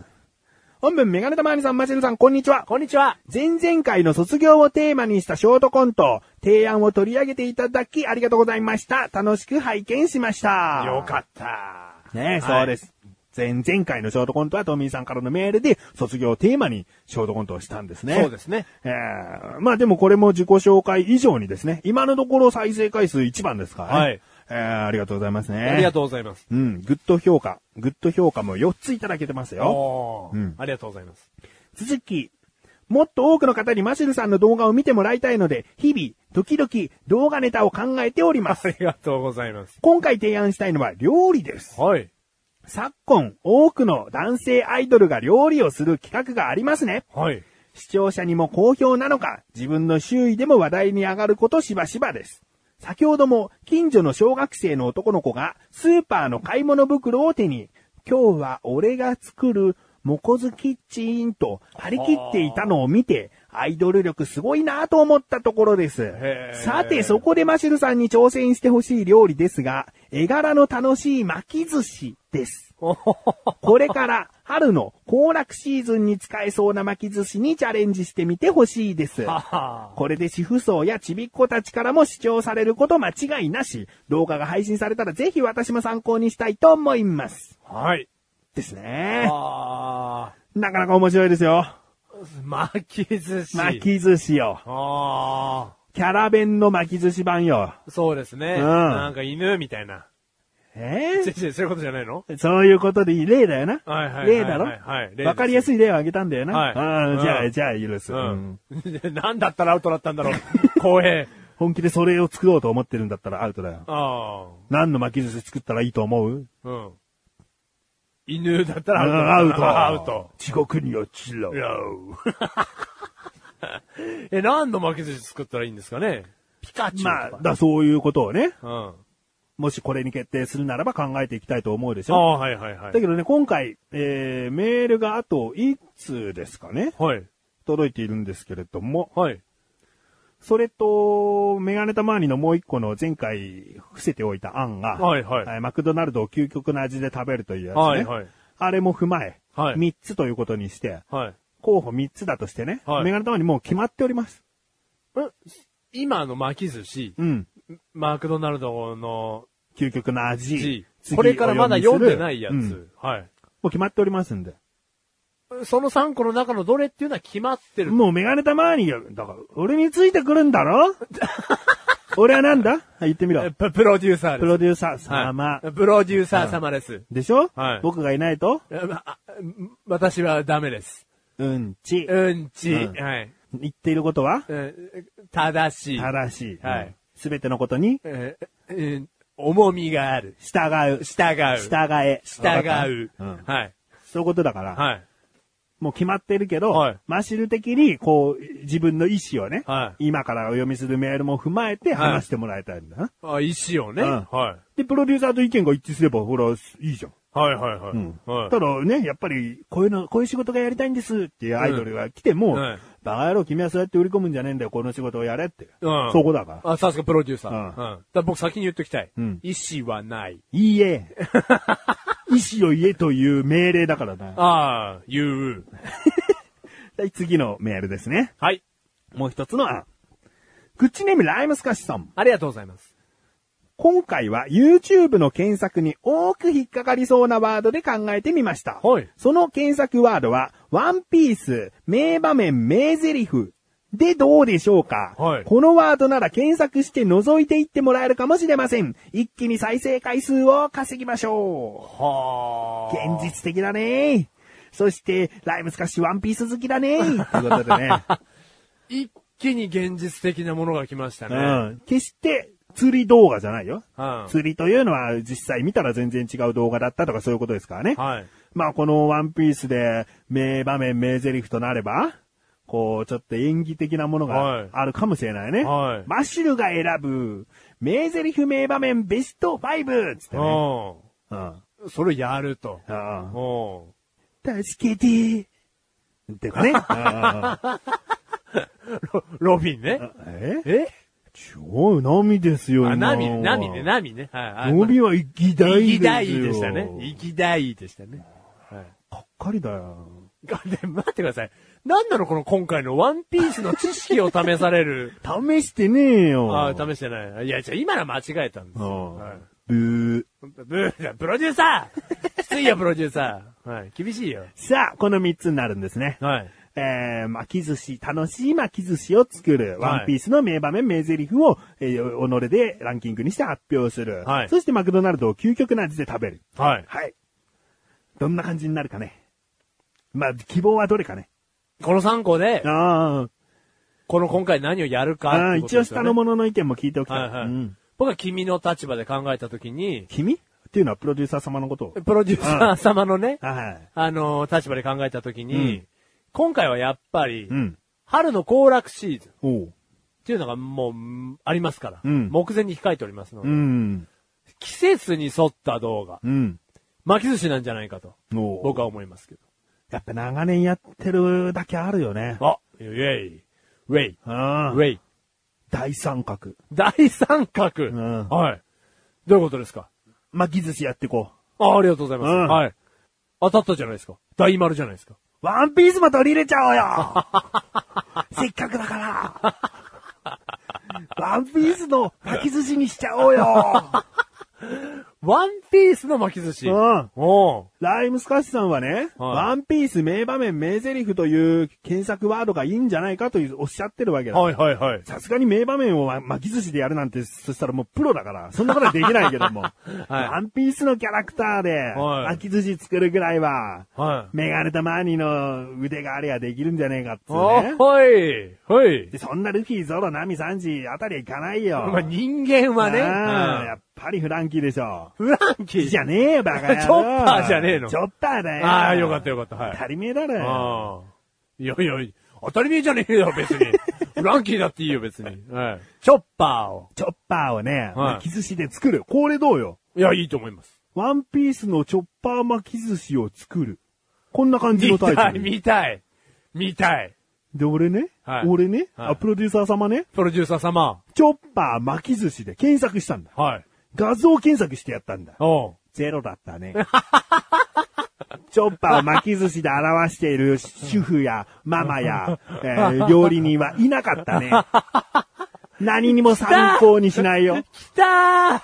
Speaker 2: 本文メガネたまわりさん、マシルさん、こんにちは。
Speaker 1: こんにちは。
Speaker 2: 前々回の卒業をテーマにしたショートコント、提案を取り上げていただき、ありがとうございました。楽しく拝見しました。
Speaker 1: よかった。
Speaker 2: ねえ、
Speaker 1: はい
Speaker 2: そうです。前々回のショートコントはトミーさんからのメールで卒業をテーマにショートコントをしたんですね。
Speaker 1: そうですね。
Speaker 2: えーまあでもこれも自己紹介以上にですね、今のところ再生回数1番ですからね。
Speaker 1: はい。
Speaker 2: えーありがとうございますね。
Speaker 1: ありがとうございます。
Speaker 2: う。うん、グッド評価、グッド評価も4ついただけてますよ。
Speaker 1: おー
Speaker 2: うん
Speaker 1: ありがとうございます。
Speaker 2: 続き、もっと多くの方にマシルさんの動画を見てもらいたいので、日々、時々動画ネタを考えておりま
Speaker 1: あ
Speaker 2: す。
Speaker 1: りがとうございます。
Speaker 2: 今回提案したいのは料理です。
Speaker 1: はい。
Speaker 2: 昨今、多くの男性アイドルが料理をする企画がありますね。
Speaker 1: はい。
Speaker 2: 視聴者にも好評なのか、自分の周囲でも話題に上がることしばしばです。先ほども、近所の小学生の男の子が、スーパーの買い物袋を手に、今日は俺が作る、モコズキッチンと張り切っていたのを見て、アイドル力すごいなと思ったところです
Speaker 1: へ。ー
Speaker 2: さて、そこでマシルさんに挑戦してほしい料理ですが、絵柄の楽しい巻き寿司です。
Speaker 1: おほほほ
Speaker 2: これから春の行楽シーズンに使えそうな巻き寿司にチャレンジしてみてほしいです。
Speaker 1: はは
Speaker 2: これで主婦層やちびっ子たちからも視聴されること間違いなし、動画が配信されたらぜひ私も参考にしたいと思います。
Speaker 1: はい。
Speaker 2: ですね。
Speaker 1: あ
Speaker 2: なかなか面白いですよ。
Speaker 1: ー。巻き寿司。
Speaker 2: 巻。き寿司よ。
Speaker 1: あ
Speaker 2: キャラ弁の巻き寿司版よ。
Speaker 1: ー。そうですね。
Speaker 2: うん
Speaker 1: なんか犬みたい な。
Speaker 2: え
Speaker 1: 違う違うそういうことじゃないの
Speaker 2: ーそういうことでいい例だよな。
Speaker 1: はいはいはいはい
Speaker 2: 例だ
Speaker 1: はいはい例で
Speaker 2: ろ
Speaker 1: す
Speaker 2: わかりやすい例を挙げたんだよな。
Speaker 1: はい
Speaker 2: あーじゃ
Speaker 1: う
Speaker 2: あ、
Speaker 1: ん
Speaker 2: じゃあ許す。
Speaker 1: う
Speaker 2: うん
Speaker 1: ん。 なんだったらアウトだったんだろう。 公平。
Speaker 2: 本気でそれを作ろうと思ってるんだったらアウトだよ。
Speaker 1: あ
Speaker 2: 何の巻き寿司作ったらいいと思う
Speaker 1: ー。うん。犬だったら
Speaker 2: ア
Speaker 1: アウ
Speaker 2: ウ
Speaker 1: トだ
Speaker 2: ト。
Speaker 1: な。 アウト。。
Speaker 2: 地獄に落ちろ。
Speaker 1: え、何の巻き寿司作ったらいいんですかねピカチュ
Speaker 2: ま
Speaker 1: ウ
Speaker 2: あ
Speaker 1: と、か。
Speaker 2: だ、そういうことをね、
Speaker 1: うん。
Speaker 2: もしこれに決定するならば考えていきたいと思うでし
Speaker 1: あ
Speaker 2: ょ。
Speaker 1: あー、はいはいは
Speaker 2: だ
Speaker 1: い。
Speaker 2: けどね、今回、えー、メールがあと1通ですかね、
Speaker 1: はい。
Speaker 2: 届いているんですけれども、
Speaker 1: はい。
Speaker 2: それと、メガネタマーニのもう1個の前回伏せておいた案が、
Speaker 1: はいはい
Speaker 2: えーマクドナルドを究極の味で食べるというやつね。
Speaker 1: はいはい
Speaker 2: あれも踏まえ、
Speaker 1: はい
Speaker 2: 3つということにして、
Speaker 1: はい。
Speaker 2: 候補3つだとしてね、
Speaker 1: はい
Speaker 2: メガネ玉にもう決まっております。
Speaker 1: 今の巻き寿司、
Speaker 2: うん。
Speaker 1: マクドナルドの
Speaker 2: 究極の味
Speaker 1: G。。これからまだ読んでないやつ。
Speaker 2: 次お読みするうん
Speaker 1: はい。
Speaker 2: もう決まっておりますんで。
Speaker 1: その3個の中のどれっていうのは決まってる。
Speaker 2: もうメガネたまによ、だから、俺についてくるんだろ 俺はなんだはい言ってみろ
Speaker 1: え。ププロデューサーです。
Speaker 2: プロデューサー様。
Speaker 1: はい。プロデューサー様です。
Speaker 2: でしょ、
Speaker 1: はい
Speaker 2: 僕がいないと
Speaker 1: えまあん私はダメです。
Speaker 2: うんち。
Speaker 1: うんち、
Speaker 2: うん
Speaker 1: はい。
Speaker 2: 言っていることは
Speaker 1: え正しい。
Speaker 2: 正しい。
Speaker 1: はい
Speaker 2: すべ、てのことに
Speaker 1: えーえー重みがある。
Speaker 2: 従
Speaker 1: 従う。
Speaker 2: う。従え。わか
Speaker 1: 従
Speaker 2: った
Speaker 1: う。
Speaker 2: うん。
Speaker 1: はい。
Speaker 2: そういうことだから、
Speaker 1: はい。
Speaker 2: もう決まってるけど、
Speaker 1: はい
Speaker 2: マシル的に、こう、自分の意思をね、
Speaker 1: はい
Speaker 2: 今からお読みするメールも踏まえて
Speaker 1: はい
Speaker 2: 話してもらいたいんだな。
Speaker 1: あ、石をね。
Speaker 2: うん
Speaker 1: は
Speaker 2: で、プロデューサーと意見が一致すれば、ほら、いいじゃん。
Speaker 1: い。はいはいはい。
Speaker 2: うん
Speaker 1: はい
Speaker 2: ただね、やっぱり、こういうの、こういう仕事がやりたいんですっていうアイドルが来ても、
Speaker 1: うんはい
Speaker 2: バカ野郎、君はそうやって売り込むんじゃねえんだよ、この仕事をやれって。
Speaker 1: うん
Speaker 2: そこだから。
Speaker 1: あ、さすがプロデューサー。
Speaker 2: うん
Speaker 1: うん。だから僕先に言っときたい。
Speaker 2: うん
Speaker 1: 意思はない。
Speaker 2: いい え。意思を言えという命令だからな。
Speaker 1: ああ、言う。
Speaker 2: はい次のメールですね。
Speaker 1: はい。
Speaker 2: もう一つの案。グッチネームライムスカシさん。
Speaker 1: ありがとうございます。
Speaker 2: 今回は YouTube の検索に多く引っかかりそうなワードで考えてみました。
Speaker 1: はい
Speaker 2: その検索ワードは、ワンピース、名場面、名台詞で、どうでしょうか、
Speaker 1: はい
Speaker 2: このワードなら検索して覗いていってもらえるかもしれません。一気に再生回数を稼ぎましょ
Speaker 1: は
Speaker 2: う。現実的だね。そして、ライムスカッシュワンピース好きだね。ということでね。
Speaker 1: 一気に現実的なものが来ましたね。
Speaker 2: うん。決して、釣り動画じゃないよ。
Speaker 1: うん
Speaker 2: 釣りというのは実際見たら全然違う動画だったとかそういうことですからね。
Speaker 1: はい。
Speaker 2: まあこのワンピースで名場面、名台詞となれば、こうちょっと演技的なもの
Speaker 1: は
Speaker 2: が
Speaker 1: い
Speaker 2: あるかもしれないね。
Speaker 1: はい
Speaker 2: マッシュルが選ぶ名台詞名場面ベスト 5! つってね。
Speaker 1: う
Speaker 2: うん。
Speaker 1: ん。それやると。
Speaker 2: うん
Speaker 1: うん。
Speaker 2: 助けてっていうか ね。うん
Speaker 1: ロロビンね。
Speaker 2: え
Speaker 1: え
Speaker 2: 違う、波ですよ、
Speaker 1: あ、
Speaker 2: 今
Speaker 1: ナ
Speaker 2: は
Speaker 1: ミね、ナミね、ナミね。はいはい。
Speaker 2: 伸びは生きたいですよ。
Speaker 1: 生き大でしたね。生き大でしたね。はい。
Speaker 2: ばっかりだよ。。
Speaker 1: で、待ってください。なんなのこの今回のワンピースの知識を試される
Speaker 2: 試してねえよ。
Speaker 1: あ試してない。いや、じゃあ今のは間違えたんです
Speaker 2: う
Speaker 1: よ。
Speaker 2: ん
Speaker 1: はい
Speaker 2: ブー。
Speaker 1: ブーだ、プロデューサーきついよ、プロデューサー。はい、厳しいよ。
Speaker 2: さあ、この3つになるんですね。
Speaker 1: はい。
Speaker 2: えー、巻き寿司、楽しい巻き寿司を作る。
Speaker 1: はい
Speaker 2: ワンピースの名場面、名台詞を、えー、己でランキングにして発表する。
Speaker 1: はい
Speaker 2: そしてマクドナルドを究極な味で食べる。
Speaker 1: はい。
Speaker 2: はい。どんな感じになるかね。まあ、希望はどれかね。
Speaker 1: この3個で、
Speaker 2: あ
Speaker 1: この今回何をやる
Speaker 2: あ、
Speaker 1: か
Speaker 2: あ
Speaker 1: っ
Speaker 2: あ、
Speaker 1: てこと
Speaker 2: 一
Speaker 1: で
Speaker 2: 応
Speaker 1: すよ
Speaker 2: 下
Speaker 1: ね、
Speaker 2: の者の意見も聞いておきたい。
Speaker 1: はいはい、
Speaker 2: うん、
Speaker 1: 僕は君の立場で考えたときに、
Speaker 2: 君っていうのはプロデューサー様のことを。
Speaker 1: プロデューサー様のね、
Speaker 2: はい。
Speaker 1: あのー立場で考えたときに、
Speaker 2: うん
Speaker 1: 今回はやっぱり、
Speaker 2: うん。
Speaker 1: 春の行楽シーズンっ
Speaker 2: おう。
Speaker 1: ていうのがもううん、ありますから、
Speaker 2: うん
Speaker 1: 目前に控えておりますので、
Speaker 2: うん。
Speaker 1: 季節に沿った動画、
Speaker 2: うん。
Speaker 1: 巻き寿司なんじゃないかと、
Speaker 2: おう
Speaker 1: 僕は思いますけ
Speaker 2: やっぱ長年やってるだけあるよね。
Speaker 1: ど。あ、イェイ、ウェイ、
Speaker 2: あ
Speaker 1: ウェイ。
Speaker 2: 大三角。
Speaker 1: 大三角、
Speaker 2: ん
Speaker 1: はい。どういうことですか
Speaker 2: 巻き寿司やっていこう。
Speaker 1: あありがとうございます、
Speaker 2: うん
Speaker 1: はい。当たったじゃないですか。大丸じゃないですか。
Speaker 2: ワンピースも取り入れちゃ おうよせっかくだからワンピースの巻き寿司にしちゃおう よ
Speaker 1: ワンピースの巻き寿司。
Speaker 2: うん
Speaker 1: おう
Speaker 2: ライムスカッシュさんはね、
Speaker 1: はい
Speaker 2: ワンピース名場面名台詞という検索ワードがいいんじゃないかというおっしゃってるわけだ。
Speaker 1: はいはいはい。
Speaker 2: さすがに名場面を巻き寿司でやるなんて、そしたらもうプロだから、そんなことはできないけど も。ワンピースのキャラクターで、
Speaker 1: はい
Speaker 2: 巻き寿司作るぐらいは、
Speaker 1: はい。
Speaker 2: メガネとマーニーの腕があればできるんじゃねえかっつうね。
Speaker 1: おはい。はい
Speaker 2: で。そんなルフィ、ゾロ、ナミ、サンジあたりはいかないよ。
Speaker 1: まあ、人間はね。
Speaker 2: ああ
Speaker 1: うん
Speaker 2: やっぱりフランキーでしょ。
Speaker 1: フランキー。
Speaker 2: じゃねえよ、バカ野郎。
Speaker 1: チョッパーじゃねえの
Speaker 2: チョッパーだよ。
Speaker 1: ああ、よかったよかった。はい。
Speaker 2: 当たり前だろよ。
Speaker 1: ああ。いやいや、当たり前じゃねえよ、別に。 フランキーだっていいよ、別に。はい。チョッパーを。
Speaker 2: チョッパーをね、
Speaker 1: はい
Speaker 2: 巻き寿司で作る。これどうよ
Speaker 1: いや、いいと思います。
Speaker 2: ワンピースのチョッパー巻き寿司を作る。こんな感じの
Speaker 1: 見
Speaker 2: タイ
Speaker 1: た
Speaker 2: ト
Speaker 1: い、
Speaker 2: ル。
Speaker 1: 見たい。見たい。
Speaker 2: で、俺ね、
Speaker 1: はい
Speaker 2: 俺ね、
Speaker 1: はい
Speaker 2: あ、プロデューサー様ね、
Speaker 1: プロデューサー様。
Speaker 2: チョッパー巻き寿司で検索したんだ。
Speaker 1: はい。
Speaker 2: 画像検索してやったんだ。
Speaker 1: おう。
Speaker 2: ゼロだった ね。チョッパーを巻き寿司で表している主婦やマ マや、えー料理人はいなかったね。何にも参考にしないよ。
Speaker 1: きたー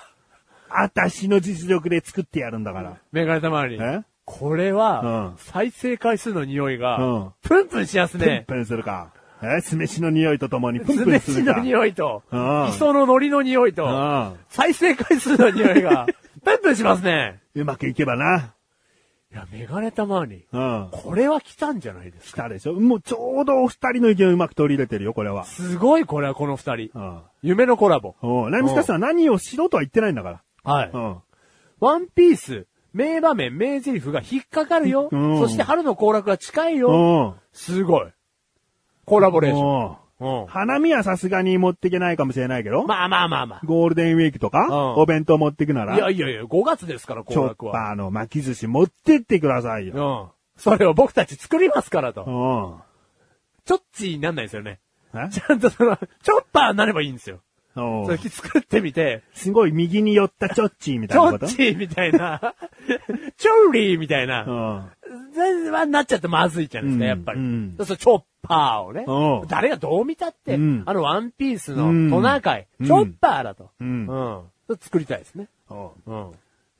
Speaker 2: 私の実力で作ってやるんだから。
Speaker 1: メガネたまに
Speaker 2: え。
Speaker 1: これ
Speaker 2: う
Speaker 1: は
Speaker 2: ん、
Speaker 1: 再生回数の匂い
Speaker 2: うん
Speaker 1: が、プンプンしやす
Speaker 2: プン
Speaker 1: ね。
Speaker 2: プンするか。えー酢飯の匂いとともにプン
Speaker 1: 酢
Speaker 2: プンす
Speaker 1: 飯
Speaker 2: るか。
Speaker 1: の匂いと
Speaker 2: うん、
Speaker 1: 磯の海苔の匂いと、
Speaker 2: ああ
Speaker 1: 再生回数の匂い が、プンプンしますね。
Speaker 2: うまくいけばな。
Speaker 1: いや、メガネたまに。
Speaker 2: うん。
Speaker 1: これは来たんじゃないです
Speaker 2: 来
Speaker 1: か。
Speaker 2: たでしょもうちょうどお二人の意見をうまく取り入れてるよ、これは。
Speaker 1: すごい、これはこの二人
Speaker 2: う。ん。
Speaker 1: 夢のコラボ。
Speaker 2: おうライムスカッシュは何をしろとは言ってないんだか
Speaker 1: はい
Speaker 2: ら。。うん。
Speaker 1: ワンピース、名場面、名台詞が引っかかるよ。
Speaker 2: うん
Speaker 1: そして春の行楽が近いよ。
Speaker 2: おう
Speaker 1: すごい。コラボレーション。
Speaker 2: おう
Speaker 1: うん
Speaker 2: 花見はさすがに持っていけないかもしれないけど、
Speaker 1: まあまあまあま
Speaker 2: ゴールデンウィークとか、
Speaker 1: ん
Speaker 2: お弁当持ってくな
Speaker 1: あ。いや
Speaker 2: ら、
Speaker 1: いやいや、5月ですから、
Speaker 2: チ
Speaker 1: 行
Speaker 2: ョッ
Speaker 1: 楽は。
Speaker 2: パーの巻き寿司持ってってくださいよ。
Speaker 1: うん。それを僕たち作りますから
Speaker 2: う
Speaker 1: と。
Speaker 2: ん。
Speaker 1: ちょっちになんないですよね。
Speaker 2: え
Speaker 1: ちゃんとその、チョッパーになればいいんですよ。
Speaker 2: お
Speaker 1: そうれ作ってみて、
Speaker 2: すごい右に寄ったチョッチーみた
Speaker 1: チ
Speaker 2: いな
Speaker 1: ョ
Speaker 2: こと
Speaker 1: ッチみたいな、 チョーリーみたいうな、
Speaker 2: ん。
Speaker 1: 全然はなっちゃってまずいじゃないですか、
Speaker 2: うん
Speaker 1: やっぱり。
Speaker 2: うん
Speaker 1: そうそう、チョッパーをね
Speaker 2: おう、
Speaker 1: 誰がどう見たって、
Speaker 2: うん
Speaker 1: あのワンピース
Speaker 2: うん
Speaker 1: のトナカイ、チョッパーだと。
Speaker 2: うん
Speaker 1: うん作りたいですね。
Speaker 2: おう
Speaker 1: うん。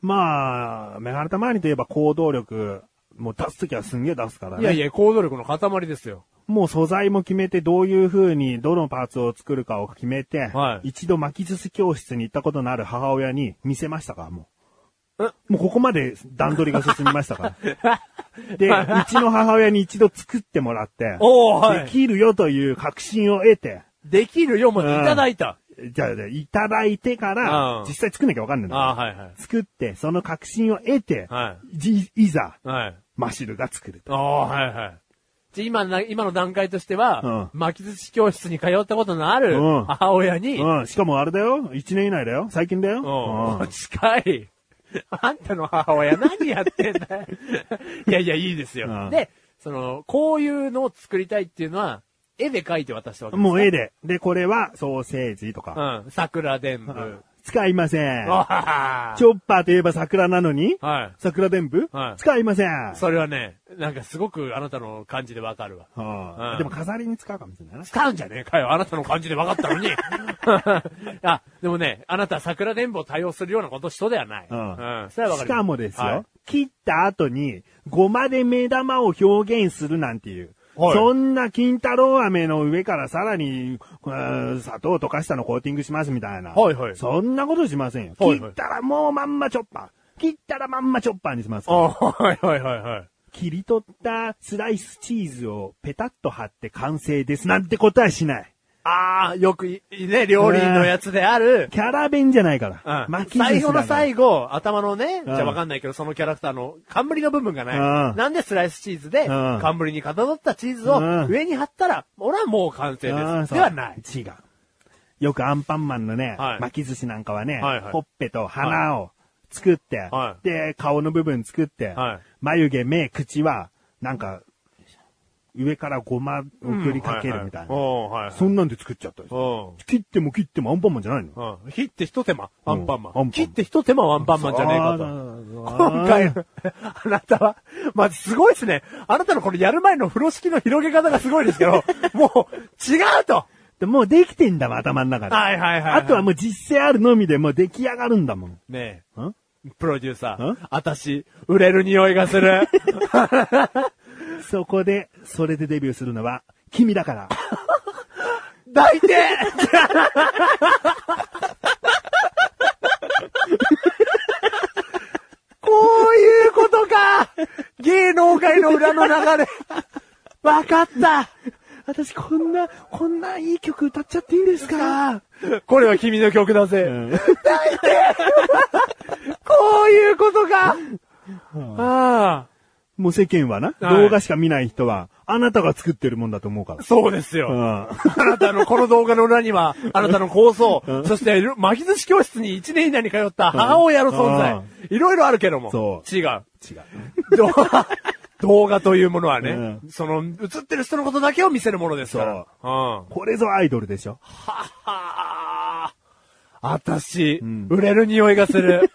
Speaker 2: まあ、メガネたまわりといえば行動力、もう出すときはすんげえ出すからね。
Speaker 1: いやいや、行動力の塊ですよ。
Speaker 2: もう素材も決めて、どういう風に、どのパーツを作るかを決めて、
Speaker 1: はい
Speaker 2: 一度巻き寿司教室に行ったことのある母親に見せましたから、もう。
Speaker 1: え
Speaker 2: もうここまで段取りが進みました から。で、うちの母親に一度作ってもらって、
Speaker 1: おーはい
Speaker 2: できるよという確信を得て、
Speaker 1: できるよまでいただいた。
Speaker 2: じゃあ、いただいてから
Speaker 1: う、ん
Speaker 2: 実際作んなきゃわかんないんだから
Speaker 1: あーはいはい
Speaker 2: 作って、その確信を得て、、
Speaker 1: はい
Speaker 2: じいざ、
Speaker 1: はい。
Speaker 2: マシルが作ると。
Speaker 1: ああ、はいはい。じゃあ今な、今の段階としては、
Speaker 2: う
Speaker 1: 巻き寿司教室に通ったことのある
Speaker 2: うん
Speaker 1: 母親に、
Speaker 2: うん、しかもあれだよ。1年以内だよ。最近だよ。
Speaker 1: お
Speaker 2: う ん
Speaker 1: 近い。あんたの母親何やってんだよ。いやいや、いいですよ。
Speaker 2: うん
Speaker 1: で、その、こういうのを作りたいっていうのは、絵で描いて渡したわけですか
Speaker 2: もう絵で。で、これはソーセージとか。
Speaker 1: うん。桜伝部。
Speaker 2: 使いません。
Speaker 1: わはは
Speaker 2: チョッパーといえば桜なのに、
Speaker 1: はい。
Speaker 2: 桜伝部、
Speaker 1: はい
Speaker 2: 使いません。
Speaker 1: それはね、なんかすごくあなたの感じでわかるわ。
Speaker 2: うん
Speaker 1: うん
Speaker 2: でも飾りに使うかもしれないな。
Speaker 1: 使うんじゃねえかよ。あなたの感じで分かった のに。あ、でもね、あなた桜伝部を対応するようなこと人ではない。
Speaker 2: うん
Speaker 1: それは分か
Speaker 2: し
Speaker 1: る。
Speaker 2: かもですよ、
Speaker 1: はい
Speaker 2: 切った後に、ごまで目玉を表現するなんていう。
Speaker 1: はい
Speaker 2: そんな金太郎飴の上からさらに、えー砂糖を溶かしたのコーティングしますみたいな。
Speaker 1: はいはい
Speaker 2: そんなことしませんよ。
Speaker 1: はいはい
Speaker 2: 切ったらもうまんまチョッパー。切ったらまんまチョッパーにしますから。
Speaker 1: あはいはいはいはい。
Speaker 2: 切り取ったスライスチーズをペタッと貼って完成ですなんてことはしない。
Speaker 1: ああ、よくい、いいね、料理のやつである、
Speaker 2: キャラ弁じゃないか
Speaker 1: う
Speaker 2: ら。
Speaker 1: ん
Speaker 2: 巻き寿
Speaker 1: 最
Speaker 2: 司
Speaker 1: 後の
Speaker 2: だから
Speaker 1: 最後、頭のね、じ
Speaker 2: うん
Speaker 1: ゃあわかんないけど、そのキャラクターの冠の部分がな
Speaker 2: う
Speaker 1: い。
Speaker 2: ん
Speaker 1: なんでスライスチーズで、
Speaker 2: うん
Speaker 1: 冠にかたどったチーズ
Speaker 2: うん
Speaker 1: を上に貼ったら、俺はもう完成
Speaker 2: うん
Speaker 1: です。
Speaker 2: そう
Speaker 1: ではない。
Speaker 2: 違う。よくアンパンマンのね、
Speaker 1: はい
Speaker 2: 巻き寿司なんかはね、
Speaker 1: はいはい
Speaker 2: ほっぺと鼻を作って、
Speaker 1: は
Speaker 2: で、顔の部分作って、
Speaker 1: はい
Speaker 2: 眉毛、目、口は、なんか、上からごまを振りかけるみたいな。
Speaker 1: おはい
Speaker 2: そんなんで作っちゃったりして
Speaker 1: う
Speaker 2: 切っても切ってもアンパンマンじゃないの
Speaker 1: ん。うん。切って一手間、アンパンマ
Speaker 2: うんアンパンマ
Speaker 1: ン。
Speaker 2: ン
Speaker 1: 切って一手間はアンパンマンじゃねえかと。今回、あなたは、まあ、すごいですね。あなたのこれやる前の風呂敷の広げ方がすごいですけど、もう、違うと
Speaker 2: でもうできてんだもん、頭の中で。
Speaker 1: はいはいはいはい
Speaker 2: あとはもう実践あるのみでもう出来上がるんだもん。
Speaker 1: ねえ。
Speaker 2: ん
Speaker 1: プロデューサ
Speaker 2: ん
Speaker 1: ー、あたし、売れる匂いがする。
Speaker 2: そこで、それでデビューするのは、君だから。
Speaker 1: 抱いて こういうことか芸能界の裏の流れ。わかった
Speaker 2: 私こんな、こんないい曲歌っちゃっていいんですか
Speaker 1: これは君の曲だぜ。
Speaker 2: ん
Speaker 1: 抱いてこういうことかあ
Speaker 2: もう世間はな、
Speaker 1: はい
Speaker 2: 動画しか見ない人は、あなたが作ってるもんだと思うか
Speaker 1: あ、そうですよ。
Speaker 2: ら。うん。
Speaker 1: あなたのこの動画の裏には、あなたの構想、そして、巻き寿司教室に1年以内に通った母親の存在、いろいろあるけども、
Speaker 2: そう
Speaker 1: 違う。
Speaker 2: 違う。
Speaker 1: 動画、動画というものはね、
Speaker 2: う
Speaker 1: その、映ってる人のことだけを見せるものですから。うん。は
Speaker 2: これぞアイドルでしょ。
Speaker 1: はあたし、売れる匂いがする。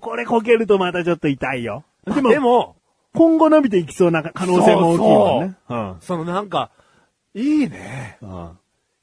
Speaker 2: これこけるとまたちょっと痛いよ。 でも、
Speaker 1: でも、
Speaker 2: 今後伸びていきそうな可能性も大きいもん
Speaker 1: そう
Speaker 2: ね。
Speaker 1: そうそのなんか、いいね。
Speaker 2: うん。うん。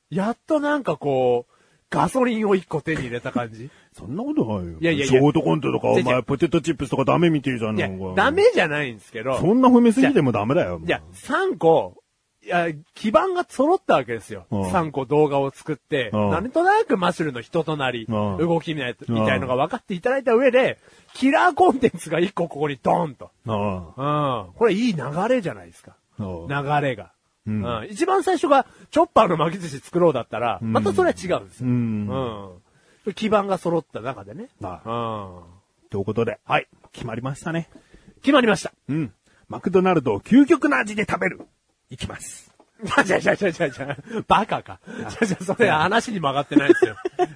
Speaker 1: やっとなんかこう、ガソリンを一個手に入れた感じ。
Speaker 2: そんなことないよ。
Speaker 1: いやいやいや
Speaker 2: ショートコントとか、お
Speaker 1: 違う違
Speaker 2: 前
Speaker 1: う
Speaker 2: ポテトチップスとかダメみてえじゃん。
Speaker 1: いや
Speaker 2: なん、か
Speaker 1: ダメじゃないんですけど。
Speaker 2: そんな褒めすぎてもダメだよ。
Speaker 1: いや、3個、いや、基盤が揃ったわけですよ。
Speaker 2: うん
Speaker 1: 3個動画を作って、
Speaker 2: うん
Speaker 1: なんとなくマシュルの人となり、
Speaker 2: うん
Speaker 1: 動きみたいみたいのが分かっていただいた上で、キラーコンテンツが1個ここにドーンと。
Speaker 2: あ
Speaker 1: うん。これいい流れじゃないですか。
Speaker 2: あ。
Speaker 1: 流
Speaker 2: ああ
Speaker 1: れが。
Speaker 2: う
Speaker 1: うんん、一番最初が、チョッパーの巻き寿司作ろうだったら、またそれは違うんですよ。
Speaker 2: うん
Speaker 1: うん基盤が揃った中でね。
Speaker 2: な
Speaker 1: う
Speaker 2: あ
Speaker 1: ん。
Speaker 2: ということで、はい。決まりましたね。
Speaker 1: 決まりました。
Speaker 2: うん。マクドナルドを究極の味で食べる。いきます。
Speaker 1: じゃじゃじゃじゃじゃバカか。じゃじゃそれ話に曲がってない ですよ。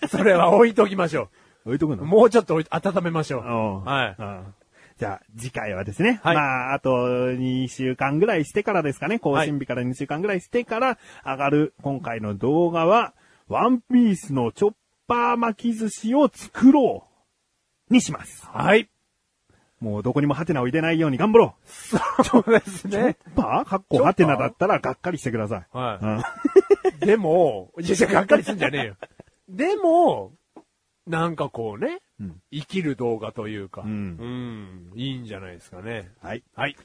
Speaker 1: それは置いときましょ
Speaker 2: 置いとくの
Speaker 1: う。もうちょっと置い温めましょう。
Speaker 2: うん
Speaker 1: はい。
Speaker 2: うんじゃあ、次回はですね。
Speaker 1: はい
Speaker 2: まあ、あと2週間ぐらいしてからですかね。更新日から2週間ぐらいしてから上がる今回の動画は、ワンピースのチョッパー巻き寿司を作ろうにします。
Speaker 1: はい。
Speaker 2: もうどこにもハテナを入れないように頑張ろう。
Speaker 1: そうですね。
Speaker 2: パーかっこハテナだったらがっかりしてください。
Speaker 1: は
Speaker 2: うん
Speaker 1: い。でも、いやいや、がっかりすんじゃねえよ。でも、なんかこうね、
Speaker 2: ん
Speaker 1: 生きる動画というか、
Speaker 2: ん
Speaker 1: うんいいんじゃないですかね。
Speaker 2: はい。
Speaker 1: はい。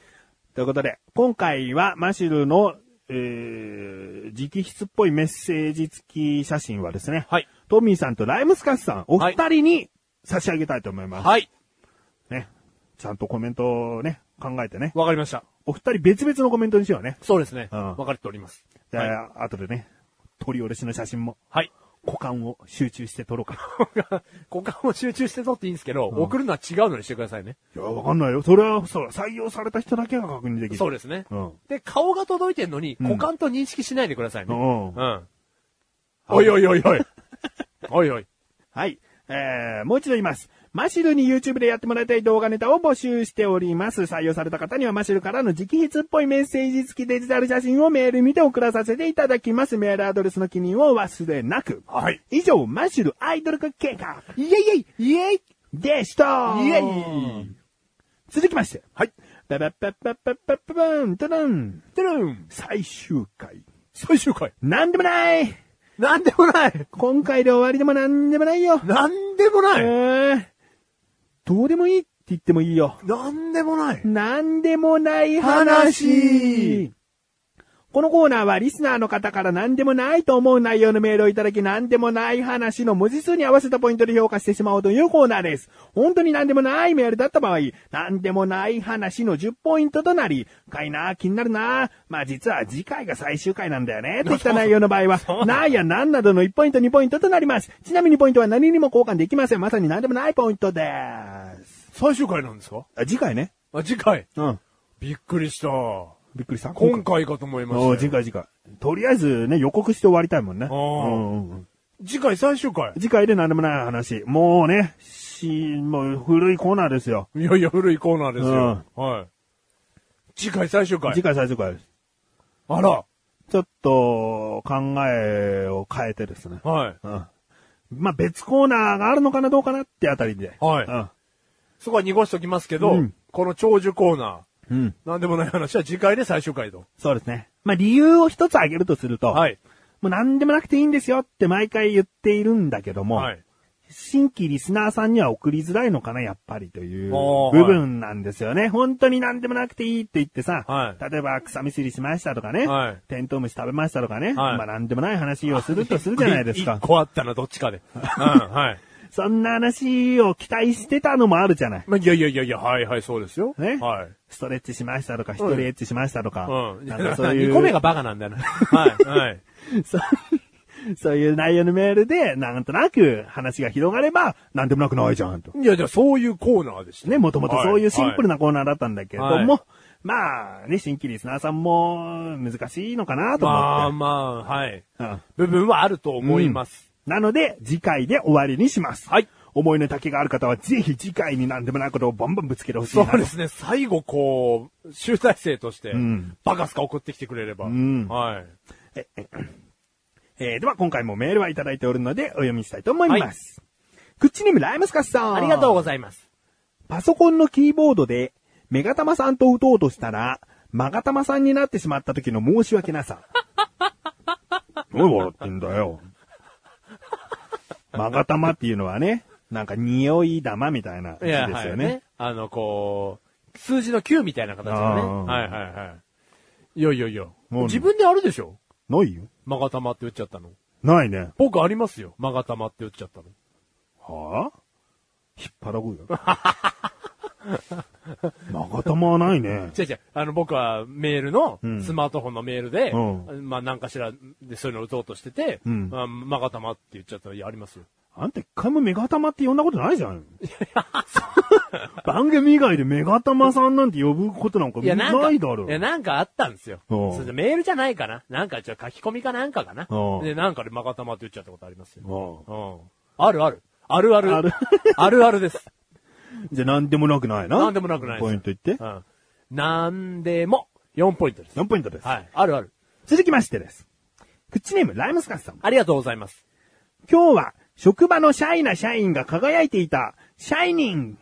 Speaker 2: ということで、今回はマシュルのえー、直筆っぽいメッセージ付き写真はですね、
Speaker 1: はい。
Speaker 2: トミーさんとライムスカスさん、お二人に差し上げたいと思います。
Speaker 1: はい。
Speaker 2: ね。ちゃんとコメントをね、考えてね。
Speaker 1: わかりました。
Speaker 2: お二人別々のコメントにしようね。
Speaker 1: そうですね。
Speaker 2: うん
Speaker 1: わかっております。
Speaker 2: じゃあ、後でね、撮り下ろしの写真も、
Speaker 1: はい。
Speaker 2: 股間を集中して撮ろうか。
Speaker 1: 股間を集中して撮っていいんですけど、送るのは違うのにしてくださいね。
Speaker 2: いや、わかんないよ。それは、そう、採用された人だけが確認できる。
Speaker 1: そうですね。
Speaker 2: うん。
Speaker 1: で、顔が届いてんのに、
Speaker 2: ん
Speaker 1: 股間と認識しないでくださいね。
Speaker 2: うん
Speaker 1: うん。おいおいおい おい。おいおい。
Speaker 2: はい。えー、もう一度言います。マシルに YouTube でやってもらいたい動画ネタを募集しております。採用された方にはマシルからの直筆っぽいメッセージ付きデジタル写真をメールにて送らさせていただきます。メールアドレスの記入を忘れなく。
Speaker 1: はい。
Speaker 2: 以上、マシルアイドル化計画
Speaker 1: イエイイエイイエイ
Speaker 2: でした
Speaker 1: イエイ
Speaker 2: 続きまして。
Speaker 1: はい。
Speaker 2: パパパパパパパパン、トドン
Speaker 1: てるん
Speaker 2: 最終回。
Speaker 1: 最終回
Speaker 2: なんでもない
Speaker 1: なんでもない
Speaker 2: 今回で終わりでもなんでもないよ。
Speaker 1: なんでもな
Speaker 2: え
Speaker 1: い
Speaker 2: ーどうでもいいって言ってもいいよ。
Speaker 1: なんでもない
Speaker 2: なんでもない話このコーナーはリスナーの方から何でもないと思う内容のメールをいただき何でもない話の文字数に合わせたポイントで評価してしまおうというコーナーです。本当に何でもないメールだった場合、何でもない話の10ポイントとなり、深いな、気になるな、まあ実は次回が最終回なんだよね、といった内容の場 合は、ないや何などの1ポイント2ポイントとなります。ちなみにポイントは何にも交換できません。まさに何でもないポイントです。
Speaker 1: 最終回なんですか
Speaker 2: あ次回ね。
Speaker 1: あ、次回。
Speaker 2: うん。
Speaker 1: びっくりした。
Speaker 2: びっくりした。
Speaker 1: 今回かと思いま
Speaker 2: おー
Speaker 1: し
Speaker 2: 次
Speaker 1: たよ。
Speaker 2: 回次回。とりあえずね、予告して終わりたいもんね。
Speaker 1: あー
Speaker 2: うんうんうん
Speaker 1: 次回最終回。
Speaker 2: 次回で何でもない話。もうね、し、もう古いコーナーですよ。
Speaker 1: いやいや、古いコーナーですよ。はい。次回最終回。
Speaker 2: 次回最終回です。
Speaker 1: あら。
Speaker 2: ちょっと、考えを変えてですね。
Speaker 1: はい。
Speaker 2: うん。まあ、別コーナーがあるのかなどうかなってあたりで。
Speaker 1: はいそこは濁しときますけど、
Speaker 2: うん
Speaker 1: この長寿コーナ
Speaker 2: うん。うん。
Speaker 1: ー、なんでもない話は次回で最終回と。
Speaker 2: そうですね。まあ、理由を一つ挙げるとすると、
Speaker 1: はい。
Speaker 2: もう何でもなくていいんですよって毎回言っているんだけども、
Speaker 1: はい。
Speaker 2: 新規リスナーさんには送りづらいのかな、やっぱりという
Speaker 1: おー
Speaker 2: 部分なんですよね。本当に何でもなくていいって言ってさ、
Speaker 1: はい
Speaker 2: 例えば草むしりしましたとかね、
Speaker 1: はい
Speaker 2: テントウムシ食べましたとかね、
Speaker 1: はい
Speaker 2: まあ何でもない話をするとするじゃないです
Speaker 1: 一
Speaker 2: か。
Speaker 1: 個あったな、どっちか で。うん、はい。
Speaker 2: そんな話を期待してたのもあるじゃない。
Speaker 1: まあ、いやいやいやいや、はいはい、そうですよ。
Speaker 2: ね
Speaker 1: はい。
Speaker 2: ストレッチしましたとか、一人エッチしましたとか、
Speaker 1: うん。
Speaker 2: なんかそういう、
Speaker 1: 2個目がバカなんだ よな。はい、はい。
Speaker 2: そうそういう内容のメールで、なんとなく話が広がれば、何でもなくないじゃんと。
Speaker 1: いや、じゃあそういうコーナーでした。
Speaker 2: ね、もともとそういうシンプル
Speaker 1: な。
Speaker 2: なコーナーだったんだけども、
Speaker 1: はいはい
Speaker 2: まあね、新規リスナーさんも難しいのかなと
Speaker 1: まあ
Speaker 2: 思って。
Speaker 1: まあ、はい。
Speaker 2: うん
Speaker 1: 部分はあると思います。
Speaker 2: なので、次回で終わりにします。
Speaker 1: はい。
Speaker 2: 思いの丈がある方は、ぜひ次回に何でもないことをバンバンぶつけてほしい
Speaker 1: そ
Speaker 2: な
Speaker 1: うですね、最後こう、集大成として
Speaker 2: ん、
Speaker 1: バカすか送ってきてくれれば。
Speaker 2: ん
Speaker 1: はい。
Speaker 2: えーでは、今回もメールはいただいておるので、お読みしたいと思います。クッチネームライムスカスさん。
Speaker 1: ありがとうございます。
Speaker 2: パソコンのキーボードで、メガタマさんと打とうとしたら、マガタマさんになってしまった時の申し訳なさ。何笑ってんだよ。マガタマっていうのはね、なんか匂い玉みたいな字
Speaker 1: い
Speaker 2: で
Speaker 1: や、
Speaker 2: す
Speaker 1: はい
Speaker 2: よね。。
Speaker 1: あの、こう、数字の9みたいな形でね。
Speaker 2: あー
Speaker 1: はいはいはい。いやいやいや。
Speaker 2: 何
Speaker 1: 自分であるでしょ
Speaker 2: ないよ。
Speaker 1: マガタマって打っちゃったの。
Speaker 2: ないね。
Speaker 1: 僕ありますよ。マガタマって打っちゃったの。
Speaker 2: はぁ、引っ張ら ごうよ。マガタマはないね。
Speaker 1: 違う違う。あの、僕はメールの、
Speaker 2: うん
Speaker 1: スマートフォンのメールで、
Speaker 2: うん
Speaker 1: まあ、なんかしらでそういうの打とうとしてて、
Speaker 2: うん
Speaker 1: あマガタマって言っちゃったら、いや、ありますよ。
Speaker 2: あんた一回もメガタマって呼んだことないじゃん。 番組以外でメガタマさんなんて呼ぶことなんか
Speaker 1: いや、なんか、
Speaker 2: ないだろ
Speaker 1: いや、なんかあったんですよ。
Speaker 2: うん
Speaker 1: それでメールじゃないかな。なんか、じゃあ書き込みかなんかかな
Speaker 2: う。ん
Speaker 1: で、なんかでマガタマって言っちゃったことありますよ。
Speaker 2: う
Speaker 1: うん。あるある。あるある。
Speaker 2: ある
Speaker 1: あるあるです。
Speaker 2: んじゃあ何でもなくないな。
Speaker 1: なんでもなくないです
Speaker 2: ポイント言っ て
Speaker 1: う。ん。なんでも、4ポイントです。
Speaker 2: 4ポイントです。
Speaker 1: はい。あるある。
Speaker 2: 続きましてです。クッチネーム、ライムスカスさん。
Speaker 1: ありがとうございます。
Speaker 2: 今日は、職場のシャイな社員が輝いていた、シャイニング。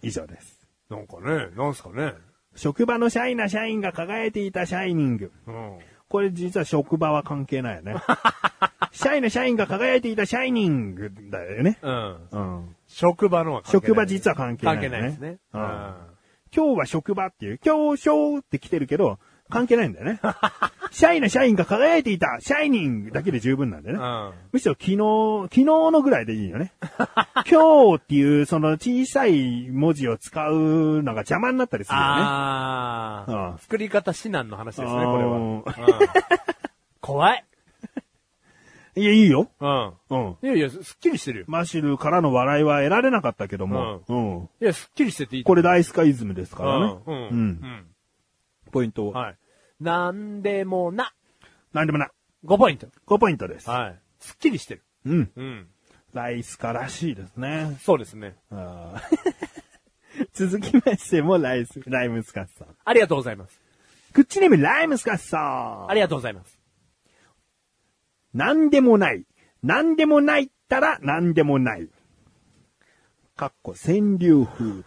Speaker 2: 以上です。
Speaker 1: なんかね、なんすかね。
Speaker 2: 職場のシャイな社員が輝いていたシャイニング。
Speaker 1: うん。
Speaker 2: これ実は職場は関係ないよ ね。シャイな社員が輝いていたシャイニングだよね。
Speaker 1: うん。
Speaker 2: うん。
Speaker 1: 職場のは関係ない。
Speaker 2: 職場実は関係ない、
Speaker 1: 関係ないですね。う
Speaker 2: う
Speaker 1: んん。
Speaker 2: 今日は職場っていう、今日、しょうって来てるけど、関係ないんだ よね。シャイな社員が輝いていた、シャイニングだけで十分なんだよね。
Speaker 1: うん
Speaker 2: むしろ昨日、昨日のぐらいでいい よね。今日っていうその小さい文字を使うのが邪魔になったりするよね。
Speaker 1: ああ、
Speaker 2: うん
Speaker 1: 作り方指南の話ですね、これは。うん
Speaker 2: こ
Speaker 1: 怖い。
Speaker 2: れは。いや、いいよ。
Speaker 1: うん。
Speaker 2: うん。
Speaker 1: いやいや、すすっきりしてるよ。
Speaker 2: マシルからの笑いは得られなかったけども、うん。
Speaker 1: いや、すっきりしてていい。
Speaker 2: これ
Speaker 1: だ
Speaker 2: 大スカイズムですか
Speaker 1: う
Speaker 2: ら
Speaker 1: ん
Speaker 2: ね。。
Speaker 1: うん。
Speaker 2: ポイント
Speaker 1: うん
Speaker 2: を。
Speaker 1: はい。なんでもな。
Speaker 2: なんでもない。
Speaker 1: 5ポイント。
Speaker 2: 5ポイントです。
Speaker 1: はい。すっきりしてる。
Speaker 2: うん。
Speaker 1: うん。
Speaker 2: 大スカらしいですね。
Speaker 1: そうですね。
Speaker 2: あー 続きましてもライス、ライムスカッサー。
Speaker 1: ありがとうございます。
Speaker 2: クッチネームライムスカッサー。
Speaker 1: ありがとうござい ます。
Speaker 2: なんでもない。なんでもないったらなんでもない。かっこ、川 柳風。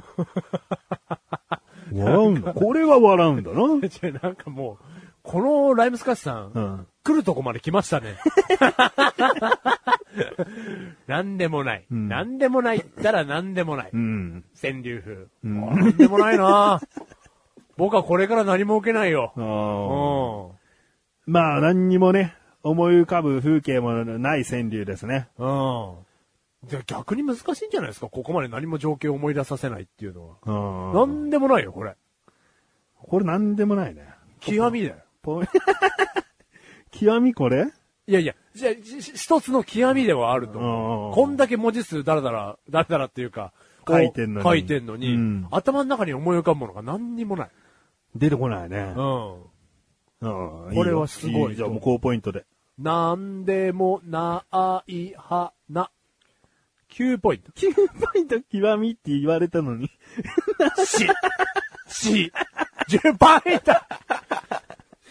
Speaker 2: 笑うんだ。これは笑うんだな。う
Speaker 1: 違うなんかもう、このライムスカッシュさん、
Speaker 2: ん。
Speaker 1: 来るとこまで来ま したね。なんでもない。
Speaker 2: ん
Speaker 1: なんでもないったらなんでもない。
Speaker 2: うん。
Speaker 1: 川柳風。なんでもないな僕はこれから何も受けないよ。
Speaker 2: あ
Speaker 1: う
Speaker 2: ー
Speaker 1: ん。
Speaker 2: まあ、何にもね、思い浮かぶ風景もない川柳ですね。
Speaker 1: うん。じゃあ逆に難しいんじゃないですかここまで何も情景を思い出させないっていうのは。
Speaker 2: うん
Speaker 1: なんでもないよ、これ。
Speaker 2: これなんでもないね。
Speaker 1: 極みだよ。
Speaker 2: ポイ 極みこれ
Speaker 1: いやいや、じゃあ、じじ一つの極みではあると
Speaker 2: う
Speaker 1: 思
Speaker 2: ん
Speaker 1: う。こんだけ文字数だらだら、だらだらっていうか、こう
Speaker 2: 書いてんのに
Speaker 1: 書いてんのに、
Speaker 2: うん
Speaker 1: 頭の中に思い浮かぶものが何にもない。
Speaker 2: 出てこないね
Speaker 1: う。ん。
Speaker 2: うん
Speaker 1: これはすごい
Speaker 2: よじゃあもう高ポイントで。
Speaker 1: なんでもないはな。9ポイント。
Speaker 2: 9ポイント極みって言われたのに。
Speaker 1: し、し、10ポイント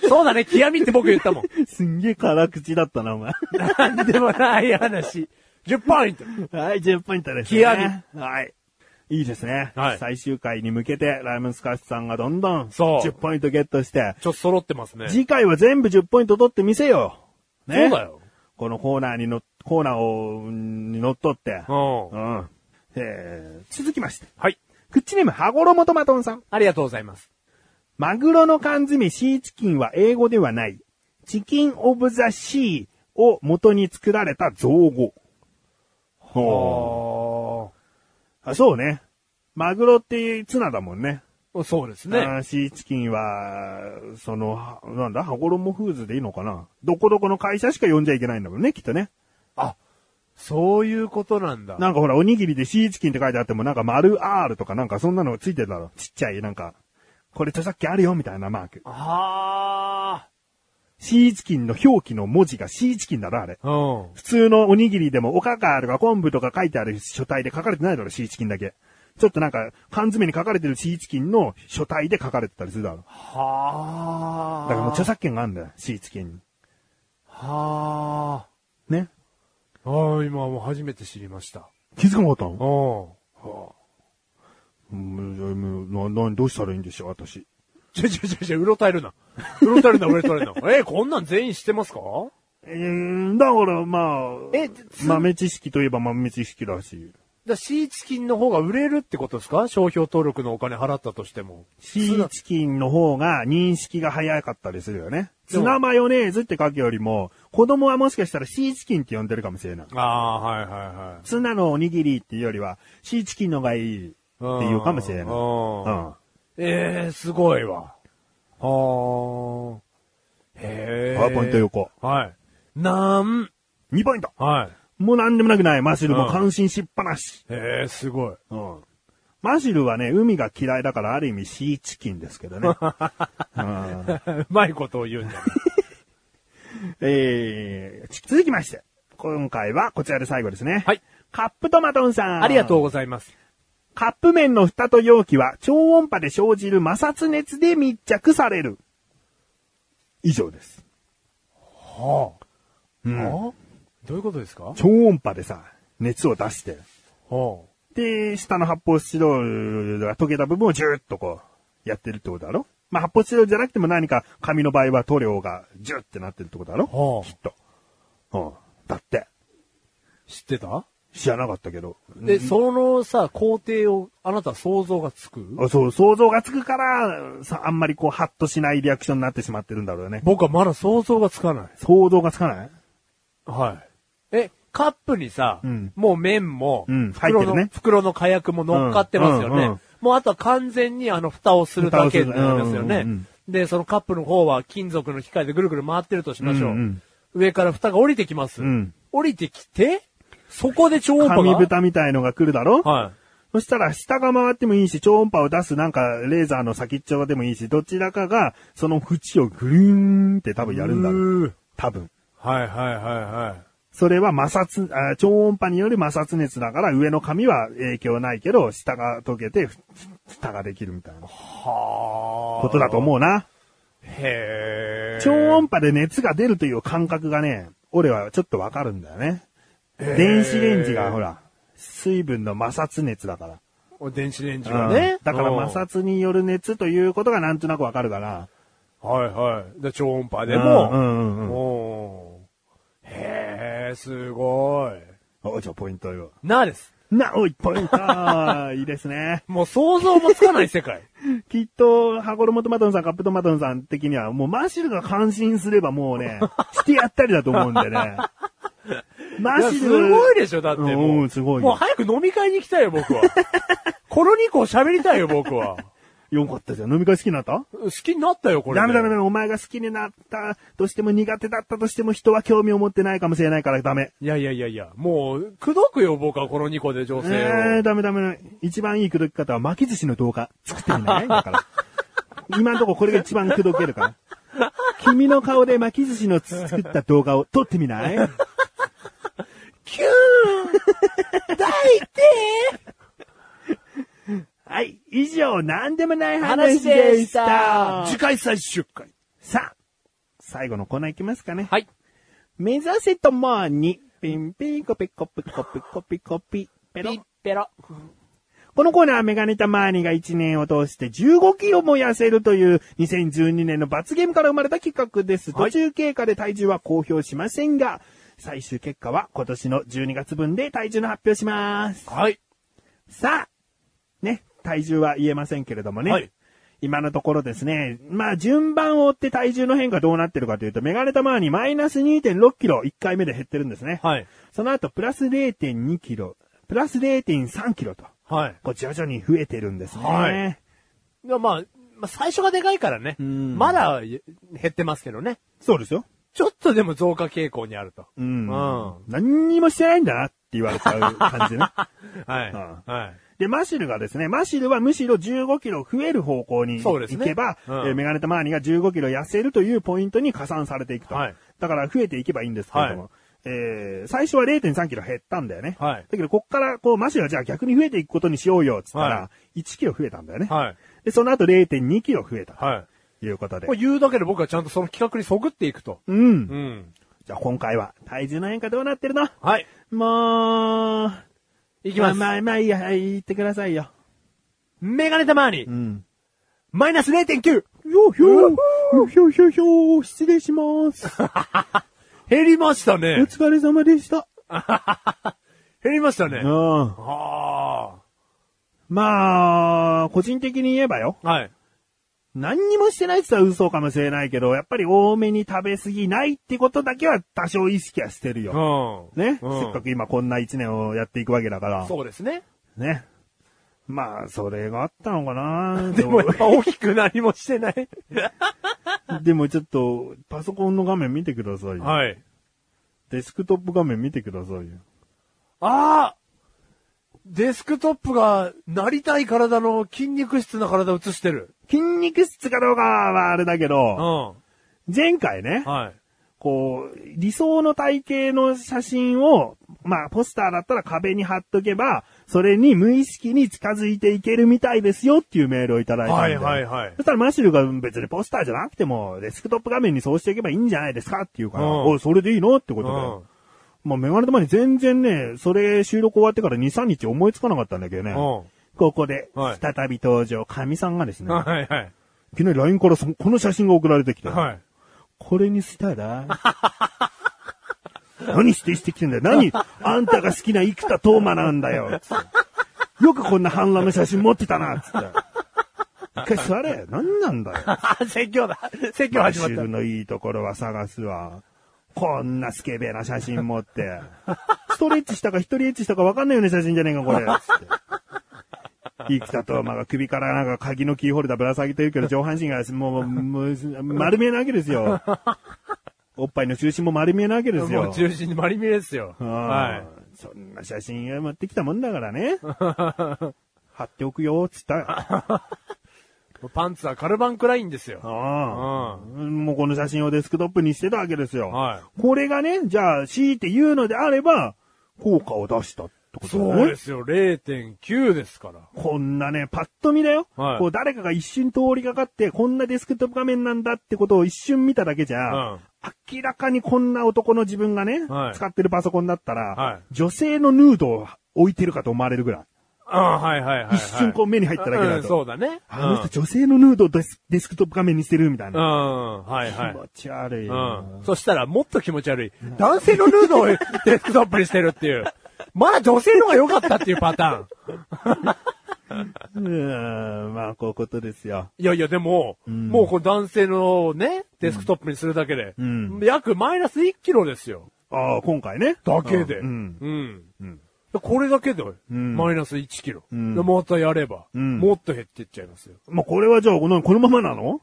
Speaker 1: そうだね、極みって僕言ったもん。
Speaker 2: すんげえ辛口だったな、お前。
Speaker 1: なんでもない話。10ポイント。
Speaker 2: はい、10ポイントです、ね。
Speaker 1: 極
Speaker 2: はい。いいですね。
Speaker 1: はい
Speaker 2: 最終回に向けて、ライムスカッシュさんがどんどん、
Speaker 1: そう
Speaker 2: 10ポイントゲットして、
Speaker 1: ちょっと揃ってますね。
Speaker 2: 次回は全部10ポイント取ってみせよう。
Speaker 1: そうだよ。
Speaker 2: このコーナーにの、コーナーを、うんに乗っ取って。
Speaker 1: うん。
Speaker 2: うん。えー、続きまして。
Speaker 1: はい。
Speaker 2: クッチネーム、羽衣トマトンさん。
Speaker 1: ありがとうございます。
Speaker 2: マグロの缶詰シーチキンは英語ではない。チキンオブザシーを元に作られた造語。ほ
Speaker 1: お
Speaker 2: う。あそうね。マグロってツナだもんね。
Speaker 1: そうです
Speaker 2: あ
Speaker 1: ね。
Speaker 2: ーシーチキンは、その、はなんだ、羽衣フーズでいいのかなどこどこの会社しか呼んじゃいけないんだもんね、きっとね。
Speaker 1: あ、そういうことなんだ。
Speaker 2: なんかほら、おにぎりでシーチキンって書いてあっても、なんか丸 R とかなんかそんなのついてるだろ。ちっちゃい、なんか、これ著作権あるよ、みたいなマーク。
Speaker 1: あ
Speaker 2: シーチキンの表記の文字がシーチキンだろ、あれ。
Speaker 1: あ。うん。
Speaker 2: 普通のおにぎりでもおかかとか昆布とか書いてある書体で書かれてないだろ、シーチキンだけ。ちょっとなんか、缶詰に書かれてるシーチキンの書体で書かれてたりするだろ。
Speaker 1: はあ。
Speaker 2: だからもう著作権があるんだよ、シーチキンに。
Speaker 1: はあ。
Speaker 2: ね。
Speaker 1: ああ、今もう初めて知りました。
Speaker 2: 気づかなかったの
Speaker 1: うん。
Speaker 2: うんななどうしたらいいんでしょう、私。
Speaker 1: ちょちょちょちょ、うろたえるな。うろたえるな、うろたえる な。え、こんなん全員知ってますか
Speaker 2: えー、だから、まあ、
Speaker 1: え、つだか
Speaker 2: 豆知識といえば豆知識だし、
Speaker 1: らシーチキンの方が売れるってことですか商標登録のお金払ったとしても。
Speaker 2: シーチキンの方が認識が早かったりするよね。
Speaker 1: でも
Speaker 2: ツナマヨネーズって書くよりも、子供はもしかしたらシーチキンって呼んでるかもしれない。
Speaker 1: ああ、はいはいはい。
Speaker 2: ツナのおにぎりっていうよりは、シーチキンのがいいっていうかもしれない。
Speaker 1: うん
Speaker 2: うん
Speaker 1: ええー、すごいわ。あー。へえ。
Speaker 2: はいポイントよこ
Speaker 1: はい。なん。
Speaker 2: 2ポイント
Speaker 1: はい。
Speaker 2: もうなんでもなくない。マシルも
Speaker 1: うん
Speaker 2: 感心しっぱなし。
Speaker 1: へえ、すごい。
Speaker 2: うんマシルはね、海が嫌いだからある意味シーチキンですけ どね。うん
Speaker 1: うまいことを言うんだね。
Speaker 2: えー、続きまして。今回はこちらで最後ですね。
Speaker 1: はい。
Speaker 2: カップトマトンさ ん。
Speaker 1: ありがとう
Speaker 2: う。
Speaker 1: ございます。
Speaker 2: カップ麺の蓋と容器は超音波で生じる摩擦熱で密着される。以上です。
Speaker 1: は
Speaker 2: う
Speaker 1: あ
Speaker 2: ん
Speaker 1: はあどういうことですか
Speaker 2: 超音波でさ、熱を出して。
Speaker 1: は
Speaker 2: で、下の発泡スチロールが溶けた部分をジューッとこう、やってるってことだろまあ、発泡スチロールじゃなくても何か紙の場合は塗料がジューってなってるってことだろ
Speaker 1: はあ
Speaker 2: きっと。うん。だって。
Speaker 1: 知ってた
Speaker 2: 知らなかったけど。
Speaker 1: で、そのさ、工程を、あなた想像がつく
Speaker 2: あそう、想像がつくから、さあんまりこう、ハッとしないリアクションになってしまってるんだろうね。
Speaker 1: 僕はまだ想像がつかない。
Speaker 2: 想像がつかない
Speaker 1: はい。え、カップにさ、
Speaker 2: うん
Speaker 1: もう麺も、
Speaker 2: うん
Speaker 1: 袋
Speaker 2: 入
Speaker 1: の、
Speaker 2: ってるね
Speaker 1: 袋の火薬も乗っかってますよね。
Speaker 2: うんうんうん
Speaker 1: もうあとは完全にあの蓋をするだけになりますよね。
Speaker 2: 蓋をするうんうん
Speaker 1: で、そのカップの方は金属の機械でぐるぐる回ってるとしましょう。
Speaker 2: うんうん
Speaker 1: 上から蓋が降りてきます。
Speaker 2: うん
Speaker 1: 降りてきて、そこで超音波が。
Speaker 2: 紙蓋みたいのが来るだろ
Speaker 1: は
Speaker 2: そしたら下が回ってもいいし、超音波を出すなんかレーザーの先っちょでもいいし、どちらかがその縁をぐるーんって多分
Speaker 1: い。
Speaker 2: やるんだろう。
Speaker 1: うー
Speaker 2: 多分。
Speaker 1: はいはいはいはい。
Speaker 2: それは摩擦あ、超音波による摩擦熱だから上の紙は影響ないけど、下が溶けて、ふ蓋ができるみたいな
Speaker 1: はあ。
Speaker 2: ことだと思うな。
Speaker 1: へえ。
Speaker 2: 超音波で熱が出るという感覚がね、俺はちょっとわかるんだよね。
Speaker 1: へー
Speaker 2: 電子レンジがほら、水分の摩擦熱だから。
Speaker 1: 電子レンジがね。
Speaker 2: うんだから摩
Speaker 1: うん
Speaker 2: 擦による熱ということがなんとなくわかるから。
Speaker 1: はいはい。で超音波でも、
Speaker 2: うんうんうんうん
Speaker 1: おーへえ、すごい。
Speaker 2: お、じゃあポイントよ。
Speaker 1: なあです。
Speaker 2: な、おい、ポイントいいで すね。
Speaker 1: もう想像もつかない世界。
Speaker 2: きっと、羽衣トマトンさん、カップトマトンさん的には、もうマシルが感心すればもう ね、してやったりだと思うんでね。
Speaker 1: い
Speaker 2: マ
Speaker 1: や
Speaker 2: シル。
Speaker 1: すごいでしょ、だってもう。
Speaker 2: うんすごいよ
Speaker 1: もう早く飲み会に行きたいよ、僕は。この2個喋りたいよ、僕は。
Speaker 2: よかったじゃん。飲み会好きになった
Speaker 1: 好きになったよ、これで。
Speaker 2: ダメダメダメ。お前が好きになったとしても苦手だったとしても人は興味を持ってないかもしれないからダメ。
Speaker 1: いやいやいやいや、もう、くどくよ、僕は、この2個で女性を。
Speaker 2: えー、ダメダメ。一番いい口説き方は巻き寿司の動画作ってみ ないだから。今のところこれが一番口説けるから。君の顔で巻き寿司の作った動画を撮ってみ ない
Speaker 1: キューン抱いて
Speaker 2: はい。以上、なんでもない話でした。
Speaker 1: 次回最終回。
Speaker 2: さあ、最後のコーナーいきますかね。
Speaker 1: はい。
Speaker 2: 目指せともに、ピンピンコピコピコピコピコピ、ペロ
Speaker 1: ピッ。ペロ。
Speaker 2: このコーナーはメガネタマーニが1年を通して15キロも痩せるという2012年の罰ゲームから生まれた企画です。
Speaker 1: は
Speaker 2: 途
Speaker 1: い
Speaker 2: 中経過で体重は公表しませんが、最終結果は今年の12月分で体重の発表します。
Speaker 1: はい。
Speaker 2: さあ、ね、体重は言えませんけれどもね。
Speaker 1: はい
Speaker 2: 今のところですね、まあ順番を追って体重の変化どうなってるかというと、メガネタマーニマイナス2.6キロ1回目で減ってるんですね。
Speaker 1: はい。
Speaker 2: その後プラス0.2キロ、プラス0.3キロと。
Speaker 1: はい。
Speaker 2: こう徐々に増えてるんですね。
Speaker 1: はでもまあ、まあ、最初がでかいからね。
Speaker 2: うん
Speaker 1: まだ減ってますけどね。
Speaker 2: そうですよ。
Speaker 1: ちょっとでも増加傾向にあると。
Speaker 2: うん。
Speaker 1: は
Speaker 2: 何にもしてないんだなって言われちゃう感じ
Speaker 1: い。
Speaker 2: ね。ん
Speaker 1: は
Speaker 2: で、マシルがですね、マシルはむしろ15キロ増える方向に
Speaker 1: そうです
Speaker 2: 行
Speaker 1: ね
Speaker 2: けば、
Speaker 1: うん
Speaker 2: えーメガネタマーニが15キロ痩せるというポイントに加算されていくと。
Speaker 1: はい
Speaker 2: だから増えていけばいいんですけれども。
Speaker 1: は
Speaker 2: えー、最初は0.3キロ減ったんだよね。
Speaker 1: はい
Speaker 2: だけど、こっから、こう、マシルはじゃあ逆に増えていくことにしようよ、つったら、
Speaker 1: は
Speaker 2: 1キロ増えたんだよね。
Speaker 1: い。はい。
Speaker 2: で、その後0.2キロ増えた。
Speaker 1: は
Speaker 2: ということで。
Speaker 1: これ言うだけで僕はちゃんとその企画にそぐっていくと。
Speaker 2: うん。
Speaker 1: ん。
Speaker 2: じゃあ今回は、体重の変化どうなってるの
Speaker 1: はい。
Speaker 2: もう、
Speaker 1: いきます。
Speaker 2: まあまあまあいいや、はい言ってくださいよ。
Speaker 1: メガネたまに、
Speaker 2: うん。
Speaker 1: マイナス 0.9!
Speaker 2: よひょーひょひょひょ失礼します。
Speaker 1: 減りました
Speaker 2: お
Speaker 1: ね。
Speaker 2: 疲れ様でした。
Speaker 1: 減りましたね。
Speaker 2: うん。
Speaker 1: は
Speaker 2: まあ、個人的に言えばよ。
Speaker 1: あ。はい。
Speaker 2: 何にもしてないって言ったら嘘かもしれないけど、やっぱり多めに食べ過ぎないってことだけは多少意識はしてる
Speaker 1: う
Speaker 2: よ。
Speaker 1: ん。
Speaker 2: ね、
Speaker 1: うん
Speaker 2: せっかく今こんな一年をやっていくわけだから。
Speaker 1: そうですね。
Speaker 2: ね。まあ、それがあったのかな
Speaker 1: でもやっぱ大きく何もしてない。
Speaker 2: でもちょっと、パソコンの画面見てくださいよ。
Speaker 1: はい。
Speaker 2: デスクトップ画面見てくださいよ。
Speaker 1: ああデスクトップがなりたい体の筋肉質な体を映してる。
Speaker 2: 筋肉質かどうかはあれだけ
Speaker 1: うん。
Speaker 2: ど、
Speaker 1: は
Speaker 2: 前回ね
Speaker 1: い。、は
Speaker 2: こう、理想の体型の写真を、まあ、ポスターだったら壁に貼っとけば、それに無意識に近づいていけるみたいですよっていうメールをいただいたん
Speaker 1: い
Speaker 2: で。
Speaker 1: はいはい
Speaker 2: そ。したらマシルが別にポスターじゃなくても、デスクトップ画面にそうしていけばいいんじゃないですかっていうから、
Speaker 1: うん
Speaker 2: おいそれでいいのってことで。
Speaker 1: う
Speaker 2: まあ、メガネ玉に全然ね、それ収録終わってから2、3日思いつかなかったんだけどね。
Speaker 1: ん。うん。
Speaker 2: ここで、
Speaker 1: はい
Speaker 2: 再び登場、神さんがですね、
Speaker 1: はいはい。
Speaker 2: いきなり LINE からそこの写真が送られてきて、
Speaker 1: はい。
Speaker 2: これにしたら、何指定してきてんだよ。何あんたが好きな生田斗真なんだよ。つってよくこんな半裸の写真持ってたな、つって。一回座れ。何なんだよ。
Speaker 1: 説教だ。説教始ま
Speaker 2: シ
Speaker 1: った
Speaker 2: ル。のいいところは探すわ。こんなスケベな写真持って。 ストレッチしたか一人エッチしたか分かんないよね写真じゃねえか、これ。つって生田斗真が首からなんか鍵のキーホルダーぶら下げてるけど上半身がもう、もう丸見えなわけですよ。おっぱいの中心も丸見えなわけですよ。
Speaker 1: もう中心に丸見えですよ。は
Speaker 2: はい。そんな写真を持ってきたもんだからね。 貼っておくよ、つったよ。
Speaker 1: い。パンツはカルバンクラインですよ。
Speaker 2: ああ、もうこの写真をデスクトップにしてたわけですよ。
Speaker 1: は
Speaker 2: これがね、じゃあ、強いて言うのであれば、効果を出したってことだ
Speaker 1: そう
Speaker 2: ね。
Speaker 1: ですよ。0.9ですから。
Speaker 2: こんなね、パッと見だよ、
Speaker 1: はい
Speaker 2: こう誰かが一瞬通りかかって、こんなデスクトップ画面なんだってことを一瞬見ただけじゃ、
Speaker 1: うん
Speaker 2: 明らかにこんな男の自分がね、
Speaker 1: はい
Speaker 2: 使ってるパソコンだったら、
Speaker 1: はい
Speaker 2: 女性のヌードを置いてるかと思われるぐらい。
Speaker 1: ああ、はいはいはいはい。
Speaker 2: 一瞬こう目に入っただけだと
Speaker 1: うんそうだね。
Speaker 2: あの人女性のヌードをデスデスクトップ画面にしてるみたい
Speaker 1: うん、う
Speaker 2: な。
Speaker 1: ん、はいはい
Speaker 2: 気。持ち悪いよな、
Speaker 1: うん。そしたらもっと気持ち悪い。男性のヌードをデスクトップにしてるっていう。 まだ女性の方が良かったっていうパターン。
Speaker 2: うーん、まあ、こういうことですよ。
Speaker 1: いやいや、でも、
Speaker 2: ん
Speaker 1: もうこれ男性のね、デスクトップにするだけで、
Speaker 2: うん
Speaker 1: 約マイナス1キロですよ。
Speaker 2: ああ、今回ね。
Speaker 1: だけで。
Speaker 2: うん。
Speaker 1: うんこれだけで、
Speaker 2: ん
Speaker 1: マイナス1キロ。
Speaker 2: ん
Speaker 1: でまたやれば、
Speaker 2: うん
Speaker 1: もっと減っていっちゃいますよ。
Speaker 2: まあ、これはじゃあ、この、このままなの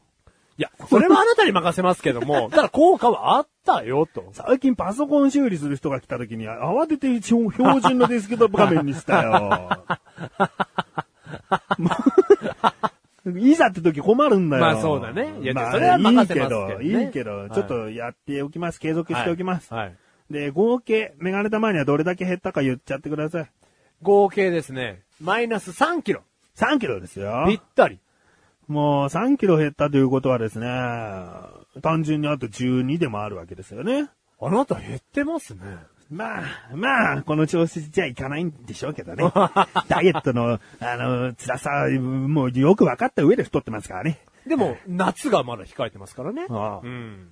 Speaker 1: いや、それはあなたに任せますけども、ただ効果はあったよ、と。
Speaker 2: 最近パソコン修理する人が来た時に、慌てて標標準のデスクトップ画面にした よ。いざって時困るんだよ。
Speaker 1: まあそうだねいや
Speaker 2: あ
Speaker 1: それは任せますけどね
Speaker 2: いいけど、いいけ
Speaker 1: は
Speaker 2: ど、
Speaker 1: い
Speaker 2: ちょっとやっておきます。継続しておきます。
Speaker 1: はいはい
Speaker 2: で、合計、メガネた前にはどれだけ減ったか言っちゃってください。
Speaker 1: 合計ですね、マイナス3キロ。
Speaker 2: 3キロですよ。
Speaker 1: ぴったり。
Speaker 2: もう3キロ減ったということはですね、単純にあと12でもあるわけですよね。
Speaker 1: あなた減ってますね。
Speaker 2: まあ、まあ、この調子じゃいかないんでしょうけどね。ダイエットの、あの、辛さ、もうよく分かった上で太ってますからね。
Speaker 1: でも、夏がまだ控えてますからね。
Speaker 2: ああ
Speaker 1: うん。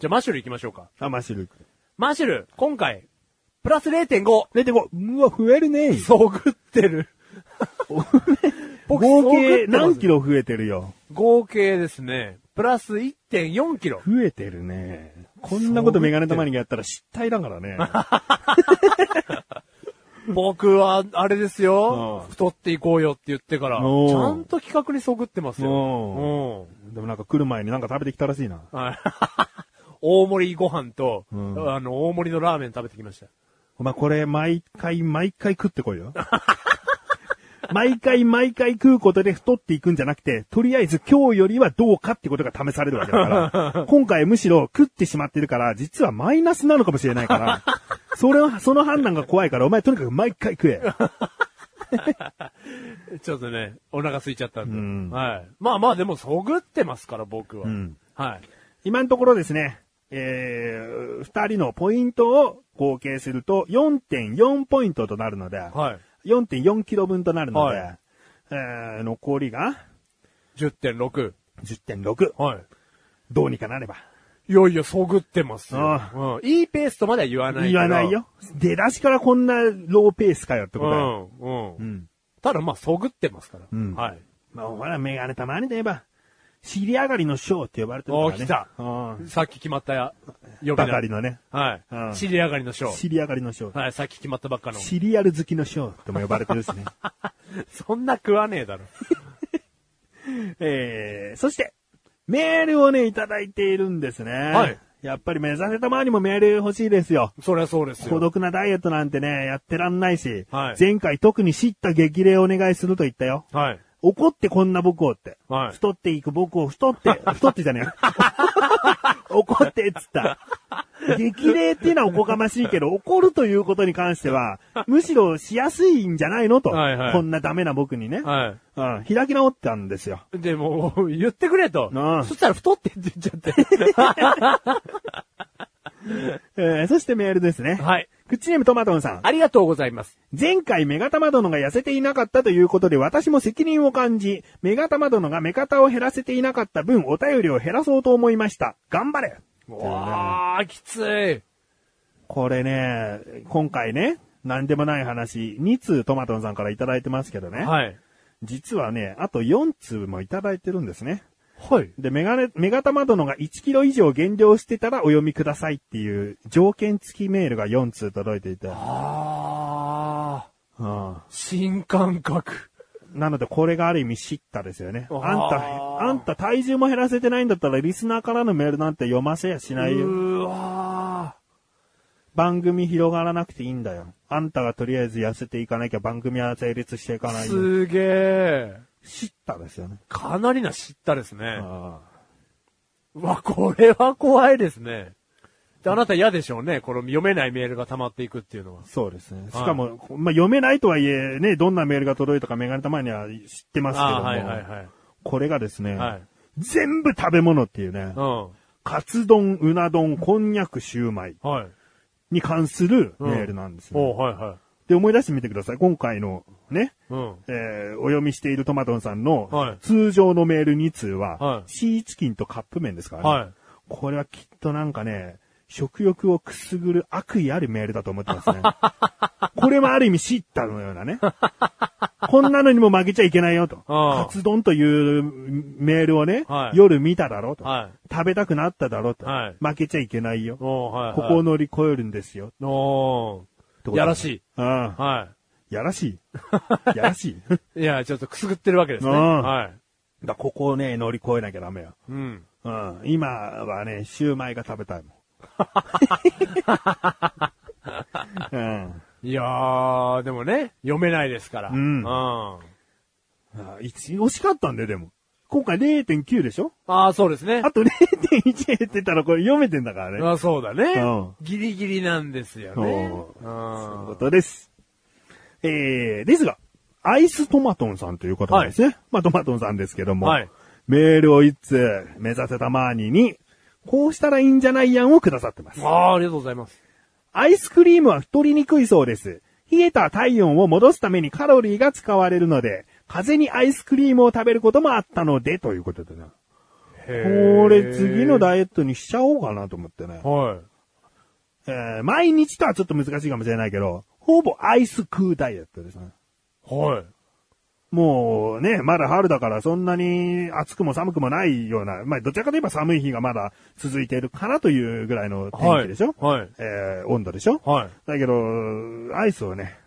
Speaker 1: じゃあ、マッシュル行きましょうか。
Speaker 2: あ、マシル。
Speaker 1: マッシュル、今回、プラス0.5。
Speaker 2: 0.5。うわ、増えるね。
Speaker 1: そぐってる。僕
Speaker 2: 合計
Speaker 1: そう食ってます
Speaker 2: 何キロ増えてるよ。
Speaker 1: 合計ですね、プラス1.4キロ。
Speaker 2: 増えてるね。こんなことメガネ玉にやったら失態だからね。
Speaker 1: 僕は、あれですよ
Speaker 2: う、ん
Speaker 1: 太っていこうよって言ってから、
Speaker 2: おー
Speaker 1: ちゃんと企画にそぐってますよ
Speaker 2: お。でもなんか来る前になんか食べてきたらしいな。
Speaker 1: うんはい 大盛りご飯と、
Speaker 2: ん
Speaker 1: あの、大盛りのラーメン食べてきました。
Speaker 2: お前これ、毎回、毎回食ってこいよ。 毎回、毎回食うことで太っていくんじゃなくて、とりあえず今日よりはどうかってことが試されるわけだ から、今回むしろ食ってしまってるから、実はマイナスなのかもしれないから、それは、その判断が怖いから、お前とにかく毎回食え。
Speaker 1: ちょっとね、お腹空いちゃったんで。
Speaker 2: うん
Speaker 1: はい。まあまあ、でも、そぐってますから、僕は。
Speaker 2: うん
Speaker 1: はい。
Speaker 2: 今のところですね、えー、二人のポイントを合計すると4.4ポイントとなるので、
Speaker 1: はい。
Speaker 2: 4.4キロ分となるので、
Speaker 1: はい
Speaker 2: えー、残りが
Speaker 1: 10.6。
Speaker 2: 10.6。
Speaker 1: はい。
Speaker 2: どうにかなれば。
Speaker 1: いやいや、そぐってますよ
Speaker 2: あ
Speaker 1: うん。いいペースとまでは言わないけど
Speaker 2: 言わないよ。。出だしからこんなローペースかよって
Speaker 1: う
Speaker 2: ことだよ。
Speaker 1: ん。うん。
Speaker 2: うん。
Speaker 1: ただまあ、そぐってますから。
Speaker 2: うん
Speaker 1: はい。
Speaker 2: まあ、ほら、メガネたまにといえば、尻上がりのショーって呼ばれてるから
Speaker 1: お
Speaker 2: ね。
Speaker 1: ー、来た
Speaker 2: うん。
Speaker 1: さっき決まったや、呼び
Speaker 2: ば
Speaker 1: 名
Speaker 2: かりのね。
Speaker 1: は
Speaker 2: う
Speaker 1: い。
Speaker 2: ん
Speaker 1: 知り上がりのショー。
Speaker 2: 尻上がりのショー。
Speaker 1: はい、さっき決まったばっかの。
Speaker 2: シリアル好きのショーとも呼ばれてるし ね。
Speaker 1: そんな食わねえだろ。
Speaker 2: えー、そして、メールをね、いただいているんですね。
Speaker 1: はい。
Speaker 2: やっぱり目指せたまにもメール欲しいですよ。
Speaker 1: そりゃそうです
Speaker 2: 孤
Speaker 1: よ。
Speaker 2: 独なダイエットなんてね、やってらんないし、
Speaker 1: はい
Speaker 2: 前回特に知った激励をお願いすると言ったよ。
Speaker 1: はい。
Speaker 2: 怒ってこんな僕をって。
Speaker 1: はい
Speaker 2: 太っていく僕を太って、太ってじゃねえ。 怒ってっつった。激励っていうのはおこがましいけど、怒るということに関しては、むしろしやすいんじゃないのと。
Speaker 1: はいはい
Speaker 2: こんなダメな僕にね、
Speaker 1: は
Speaker 2: うん。開き直ったんですよ。
Speaker 1: い。でも、 言ってくれと
Speaker 2: う。ん
Speaker 1: そしたら太ってって言っち ゃって。
Speaker 2: えーそしてメールですね。
Speaker 1: はい。
Speaker 2: 口ネームトマトンさん。
Speaker 1: ありがとうございます。
Speaker 2: 前回メガタマ殿が痩せていなかったということで私も責任を感じ、メガタマ殿がメガタを減らせていなかった分お便りを減らそうと思いました。頑張れ
Speaker 1: わー、きつい。
Speaker 2: これね、今回ね、何でもない話、2通トマトンさんからいただいてますけどね。
Speaker 1: はい。
Speaker 2: 実はね、あと4通もいただいてるんですね。
Speaker 1: はい。
Speaker 2: で、メガネ、メガタマ殿が1キロ以上減量してたらお読みくださいっていう条件付きメールが4通届いていて。
Speaker 1: ああ、
Speaker 2: うん
Speaker 1: 新感覚。
Speaker 2: なので、これがある意味知ったですよね。
Speaker 1: あー
Speaker 2: あんた、あんた体重も減らせてないんだったら、リスナーからのメールなんて読ませやし
Speaker 1: う
Speaker 2: ないよ。
Speaker 1: ーわ
Speaker 2: 番組広がらなくていいんだよ。あんたがとりあえず痩せていかなきゃ番組は成立していか
Speaker 1: ー
Speaker 2: ないよ。
Speaker 1: すげえ。
Speaker 2: 知ったですよね。
Speaker 1: かなりな知ったですね。
Speaker 2: あ
Speaker 1: うわ、これは怖いですね。で、あなた嫌でしょうね。この読めないメールが溜まっていくっていうのは
Speaker 2: ー。そうですね。しかも、まあ、読めないとはいえ、ね、どんなメールが届いたかメガネたまには知ってますけど
Speaker 1: あ
Speaker 2: も、
Speaker 1: あ、はいはいはい。
Speaker 2: これがですね、
Speaker 1: はい
Speaker 2: 全部食べ物っていうね
Speaker 1: う、ん。
Speaker 2: カツ丼、うな丼、こんにゃく、シューマイ
Speaker 1: はい。
Speaker 2: に関するメールなんですね。
Speaker 1: おうはいは
Speaker 2: で、思い出してみてください。今回のね、
Speaker 1: い。うん。
Speaker 2: えーお読みしているトマトンさんの
Speaker 1: はい
Speaker 2: 通常のメール2通は、
Speaker 1: はい
Speaker 2: シーチキンとカップ麺ですからね。
Speaker 1: はい。
Speaker 2: これはきっとなんかね、食欲をくすぐる悪意あるメールだと思ってますね。 これもある意味シッタのようなね。 こんなのにも負けちゃいけないよと。
Speaker 1: ああ
Speaker 2: カツ丼というメールをね、
Speaker 1: はい
Speaker 2: 夜見ただろうと、
Speaker 1: は
Speaker 2: 食べたくなっただろうと、
Speaker 1: はい
Speaker 2: 負けちゃいけないよ。こ
Speaker 1: おうはいはい。
Speaker 2: こを乗り越えるんですよ。
Speaker 1: の、お
Speaker 2: ってこと
Speaker 1: ー
Speaker 2: だ
Speaker 1: やらしい。
Speaker 2: うん。
Speaker 1: は
Speaker 2: やらしい。や らしい。
Speaker 1: い。いや、ちょっとくすぐってるわけですね。
Speaker 2: うん
Speaker 1: はい。
Speaker 2: だここをね、乗り越えなきゃダメよ。
Speaker 1: うん。
Speaker 2: うん。今はね、シューマイが食べたいも ん。うん
Speaker 1: いやー、でもね、読めないですから。
Speaker 2: うん
Speaker 1: あ
Speaker 2: あ。一惜しかったんだよ、でも。今回0.9でしょ
Speaker 1: あ、そうですね。
Speaker 2: あと0.1減ってたらこれ読めてんだからね。
Speaker 1: あそうだね
Speaker 2: うん。
Speaker 1: ギリギリなんですよね。
Speaker 2: うという
Speaker 1: あ
Speaker 2: ことです。えー、ですが、アイストマトンさんということなんですね。まあ、トマトンさんですけども、
Speaker 1: はい
Speaker 2: メールを一通、目指せたまーにに、こうしたらいいんじゃないやんをくださってます。
Speaker 1: あー、ありがとうございます。
Speaker 2: アイスクリームは太りにくいそうです。冷えた体温を戻すためにカロリーが使われるので、風邪にアイスクリームを食べることもあったので、ということでね。これ次のダイエットにしちゃおうかなと思ってね。
Speaker 1: はい。
Speaker 2: えー毎日とはちょっと難しいかもしれないけど、ほぼアイス食うダイエットですね。
Speaker 1: はい。
Speaker 2: もうね、まだ春だからそんなに暑くも寒くもないような、まあどちらかといえば寒い日がまだ続いているかなというぐらいの天気でしょ、
Speaker 1: はいはい
Speaker 2: えー温度でしょ
Speaker 1: はい。
Speaker 2: だけど、アイスをね、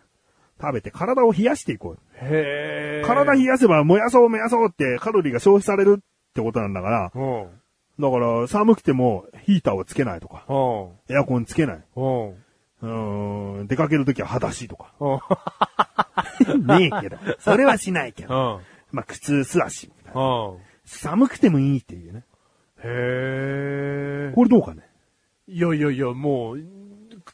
Speaker 2: 食べて体を冷やしていこう。
Speaker 1: へえ。
Speaker 2: 体冷
Speaker 1: ひ、
Speaker 2: やせば燃やそう燃やそうってカロリーが消費されるってことなんだから、
Speaker 1: うん。うん。
Speaker 2: だから寒くてもヒーターをつけないとか、エアコンつけない。
Speaker 1: うん。
Speaker 2: うーん、出かけるときは裸足とか。
Speaker 1: うん。
Speaker 2: ねえけど。それはしないけ
Speaker 1: う
Speaker 2: ど。
Speaker 1: ん。
Speaker 2: まあ、靴、素足みたいな。
Speaker 1: うん。
Speaker 2: 寒くてもいいっていうね。
Speaker 1: へえ。
Speaker 2: これどうかね。
Speaker 1: いやいやいや、もう、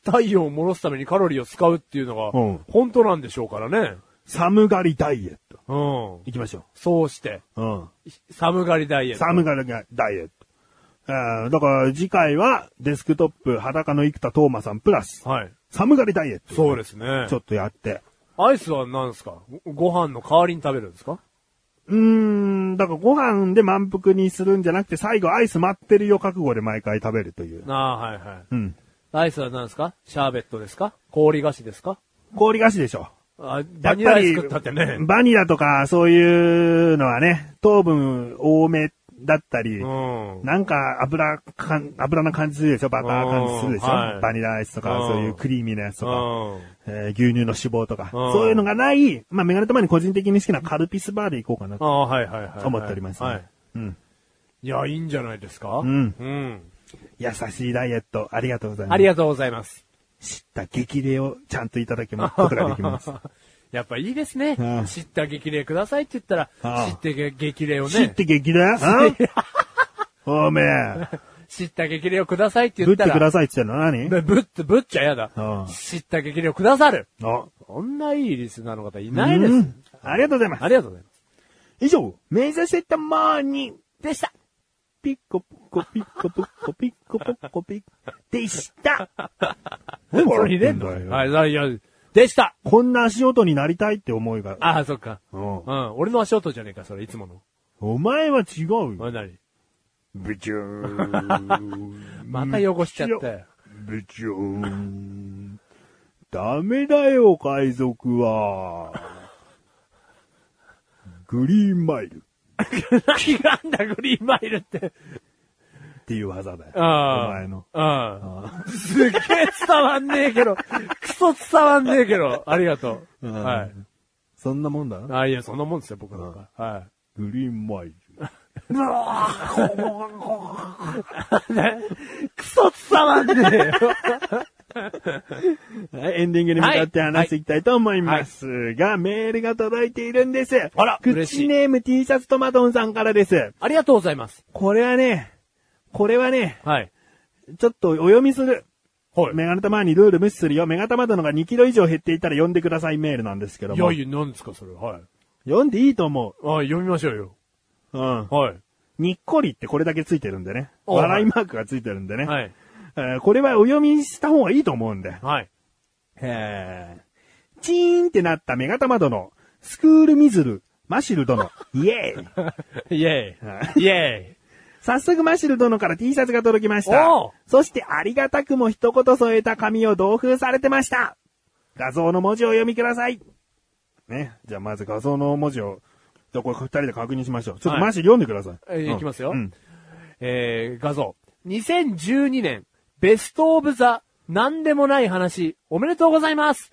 Speaker 1: 太陽を戻すためにカロリーを使うっていうのが
Speaker 2: うん、
Speaker 1: 本当なんでしょうからね。
Speaker 2: 寒がりダイエット。
Speaker 1: うん。
Speaker 2: 行きましょ
Speaker 1: そうして、
Speaker 2: う。うん。
Speaker 1: 寒がりダイエット。
Speaker 2: 寒がりダイエット。あーだから次回はデスクトップ裸の生田斗真さんプラス、
Speaker 1: はい。
Speaker 2: 寒がりダイエット。
Speaker 1: そうですね。
Speaker 2: ちょっとやって。
Speaker 1: アイスは何ですかごご飯の代わりに食べるんですか
Speaker 2: うーん、だからご飯で満腹にするんじゃなくて最後アイス待ってるよ覚悟で毎回食べるという。
Speaker 1: ああー、はいはい。
Speaker 2: うん。
Speaker 1: アイスは何ですかシャーベットですか氷菓子ですか
Speaker 2: 氷菓子でしょ。
Speaker 1: あ、
Speaker 2: や
Speaker 1: バ
Speaker 2: っ
Speaker 1: ニラ
Speaker 2: ぱ
Speaker 1: アイ
Speaker 2: り
Speaker 1: ス食ったってね。
Speaker 2: バニラとかそういうのはね、糖分多めだったり、
Speaker 1: うん。
Speaker 2: なんか油かん、油な感じするでしょバター感じするでしょ、
Speaker 1: うんはい
Speaker 2: バニラアイスとか、
Speaker 1: うん
Speaker 2: そういうクリーミーなやつと
Speaker 1: うん。
Speaker 2: か、えー牛乳の脂肪とか、
Speaker 1: うん
Speaker 2: そういうのがない、まあメガネたまに個人的に好きなカルピスバーでいこうかな
Speaker 1: あ
Speaker 2: と
Speaker 1: あ、はいはいはい。
Speaker 2: 思っております、ね
Speaker 1: はい。
Speaker 2: うん。
Speaker 1: いや、いいんじゃないですかうんうん。
Speaker 2: 優しいダイエット、ありがとうございます。
Speaker 1: ありがとうございます。
Speaker 2: 知った激励をちゃんといただけますことができます。
Speaker 1: やっぱいいですね
Speaker 2: うん。
Speaker 1: 知った激励くださいって言ったら
Speaker 2: う、ん
Speaker 1: 知って激励を
Speaker 2: 知っ
Speaker 1: ね。
Speaker 2: て激励うんおめえ、
Speaker 1: 知った激励をくださいって言
Speaker 2: ぶっ
Speaker 1: ってたら。
Speaker 2: くださいって言ってんの何
Speaker 1: ぶぶっつ、ぶっちゃやだ
Speaker 2: うん。
Speaker 1: 知った激励をくださる。
Speaker 2: あ
Speaker 1: そんないいリスナーの方いないです
Speaker 2: うん。ありがとうございます
Speaker 1: ありがとうございます。
Speaker 2: 以上、目指せたまーに、
Speaker 1: でした。
Speaker 2: ピッコピッコピッコピッコピッコピッコピッでした。
Speaker 1: それ入れんのはい、いや、でした。
Speaker 2: こんな足音になりたいって思いが。
Speaker 1: ああ、そっか。
Speaker 2: うん
Speaker 1: うん。俺の足音じゃねえか、それ、いつもの。
Speaker 2: お前は違うよ。
Speaker 1: おい何
Speaker 2: ブチューン。
Speaker 1: また汚しちゃったよ。
Speaker 2: 部長。ダメだよ、海賊は。グリーンマイルっ
Speaker 1: 何があんだ、グリーンマイルって。
Speaker 2: ていう技だよ。
Speaker 1: ああ
Speaker 2: お前の。
Speaker 1: うん。すっげえ伝わんねえ けど、クソ伝わんねえけど、ありがとう。
Speaker 2: うん
Speaker 1: はい。
Speaker 2: そんなもんだな。
Speaker 1: あ、いや、そんなもんですよ、僕なんか。はい。
Speaker 2: グリーンマイル。
Speaker 1: クソ伝わんねえよ。
Speaker 2: はい、エンディングに向かって話していきたいと思いますが、メールが届いているんです。
Speaker 1: あら嬉しい
Speaker 2: 口ネーム T シャツトマトンさんからです。
Speaker 1: ありがとうございます。
Speaker 2: これはね、これはね、
Speaker 1: はい。
Speaker 2: ちょっとお読みする。
Speaker 1: はい。
Speaker 2: メガネたまにルール無視するよ。メガネたまのが2キロ以上減っていたら読んでくださいメールなんですけど
Speaker 1: いや
Speaker 2: も。
Speaker 1: いや、何ですか、それ。はい。
Speaker 2: 読んでいいと思
Speaker 1: あ、読みましょうよ。
Speaker 2: う。うん。
Speaker 1: はい。
Speaker 2: にっこりってこれだけついてるんでね。
Speaker 1: お
Speaker 2: 笑いマークがついてるんでね。
Speaker 1: はい。
Speaker 2: えーこれはお読みした方がいいと思うんで。
Speaker 1: はい。
Speaker 2: えーチーンってなったメガタマ殿、スクールミズル、マシ ル殿、イエーイ。
Speaker 1: イェ
Speaker 2: は
Speaker 1: イ。イェイ。
Speaker 2: 早速マシル殿から T シャツが届きました
Speaker 1: おう。
Speaker 2: そしてありがたくも一言添えた紙を同封されてました。画像の文字を読みください。ね。じゃあまず画像の文字を、じゃあこれ二人で確認しましょう。ちょっ
Speaker 1: は
Speaker 2: と
Speaker 1: い
Speaker 2: マシル読んでください。
Speaker 1: えーいきますよ
Speaker 2: うん
Speaker 1: えー、画像。2012年、ベストオブザ、なんでもない話、おめでとうございます。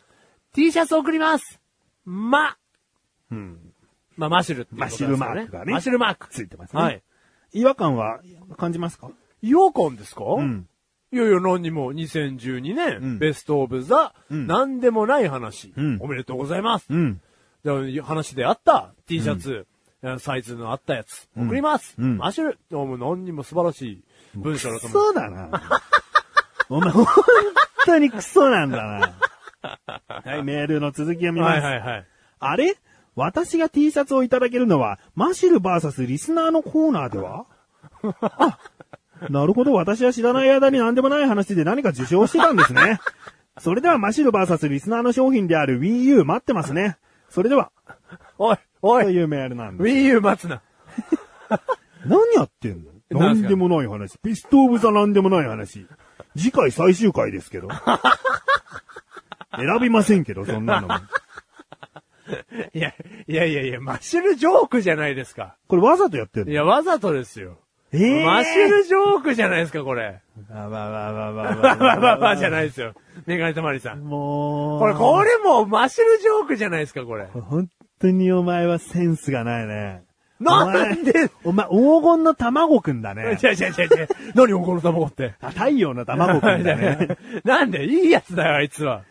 Speaker 1: T シャツ送ります。ま、
Speaker 2: うん。
Speaker 1: まあ、マシュルっていうことですよね。
Speaker 2: マシュルマークがね
Speaker 1: マシュルマーク。
Speaker 2: ついてますね。
Speaker 1: はい。。
Speaker 2: 違和感は感じますか
Speaker 1: 違和感ですか
Speaker 2: う。ん。
Speaker 1: いやいや、何にも、2012年、
Speaker 2: うん
Speaker 1: ベストオブザ、
Speaker 2: うん
Speaker 1: なんでもない話、
Speaker 2: うん
Speaker 1: おめでとうございます。
Speaker 2: うん。
Speaker 1: で話であった T シャツ、サイズのあったやつ、
Speaker 2: ん
Speaker 1: 送ります。
Speaker 2: うん
Speaker 1: マシュル。どうも何にも素晴らしい文章だと
Speaker 2: ク
Speaker 1: 思う。
Speaker 2: ソだな。お前、本当にクソなんだな。はい、メールの続きを見ます。
Speaker 1: はいはいはい。
Speaker 2: あれ私が T シャツをいただけるのは、マシルバーサスリスナーのコーナーではあ、なるほど。私は知らない間に何でもない話で何か受賞してたんですね。それではマシルバーサスリスナーの商品である Wii U 待ってますね。それでは、
Speaker 1: おい、お
Speaker 2: と
Speaker 1: い、
Speaker 2: いうメールなんです
Speaker 1: Wii U 待つな。
Speaker 2: 何やってんの
Speaker 1: 何
Speaker 2: 何
Speaker 1: すか
Speaker 2: でもない話。ピストオブザ何でもない話。次回最終回ですけど。選びませんけど、そんなのも。
Speaker 1: いや、いやいやいや、マシュルジョークじゃないですか。
Speaker 2: これわざとやってん
Speaker 1: い
Speaker 2: の
Speaker 1: や、わざとですよ。
Speaker 2: えー
Speaker 1: マシュルジョークじゃないですか、これ。
Speaker 2: わわわわわわ
Speaker 1: わわわわじゃ
Speaker 2: な
Speaker 1: ないですよ。 メガネたまりさん。
Speaker 2: もう。
Speaker 1: これ、これもうマシュルジョークじゃないですか、これ。
Speaker 2: 本当にお前はセンスがないね。
Speaker 1: なんで
Speaker 2: お前、お前黄金の卵くんだね
Speaker 1: 違。う違う違う違う。何おこの卵って。
Speaker 2: あ太陽の卵く んだね。
Speaker 1: なんでいいやつだよ、あいつは。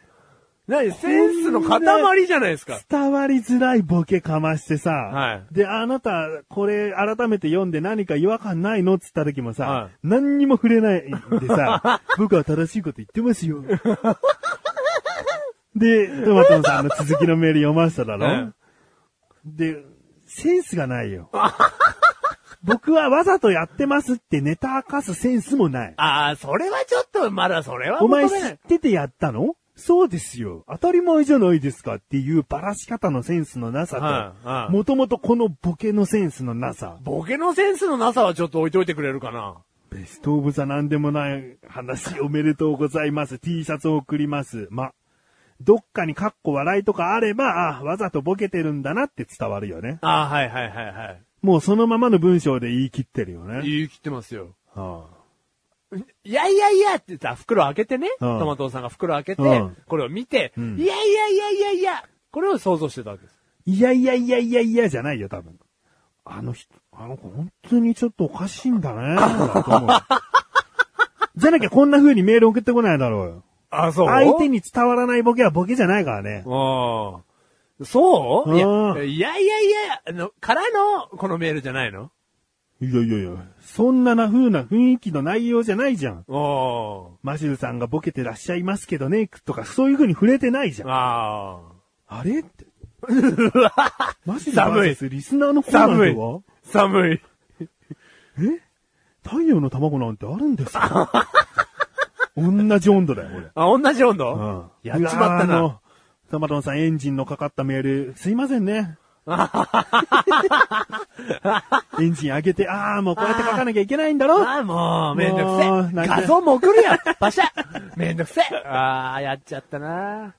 Speaker 1: 何センスの塊じゃないですか。
Speaker 2: 伝わりづらいボケかましてさ。
Speaker 1: は
Speaker 2: で、あなた、これ改めて読んで何か違和感ないのっつった時もさ、
Speaker 1: はい
Speaker 2: 何にも触れない でさ、僕は正しいこと言ってますよ。で、トマトンさんの続きのメール読ませただろ、
Speaker 1: うん
Speaker 2: で、センスがないよ。僕はわざとやってますってネタ明かすセンスもない。
Speaker 1: ああ、それはちょっと、まだそれは
Speaker 2: お
Speaker 1: 求め
Speaker 2: 前
Speaker 1: ない。
Speaker 2: 知っててやったのそうですよ。当たり前じゃないですかっていうばらし方のセンスのなさ
Speaker 1: はいは
Speaker 2: と、
Speaker 1: い
Speaker 2: もともとこのボケのセンスのなさ。
Speaker 1: ボケのセンスのなさはちょっと置いといてくれるかな。
Speaker 2: ベストオブザなんでもない話おめでとうございます。T シャツを送ります。ま、どっかにカッコ笑いとかあれば、あわざとボケてるんだなって伝わるよね。
Speaker 1: ああ、はいはいはいはい。
Speaker 2: もうそのままの文章で言い切ってるよね。
Speaker 1: 言い切ってますよ。
Speaker 2: はあ
Speaker 1: いやいやいやって言ったら袋開けてね、
Speaker 2: うん
Speaker 1: トマトさんが袋開けて、
Speaker 2: うん
Speaker 1: これを見て、
Speaker 2: うん
Speaker 1: いやいやいやいやいや、これを想像してたわけです。
Speaker 2: いやいやいやいやいやじゃないよ、多分。あの人、あの子本当にちょっとおかしいんだね。と思うじゃなきゃこんな風にメール送ってこないだろうよ。
Speaker 1: あ、そ
Speaker 2: 相手に伝わらないボケはボケじゃないからね。
Speaker 1: ああ。そうい
Speaker 2: うん
Speaker 1: やいやいやいや、あの、からの、このメールじゃないの
Speaker 2: いやいやいや、そんなな風な雰囲気の内容じゃないじゃん。
Speaker 1: あ
Speaker 2: マシュルさんがボケてらっしゃいますけどね、とかそういう風に触れてないじゃ
Speaker 1: あ。
Speaker 2: ん。あ
Speaker 1: あ
Speaker 2: れ って。マシュル
Speaker 1: 寒い
Speaker 2: VS リスナーのコ
Speaker 1: あ。
Speaker 2: ーナー
Speaker 1: 寒い
Speaker 2: では。
Speaker 1: 寒い。
Speaker 2: 太陽の卵なんてあるんですか 同じ温度だよ、俺。
Speaker 1: あ、同じ温度、やっちまった
Speaker 2: うわーあ
Speaker 1: な。
Speaker 2: の。 トマトンさんエンジンのかかったメール、すいませんね。エンジン上げて、ああ、もうこうやって書かなきゃいけないんだろ
Speaker 1: ああ、もう、めんどくせ
Speaker 2: も
Speaker 1: え
Speaker 2: う。なんか
Speaker 1: 画像も送るやん。パシャめんどくせえ。ああ、やっちゃったな。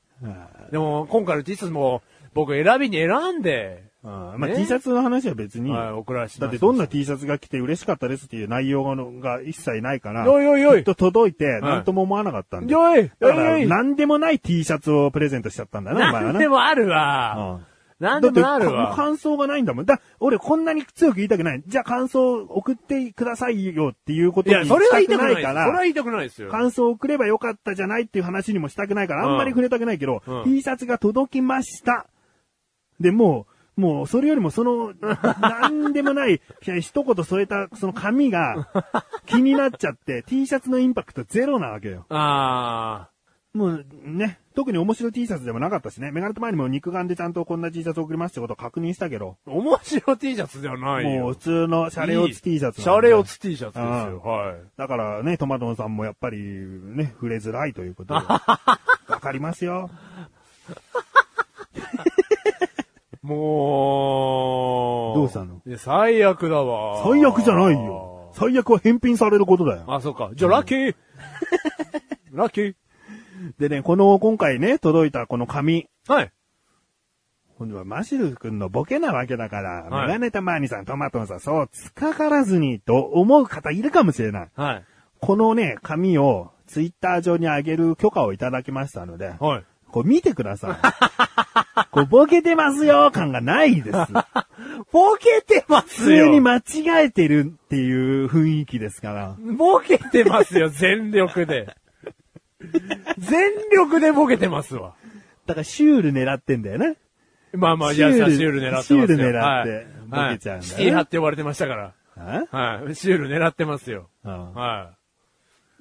Speaker 1: でも、今回の T シャツも、僕選びに選んで、
Speaker 2: うんまあ、
Speaker 1: ね
Speaker 2: T シャツの話は別に、
Speaker 1: はい送らせて
Speaker 2: だ
Speaker 1: も
Speaker 2: っ
Speaker 1: ら
Speaker 2: て
Speaker 1: いま
Speaker 2: ど
Speaker 1: し
Speaker 2: んな T シャツが来て嬉しかったですっていう内容がのが一切ないから、
Speaker 1: おいおいおい
Speaker 2: きっと届いて、なんとも思わなかったんで。
Speaker 1: よい
Speaker 2: だ
Speaker 1: よ
Speaker 2: か
Speaker 1: い
Speaker 2: ら、
Speaker 1: よい
Speaker 2: なんでもない T シャツをプレゼントしちゃったんだな、お前は
Speaker 1: なん
Speaker 2: な。
Speaker 1: でもあるわ。なんで
Speaker 2: だって、
Speaker 1: もある
Speaker 2: か
Speaker 1: わ。
Speaker 2: 感想がないんだもん。だ、俺こんなに強く言いたくない。じゃあ感想送ってくださいよっていうこと
Speaker 1: い
Speaker 2: に
Speaker 1: や、それは言い
Speaker 2: したた
Speaker 1: くな
Speaker 2: くないい
Speaker 1: です。そ
Speaker 2: か
Speaker 1: れは
Speaker 2: ら、
Speaker 1: 言いたくないですよ。
Speaker 2: 感想を送ればよかったじゃないっていう話にもしたくないから、あんまり触れたくないけど、
Speaker 1: うん
Speaker 2: T シャツが届きました。で、もう、もう、それよりもその、なんでもない、 一言添えた、その紙が、気になっちゃって、T シャツのインパクトゼロなわけよ。
Speaker 1: あ
Speaker 2: もうね、特に面白い T シャツでもなかったしね、メガネと前にも肉眼でちゃんとこんな T シャツ送りますってことを確認したけど、
Speaker 1: あ、面白 T シャツじゃないよ。
Speaker 2: もう普通のシャレオツ T シャツ
Speaker 1: いい
Speaker 2: なん
Speaker 1: シ
Speaker 2: で。
Speaker 1: ャレオツ T シャツですよ。
Speaker 2: う
Speaker 1: はい。
Speaker 2: だからね、トマトンさんもやっぱりね、触れづらいということで。 わかりますよ。
Speaker 1: もう。
Speaker 2: どうしたの
Speaker 1: いや最悪だわ。
Speaker 2: 最悪じゃないよ。。最悪は返品されることだよ。
Speaker 1: あ、そうか。じゃあ、ラッキー。 ラッキー。
Speaker 2: でね、この、今回ね、届いたこの紙。
Speaker 1: はい。
Speaker 2: 今度はマシル君のボケなわけだから、
Speaker 1: はい
Speaker 2: メガネたまーにさん、トマトンさん、そう、つかからずに、と思う方いるかもしれない。
Speaker 1: はい。
Speaker 2: このね、紙を、ツイッター上に上げる許可をいただきましたので、
Speaker 1: はい。
Speaker 2: こう見てくださ い。こうボケてますよ感がないです。
Speaker 1: ボケてま
Speaker 2: 普
Speaker 1: す
Speaker 2: 通に
Speaker 1: よ。
Speaker 2: 間違えてるっていう雰囲気ですから。
Speaker 1: ボケてますよ、 全力で。 全力でボケてますわ。
Speaker 2: だからシュール狙ってんだよね。
Speaker 1: まあまあ、いや、シュール狙ってますよ。
Speaker 2: シュール狙って
Speaker 1: はい
Speaker 2: ボケちゃう
Speaker 1: は
Speaker 2: んだね
Speaker 1: いシティ派って呼ばれてましたから。
Speaker 2: あ
Speaker 1: はい。シュール狙ってますよ。
Speaker 2: うん
Speaker 1: は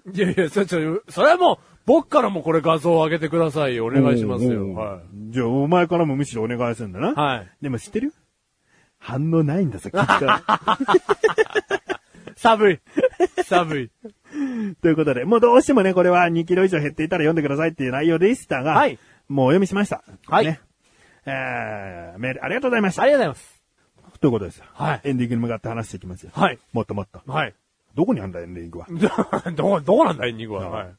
Speaker 1: い。いやいや、そ、ちょ、それはもう、僕からもこれ画像を上げてくださいよ。お願いします
Speaker 2: おうお
Speaker 1: よ。
Speaker 2: う
Speaker 1: は
Speaker 2: じゃあ、お前からもむしろお願いするんだな。
Speaker 1: い。はい。
Speaker 2: でも知ってる反応ないんださ、きっ と。
Speaker 1: 寒い。寒い。
Speaker 2: ということで、もうどうしてもね、これは2キロ以上減っていたら読んでくださいっていう内容でしたが、
Speaker 1: はい
Speaker 2: もうお読みしました。
Speaker 1: はい
Speaker 2: ねえー、メールありがとうございました。
Speaker 1: ありがとうございます。
Speaker 2: ということですよ。
Speaker 1: はい
Speaker 2: エンディングに向かって話していきますよ。
Speaker 1: はい。
Speaker 2: もっともっと。
Speaker 1: はい。
Speaker 2: どこにあんだ、エンディングは。
Speaker 1: ど、 ど、どうなんだ、エンディングは。
Speaker 2: は
Speaker 1: はいい。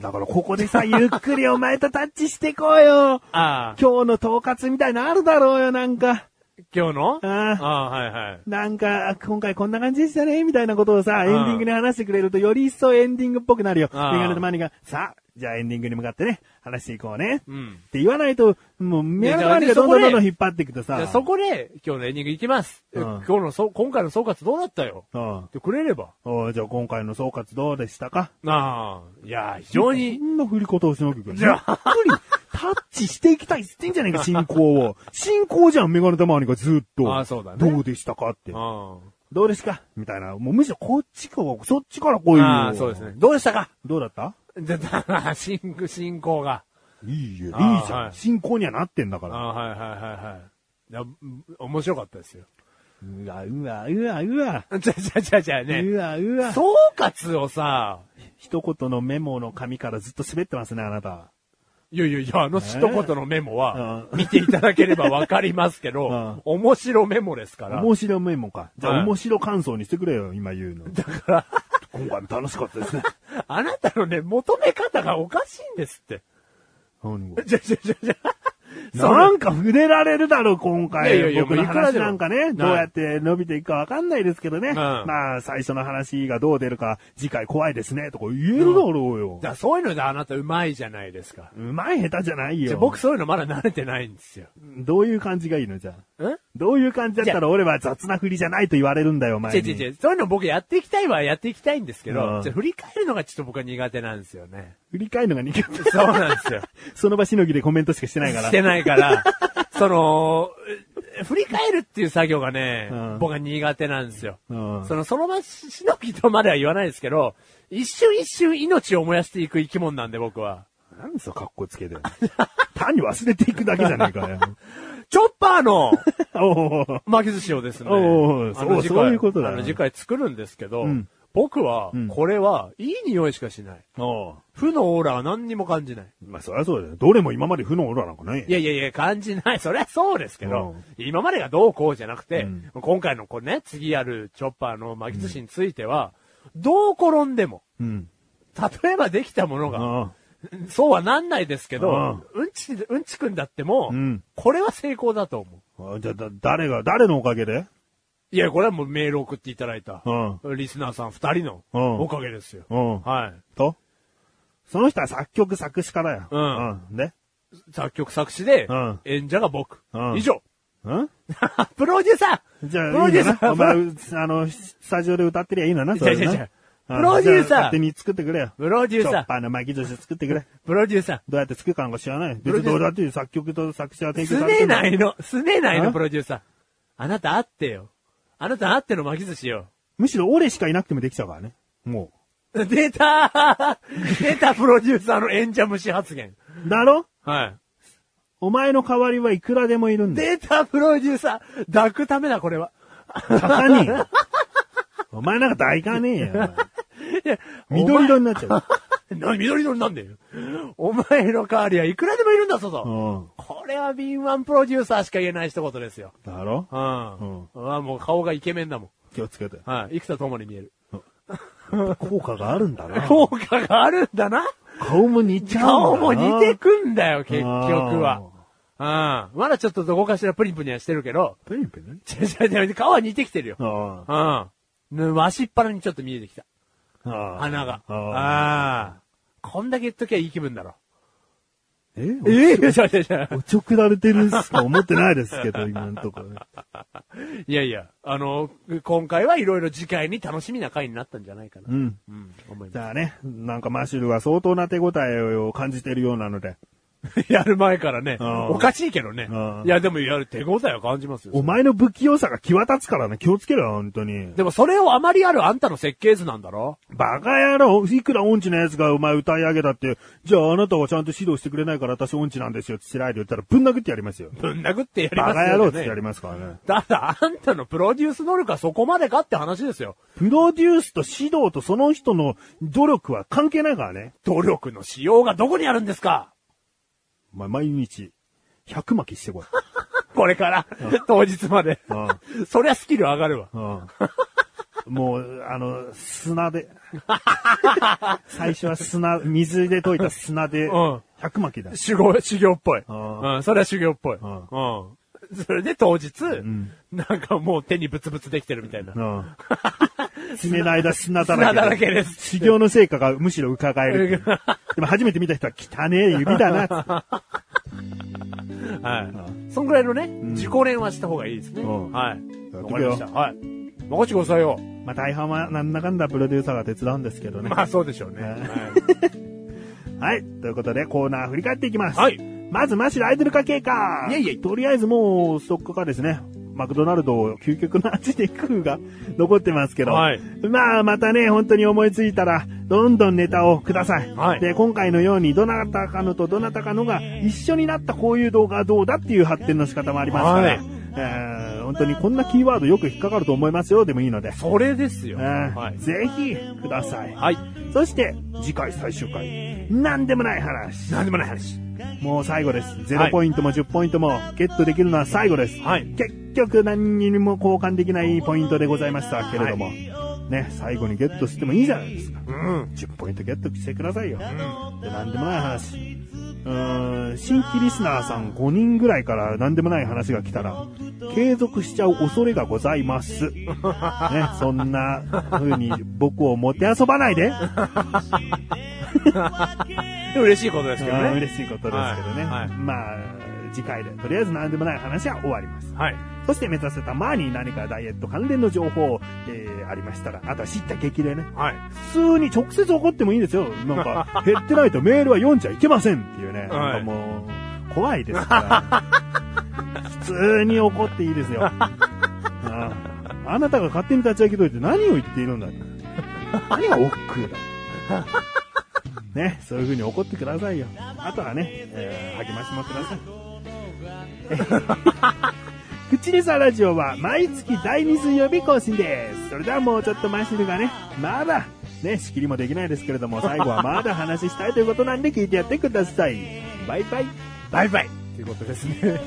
Speaker 2: だからここでさ、ゆっくりお前とタッチしてこうよ。
Speaker 1: ああ、
Speaker 2: 今日の統括みたいなのあるだろうよ、なんか。
Speaker 1: 今日の
Speaker 2: あ
Speaker 1: あ
Speaker 2: あ
Speaker 1: あ、はいはい。
Speaker 2: なんか、今回こんな感じでしたね、みたいなことをさ、エンディングに話してくれると、より一層エンディングっぽくなるよ。メ
Speaker 1: ああ
Speaker 2: ガネとマニが、さあ、じゃあエンディングに向かってね、話していこうね。
Speaker 1: う
Speaker 2: っ
Speaker 1: ん。
Speaker 2: て言わないと、もう、メガネとマニがどんどんどんどん引っ張っていくと
Speaker 1: じゃ
Speaker 2: さ
Speaker 1: あ、そこで、今日のエンディングいきます。
Speaker 2: うん
Speaker 1: 今日のそ、今回の総括どうだったよ
Speaker 2: うん
Speaker 1: ってくれれば。
Speaker 2: おうじゃあ今回の総括どうでしたか
Speaker 1: ああ、いや、非常に
Speaker 2: そ、んな振り方をしなきゃいけない。
Speaker 1: じゃあ
Speaker 2: ゆっくりタッチしていきたいっつってんじゃねえか、進行 を。進行じゃん、メガネ玉にがずっと。
Speaker 1: あそうだね
Speaker 2: どうでしたかって。
Speaker 1: あ
Speaker 2: どうですかみたいな。もうむしろこっちか、そっちから来いよ。
Speaker 1: ああ、そうですね。。どうでしたか
Speaker 2: どうだった
Speaker 1: で、 だな、進行、進行が。
Speaker 2: いいよ、いいじ
Speaker 1: あー
Speaker 2: ゃ
Speaker 1: は
Speaker 2: ん。
Speaker 1: い
Speaker 2: 進行にはなってんだか
Speaker 1: あ
Speaker 2: ら。
Speaker 1: あ、はいはいはいはい。いや、うん面白かったですよ。
Speaker 2: うわ、うわ、うわ、うわ。
Speaker 1: じゃ、じゃ、じゃ、じゃね。
Speaker 2: うわ、うわ。
Speaker 1: 総括をさ、
Speaker 2: 一言のメモの紙からずっと滑ってますね、あなた。
Speaker 1: いやいやいや、あの一言のメモは、
Speaker 2: うん
Speaker 1: 見ていただければわかりますけ
Speaker 2: う
Speaker 1: ど
Speaker 2: ん、
Speaker 1: 面白メモですから。
Speaker 2: 面白メモか。じゃ
Speaker 1: は
Speaker 2: あ、
Speaker 1: い
Speaker 2: 面白感想にしてくれよ、今言うの。だから。今回も楽しかった ですね。
Speaker 1: あなたのね、求め方がおかしいんですって。
Speaker 2: 何
Speaker 1: じゃ、じゃ、じゃ、じゃ。
Speaker 2: なんか触れられるだろ、今
Speaker 1: いやい
Speaker 2: 回。
Speaker 1: や
Speaker 2: 僕の
Speaker 1: いくら
Speaker 2: 話
Speaker 1: でも
Speaker 2: なんかね、どうやって伸びていくかわかんないですけどね。
Speaker 1: ん
Speaker 2: まあ、最初の話がどう出るか、次回怖いですね、とか言えるだろうよ
Speaker 1: だ。からそういうのであなたうまいじゃないですか。
Speaker 2: うまい下手じゃない
Speaker 1: じゃ
Speaker 2: よ。
Speaker 1: あ僕、そういうのまだ慣れてないんですよ。
Speaker 2: どういう感じがいいのじゃあ。
Speaker 1: ん
Speaker 2: どういう感じだったら俺は雑な振りじゃないと言われるんだよ、お前
Speaker 1: 違う
Speaker 2: に。
Speaker 1: 違う違う。そういうの僕やっていきたいはやっていきたいんですけ
Speaker 2: う
Speaker 1: ど、
Speaker 2: ん
Speaker 1: じゃあ振り返るのがちょっと僕は苦手なんですよね。
Speaker 2: 振り返るのが苦手。
Speaker 1: そうなんですよ。
Speaker 2: その場しのぎでコメントしかしてないから。
Speaker 1: してないから、その、え振り返るっていう作業がね、
Speaker 2: うん
Speaker 1: 僕は苦手なんですよ。
Speaker 2: うん
Speaker 1: その、その場ししのぎとまでは言わないですけど、一瞬一瞬命を燃やしていく生き物なんで僕は。
Speaker 2: なんでそう格好つけてるの単に忘れていくだけじゃね えかよ。
Speaker 1: チョッパー の
Speaker 2: おうおうおう
Speaker 1: 巻き寿司をですね、
Speaker 2: おうおう
Speaker 1: あの
Speaker 2: そう
Speaker 1: 次回
Speaker 2: そういうことだ
Speaker 1: あの次回作るんですけど、
Speaker 2: ん
Speaker 1: 僕は、これは、いい匂いしかしない。
Speaker 2: ああ。
Speaker 1: 負のオーラは何にも感じない。
Speaker 2: まあ、そりゃそうだよ。どれも今まで負のオーラなんかない
Speaker 1: いやいやいや、感じない。そりゃそうですけど、今までがどうこうじゃなくて、今回のこれね、次やるチョッパーの巻き寿司については、どう転んでも、
Speaker 2: うん。
Speaker 1: 例えばできたものが、
Speaker 2: ああ。
Speaker 1: そうはなんないですけど
Speaker 2: あ、
Speaker 1: うんち、うんちくんだっても、
Speaker 2: うん
Speaker 1: これは成功だと思う。
Speaker 2: あじゃあ、だ、誰が、誰のおかげで
Speaker 1: いや、これはもうメール送っていただいた、
Speaker 2: うん
Speaker 1: リスナーさん二人の
Speaker 2: うん
Speaker 1: おかげですよ。
Speaker 2: うん。
Speaker 1: はい。
Speaker 2: とその人は作曲作詞家だよ。
Speaker 1: うん
Speaker 2: うん。で
Speaker 1: 作曲作詞で
Speaker 2: うん、
Speaker 1: 演者が僕。
Speaker 2: うん
Speaker 1: 以上。
Speaker 2: うん
Speaker 1: プロデューサー
Speaker 2: じゃあ、
Speaker 1: プロ
Speaker 2: いい
Speaker 1: デュ
Speaker 2: んだ
Speaker 1: ーサー
Speaker 2: な。お前、 うあの、スタジオで歌ってりゃいいんだな、それでな
Speaker 1: 違う違う違う
Speaker 2: うん
Speaker 1: プロデューサー
Speaker 2: じゃあ勝手に作ってくれよ。
Speaker 1: プロデューサー
Speaker 2: チョッパーの巻き寿司作ってくれ。
Speaker 1: プロデューサ
Speaker 2: どうやって作るかなんか知らない。
Speaker 1: ロデューサ
Speaker 2: 別に
Speaker 1: ー
Speaker 2: どうだって作曲と作詞は提
Speaker 1: ー。
Speaker 2: 供
Speaker 1: す
Speaker 2: され
Speaker 1: ね
Speaker 2: てんだ
Speaker 1: ないの、すねないの、
Speaker 2: うん
Speaker 1: プロデューサー。あなたあってよ。あなたあっての巻き寿司よ。
Speaker 2: むしろ俺しかいなくてもできちゃうからね。も
Speaker 1: 出たー 出たプロデューサーの演者虫発言。
Speaker 2: う。だろ
Speaker 1: はい。
Speaker 2: お前の代わりはいくらでもいるん だよ。
Speaker 1: 出たプロデューサー抱くためだ、これは。
Speaker 2: 高ねえよ。お前なんか大かねえ よ。
Speaker 1: いや
Speaker 2: 緑色になっちゃ
Speaker 1: な、緑色になんだよ。お前の代わりはいくらでもいるんだぞ
Speaker 2: う。
Speaker 1: と。
Speaker 2: うん。
Speaker 1: これは敏腕プロデューサーしか言えない一言ですよ。
Speaker 2: だろ
Speaker 1: うん。
Speaker 2: うん
Speaker 1: あもう顔がイケメンだも
Speaker 2: 気をつけて。
Speaker 1: ん。はい。生田ともに見える。
Speaker 2: 効果があるんだな。
Speaker 1: 効果があるんだな。
Speaker 2: 顔も似ちゃ
Speaker 1: 顔
Speaker 2: うんだな。
Speaker 1: も似てくんだよ、結局は。うん。まだちょっとどこかしらプリンプリンはしてるけど、
Speaker 2: ペリペリ
Speaker 1: 違う違う違う、顔は似てきてるよ。
Speaker 2: あ
Speaker 1: うん。ねわしっぱらにちょっと見えてきた。
Speaker 2: あ。ああ
Speaker 1: 鼻が。
Speaker 2: ああ。
Speaker 1: ああ。こんだけ言っときゃいい気分だろ。
Speaker 2: え
Speaker 1: ええ違う違う違う。
Speaker 2: おちょくられてるしか思ってないですけ ど、今のところね。
Speaker 1: いやいや、あの、今回はいろいろ次回に楽しみな回になったんじゃないかな。
Speaker 2: う
Speaker 1: うん。
Speaker 2: ん。
Speaker 1: 思い
Speaker 2: じ
Speaker 1: ま
Speaker 2: ゃあね、なんかマシュルは相当な手応えを感じてるようなので、
Speaker 1: す。 やる前からね、
Speaker 2: うん
Speaker 1: おかしいけどね
Speaker 2: う。ん
Speaker 1: いや、でもやる手応えは感じますよ。
Speaker 2: お前の不器用さが際立つからね、気をつけろよ、本当に。
Speaker 1: でもそれをあまりあるあんたの設計図なんだろ
Speaker 2: バカ野郎、いくら音痴のやつがお前歌い上げたって、じゃああなたはちゃんと指導してくれないから私音痴なんですよって白いで言ったらぶん殴ってやりますよ。
Speaker 1: ぶん殴ってやりま
Speaker 2: バ
Speaker 1: す
Speaker 2: カ野
Speaker 1: よ、
Speaker 2: 郎
Speaker 1: ね。
Speaker 2: ってやりますからね。
Speaker 1: ただ、あんたのプロデュース能力はそこまでかって話ですよ。
Speaker 2: プロデュースと指導とその人の努力は関係ないからね。
Speaker 1: 努力のしようがどこにあるんですか
Speaker 2: お前毎日、100巻きし てこい。
Speaker 1: これから、当日まで
Speaker 2: うん。
Speaker 1: そりゃスキル上がるわ。
Speaker 2: うん。もう、あの、砂 で。最初は砂、水で溶いた砂で、
Speaker 1: うん
Speaker 2: 100巻きだ。
Speaker 1: 修行、修行っぽい。
Speaker 2: うん
Speaker 1: うん、それは修行っぽい。う
Speaker 2: うん
Speaker 1: ん。それで当日、なんかもう手にブツブツできてるみたいな。
Speaker 2: うん。爪の間砂だらけ。
Speaker 1: 砂だらけです
Speaker 2: 修行の成果がむしろ伺えるっていう。でも初めて見た人は汚ねえ指 だなっつって。
Speaker 1: はい。そんぐらいのね、自己練はした方がいいですね。
Speaker 2: うん
Speaker 1: はい。
Speaker 2: やっ
Speaker 1: わ
Speaker 2: と
Speaker 1: か
Speaker 2: け
Speaker 1: り
Speaker 2: よ
Speaker 1: ました。はい。任してくださいよ。
Speaker 2: まあ大半はなんだかんだプロデューサーが手伝うんですけどね。
Speaker 1: まあそうでしょうね。
Speaker 2: ね
Speaker 1: はい
Speaker 2: はい。ということでコーナー振り返っていきます。
Speaker 1: はい。
Speaker 2: まず、マシュルアイドル化系か。
Speaker 1: いえいえ
Speaker 2: とりあえずもう、ストック化ですね。マクドナルドを究極の味で食うが 残ってますけど。
Speaker 1: はい
Speaker 2: まあ、またね、本当に思いついたら、どんどんネタをください。
Speaker 1: はい
Speaker 2: で、今回のように、どなたかのとどなたかのが一緒になったこういう動画はどうだっていう発展の仕方もありますから。
Speaker 1: はい
Speaker 2: えー本当にこんなキーワードよく引っかかると思いますよ、でもいいので。
Speaker 1: それですよ。
Speaker 2: えー
Speaker 1: はい。
Speaker 2: ぜひ、ください。
Speaker 1: はい。
Speaker 2: そして、次回最終回。なんでもない話。
Speaker 1: なんでもない話。
Speaker 2: もう最後です。
Speaker 1: はい
Speaker 2: 0ポイントも10ポイントもゲットできるのは最後です。
Speaker 1: はい。
Speaker 2: 結局何にも交換できないポイントでございましたけれども、ね、最後にゲットしてもいいじゃないですか。
Speaker 1: うん。
Speaker 2: 10ポイントゲットしてくださいよ。で、なんでもない話。うーん、新規リスナーさん5人ぐらいから何でもない話が来たら、継続しちゃう恐れがござ います。ね、そんな風に僕をもてあそばないで。
Speaker 1: 嬉しいことですけど
Speaker 2: あー
Speaker 1: ね。
Speaker 2: 嬉しいことですけどね。
Speaker 1: はいはい
Speaker 2: まあ、次回で、とりあえず何でもない話は終わります。
Speaker 1: はい。
Speaker 2: そして目指せた前に何かダイエット関連の情報、えー、ありましたら、あとは知った激励ね。
Speaker 1: はい。
Speaker 2: 普通に直接怒ってもいいんですよ。なんか、減ってないとメールは読んじゃいけませんっていうね。
Speaker 1: は
Speaker 2: ないんかもう、怖いですから。普通に怒っていいですよ。あーあなたが勝手に立ち上げといて何を言っているんだ何が億劫だね、そういう風に怒ってくださいよ。あとはね、えー励ましもください。口しるさラジオは毎月第2水曜日更新です。それではもうちょっとマシルがね、まだ、ね、仕切りもできないですけれど も、最後はまだ話したいということなんで聞いてやってください。バイバイ。
Speaker 1: バイバイということですね。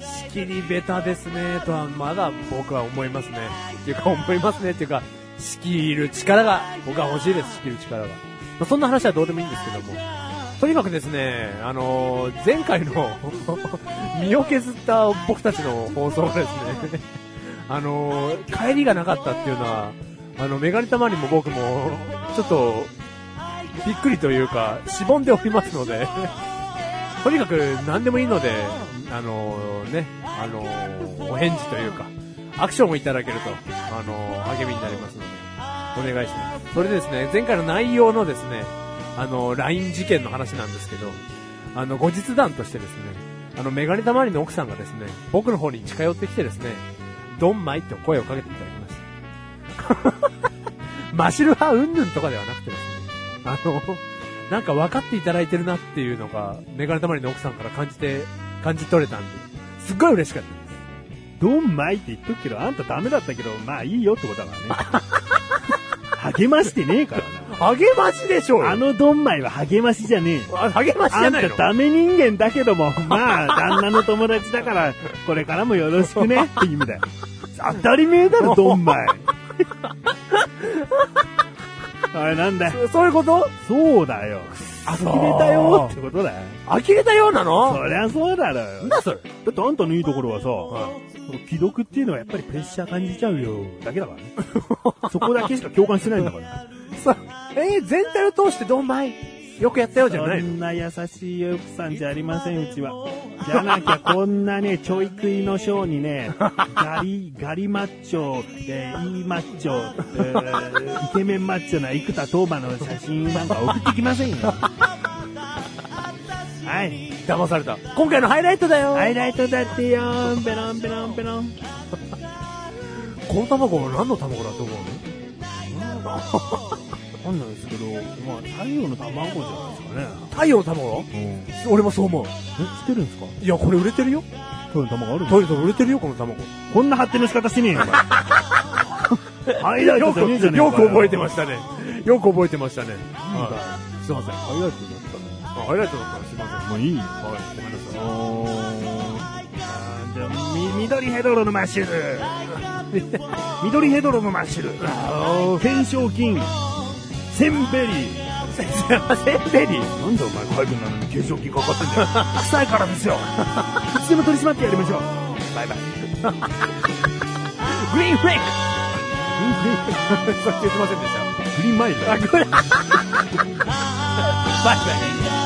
Speaker 1: 仕切りベタですね、とはまだ僕は思いますね。っていうか思いますね、っていうか、仕切る力が、僕は欲しいです、仕切る力が。まあ、そんな話はどうでもいいんですけども。とにかくですね、あのー前回の 身を削った僕たちの放送がですね、 あのー帰りがなかったっていうのは、あの、メガネたまにも僕も、ちょっと、びっくりというか、しぼんでおりますので、とにかく何でもいいので、あのーね、あのーお返事というか、アクションをいただけると、あのー励みになりますので、お願いします。それでですね、前回の内容のですね、あの、LINE 事件の話なんですけど、あの、後日談としてですね、あの、メガネたまりの奥さんがですね、僕の方に近寄ってきてですね、ドンマイと声をかけていただきました。 マシル派うんぬんとかではなくてですね、あの、なんか分かっていただいてるなっていうのが、メガネたまりの奥さんから感じて、感じ取れたんで、すっごい嬉しかったです。
Speaker 2: ドンマイって言っとくけど、あんたダメだったけど、まあいいよってことだ からね。励ましてねえから
Speaker 1: 励ましでしょう
Speaker 2: な。あのドンマイは励ましじゃねえよ。
Speaker 1: あ励ましじ
Speaker 2: あ
Speaker 1: ゃ
Speaker 2: ん
Speaker 1: な
Speaker 2: た
Speaker 1: いの
Speaker 2: ダメ人間だけども、まあ、旦那の友達だから、これからもよろしく ねって意味だよ。当たり前だろ、ドンマイ。おい、なんだよ。
Speaker 1: そそういうこと
Speaker 2: そうだよ。
Speaker 1: あ、
Speaker 2: 呆れたよってことだよ。
Speaker 1: 呆れたようなの
Speaker 2: そりゃそうだろ
Speaker 1: なん
Speaker 2: よ。
Speaker 1: だそれ
Speaker 2: だってあんたのいいところはさ、既読っていうのはやっぱりプレッシャー感じちゃうよ。だけだからね。そこだけしか共感してないんだから。
Speaker 1: さ、えー全体を通してドンマイよくやったよじゃ
Speaker 2: そ
Speaker 1: ないの
Speaker 2: んな優しい奥さんじゃありません、うちは。じゃなきゃこんなね、ちょい食いのショーに ね、ガリ、ガリマッチョ、えー、いいマッチョ、えーイケメンマッチョな生田斗真の写真なんか送ってきません よ。はい。
Speaker 1: 騙された。今回のハイライトだよ
Speaker 2: ハイライトだってよペロンペロンペロン。
Speaker 1: この卵は何の卵だと思 うの
Speaker 2: わかんないですけど、まあ、太陽の卵じゃないですかね。
Speaker 1: 太陽の卵
Speaker 2: うん。え、
Speaker 1: 俺もそう思う。
Speaker 2: 知ってるんですか
Speaker 1: いや、これ売れてるよ。
Speaker 2: 太陽の卵あるんですか
Speaker 1: トイレと売れてるよ、この卵。
Speaker 2: こんな発展の仕方してねえよ、 お前。ハイライト
Speaker 1: よ
Speaker 2: じ
Speaker 1: く、
Speaker 2: ゃねえじゃねえ
Speaker 1: よく覚えてま
Speaker 2: し
Speaker 1: したね。よく覚えてましたね。
Speaker 2: いいか
Speaker 1: はいすいません。
Speaker 2: ハイライトだったね。
Speaker 1: あハイライトだったらすいません。
Speaker 2: もういいよ。
Speaker 1: はい、ごめんなさい。
Speaker 2: あーじゃあみ緑ヘドロのマッシュル。 緑ヘドロのマッシュル。懸賞金、センベリー。センベリーなんでお前海軍なのに懸賞金かかってんだよ。 臭いからですよ。いつでも取り締まってやりましょう。バイバイ。 グリーンフレーク
Speaker 1: さっき言ってませんでした。
Speaker 2: グリーンマイル。
Speaker 1: あ、これ。バイバ
Speaker 3: 「
Speaker 1: イ。